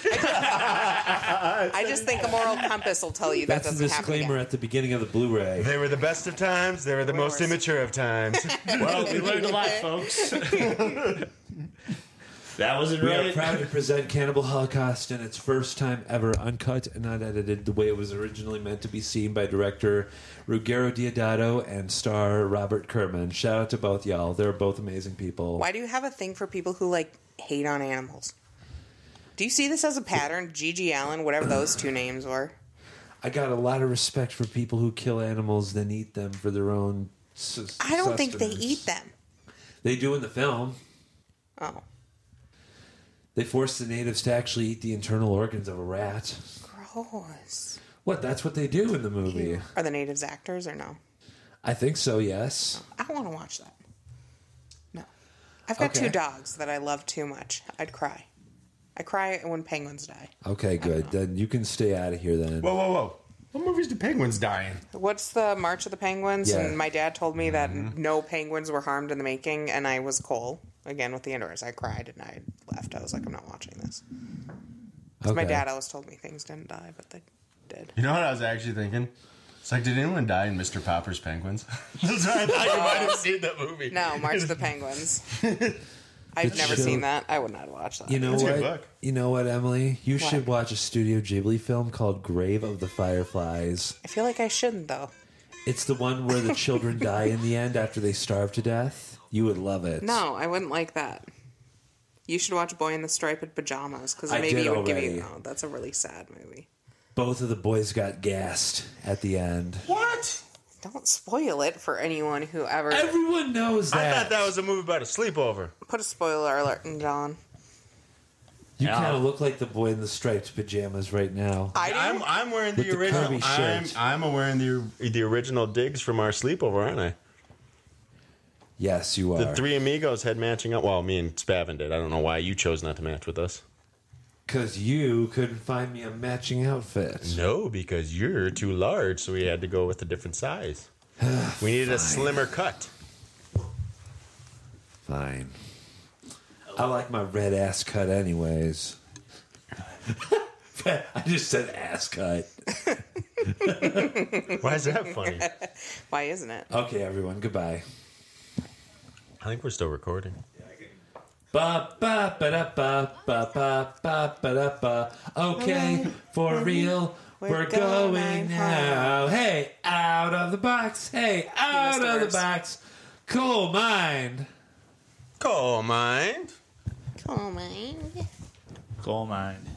Speaker 3: I just think a moral compass will tell you that
Speaker 1: That's a
Speaker 3: doesn't happen. Again.
Speaker 1: disclaimer at the beginning of the Blu-ray.
Speaker 2: They were the best of times. They were the most immature of
Speaker 3: [LAUGHS]
Speaker 2: times.
Speaker 11: well, we learned a lot, folks. that wasn't
Speaker 1: we
Speaker 11: right.
Speaker 1: are proud to present Cannibal Holocaust in its first time ever, uncut and not edited, the way it was originally meant to be seen by director Ruggero Diodato and star Robert Kerman. Shout out to both y'all; they're both amazing people.
Speaker 3: Why do you have a thing for people who like hate on animals? Do you see this as a pattern? Gigi Allen, whatever those two names were.
Speaker 1: I got a lot of respect for people who kill animals then eat them for their own. Sus-
Speaker 3: I don't think they
Speaker 1: sustenance.
Speaker 3: eat them.
Speaker 1: They do in the film.
Speaker 3: Oh,
Speaker 1: They force the natives to actually eat the internal organs of a rat.
Speaker 3: gross.
Speaker 1: What? That's what they do in the movie.
Speaker 3: Are the natives actors or no?
Speaker 1: I think so. Yes.
Speaker 3: I want to watch that. No. I've got
Speaker 1: Okay.
Speaker 3: two dogs that I love too much. I'd cry. I cry when penguins die.
Speaker 1: Okay, good. Then you can stay out of here. Then.
Speaker 2: Whoa, whoa, whoa! What movies do penguins die in?
Speaker 3: What's the March of the Penguins?
Speaker 1: Yeah. Mm-hmm.
Speaker 3: And my dad told me that no penguins were harmed in the making, and I was Cole again with the indoors. I cried and I left. I was like, I'm not watching this. 'Cause My
Speaker 2: Okay.
Speaker 3: dad always told me things didn't die, but they did. [LAUGHS]
Speaker 2: You know what I was actually thinking? It's like, did anyone die in Mr. Popper's Penguins? [LAUGHS] That's what I thought
Speaker 3: [LAUGHS]
Speaker 2: you might have seen that movie. [LAUGHS]
Speaker 3: No, March of
Speaker 1: [LAUGHS]
Speaker 3: the Penguins. I've
Speaker 1: It
Speaker 3: never
Speaker 1: should-
Speaker 3: seen that. I would not watch that.
Speaker 1: You know what? You know what, Emily? You
Speaker 3: What?
Speaker 1: should watch a Studio Ghibli film called Grave of the Fireflies.
Speaker 3: I feel like I shouldn't though.
Speaker 1: It's the one where the
Speaker 3: [LAUGHS]
Speaker 1: children die in the end after they starve to death. You would love it.
Speaker 3: No, I wouldn't like that. You should watch Boy in the Striped Pajamas because
Speaker 1: I
Speaker 3: maybe
Speaker 1: did
Speaker 3: it would give
Speaker 1: already.
Speaker 3: you. No, that's a really sad movie.
Speaker 1: Both of the boys got gassed at the end.
Speaker 2: What?
Speaker 3: Don't spoil it for anyone who ever.
Speaker 1: Everyone knows
Speaker 2: I thought that was a movie about a sleepover.
Speaker 3: Put a spoiler alert in John.
Speaker 1: You kind of look like the boy in the striped pajamas right now.
Speaker 3: I
Speaker 2: am I'm wearing
Speaker 1: With
Speaker 2: the
Speaker 1: the
Speaker 2: original.
Speaker 1: curvy
Speaker 2: I'm,
Speaker 1: shirt.
Speaker 2: I'm wearing the the original digs from our sleepover, aren't I?
Speaker 1: Yes, you
Speaker 2: The
Speaker 1: are.
Speaker 2: three amigos had matching up. Well, me and Spavin did. I don't know why you chose not to match with us.
Speaker 1: Because you couldn't find me a matching outfit.
Speaker 2: No, because you're too large, so we had to go with a different [SIGHS] size. we needed a slimmer cut.
Speaker 1: Fine. I like my red ass cut, anyways. [LAUGHS] I just said ass cut.
Speaker 2: Why is [LAUGHS] that funny?
Speaker 3: Why isn't it?
Speaker 1: Okay, everyone, goodbye.
Speaker 2: I think we're still recording.
Speaker 1: Ba ba ba da ba ba ba ba ba da ba. Okay,
Speaker 6: Alright,
Speaker 1: for
Speaker 6: we're
Speaker 1: real,
Speaker 6: re-
Speaker 1: we're,
Speaker 6: we're
Speaker 1: going,
Speaker 6: going
Speaker 1: now.
Speaker 6: home.
Speaker 1: Hey, out of the box. Hey, out
Speaker 6: missed
Speaker 1: of the
Speaker 6: ours.
Speaker 1: box. Cool mind.
Speaker 2: Coal mind.
Speaker 3: Coal mind.
Speaker 11: Coal mine.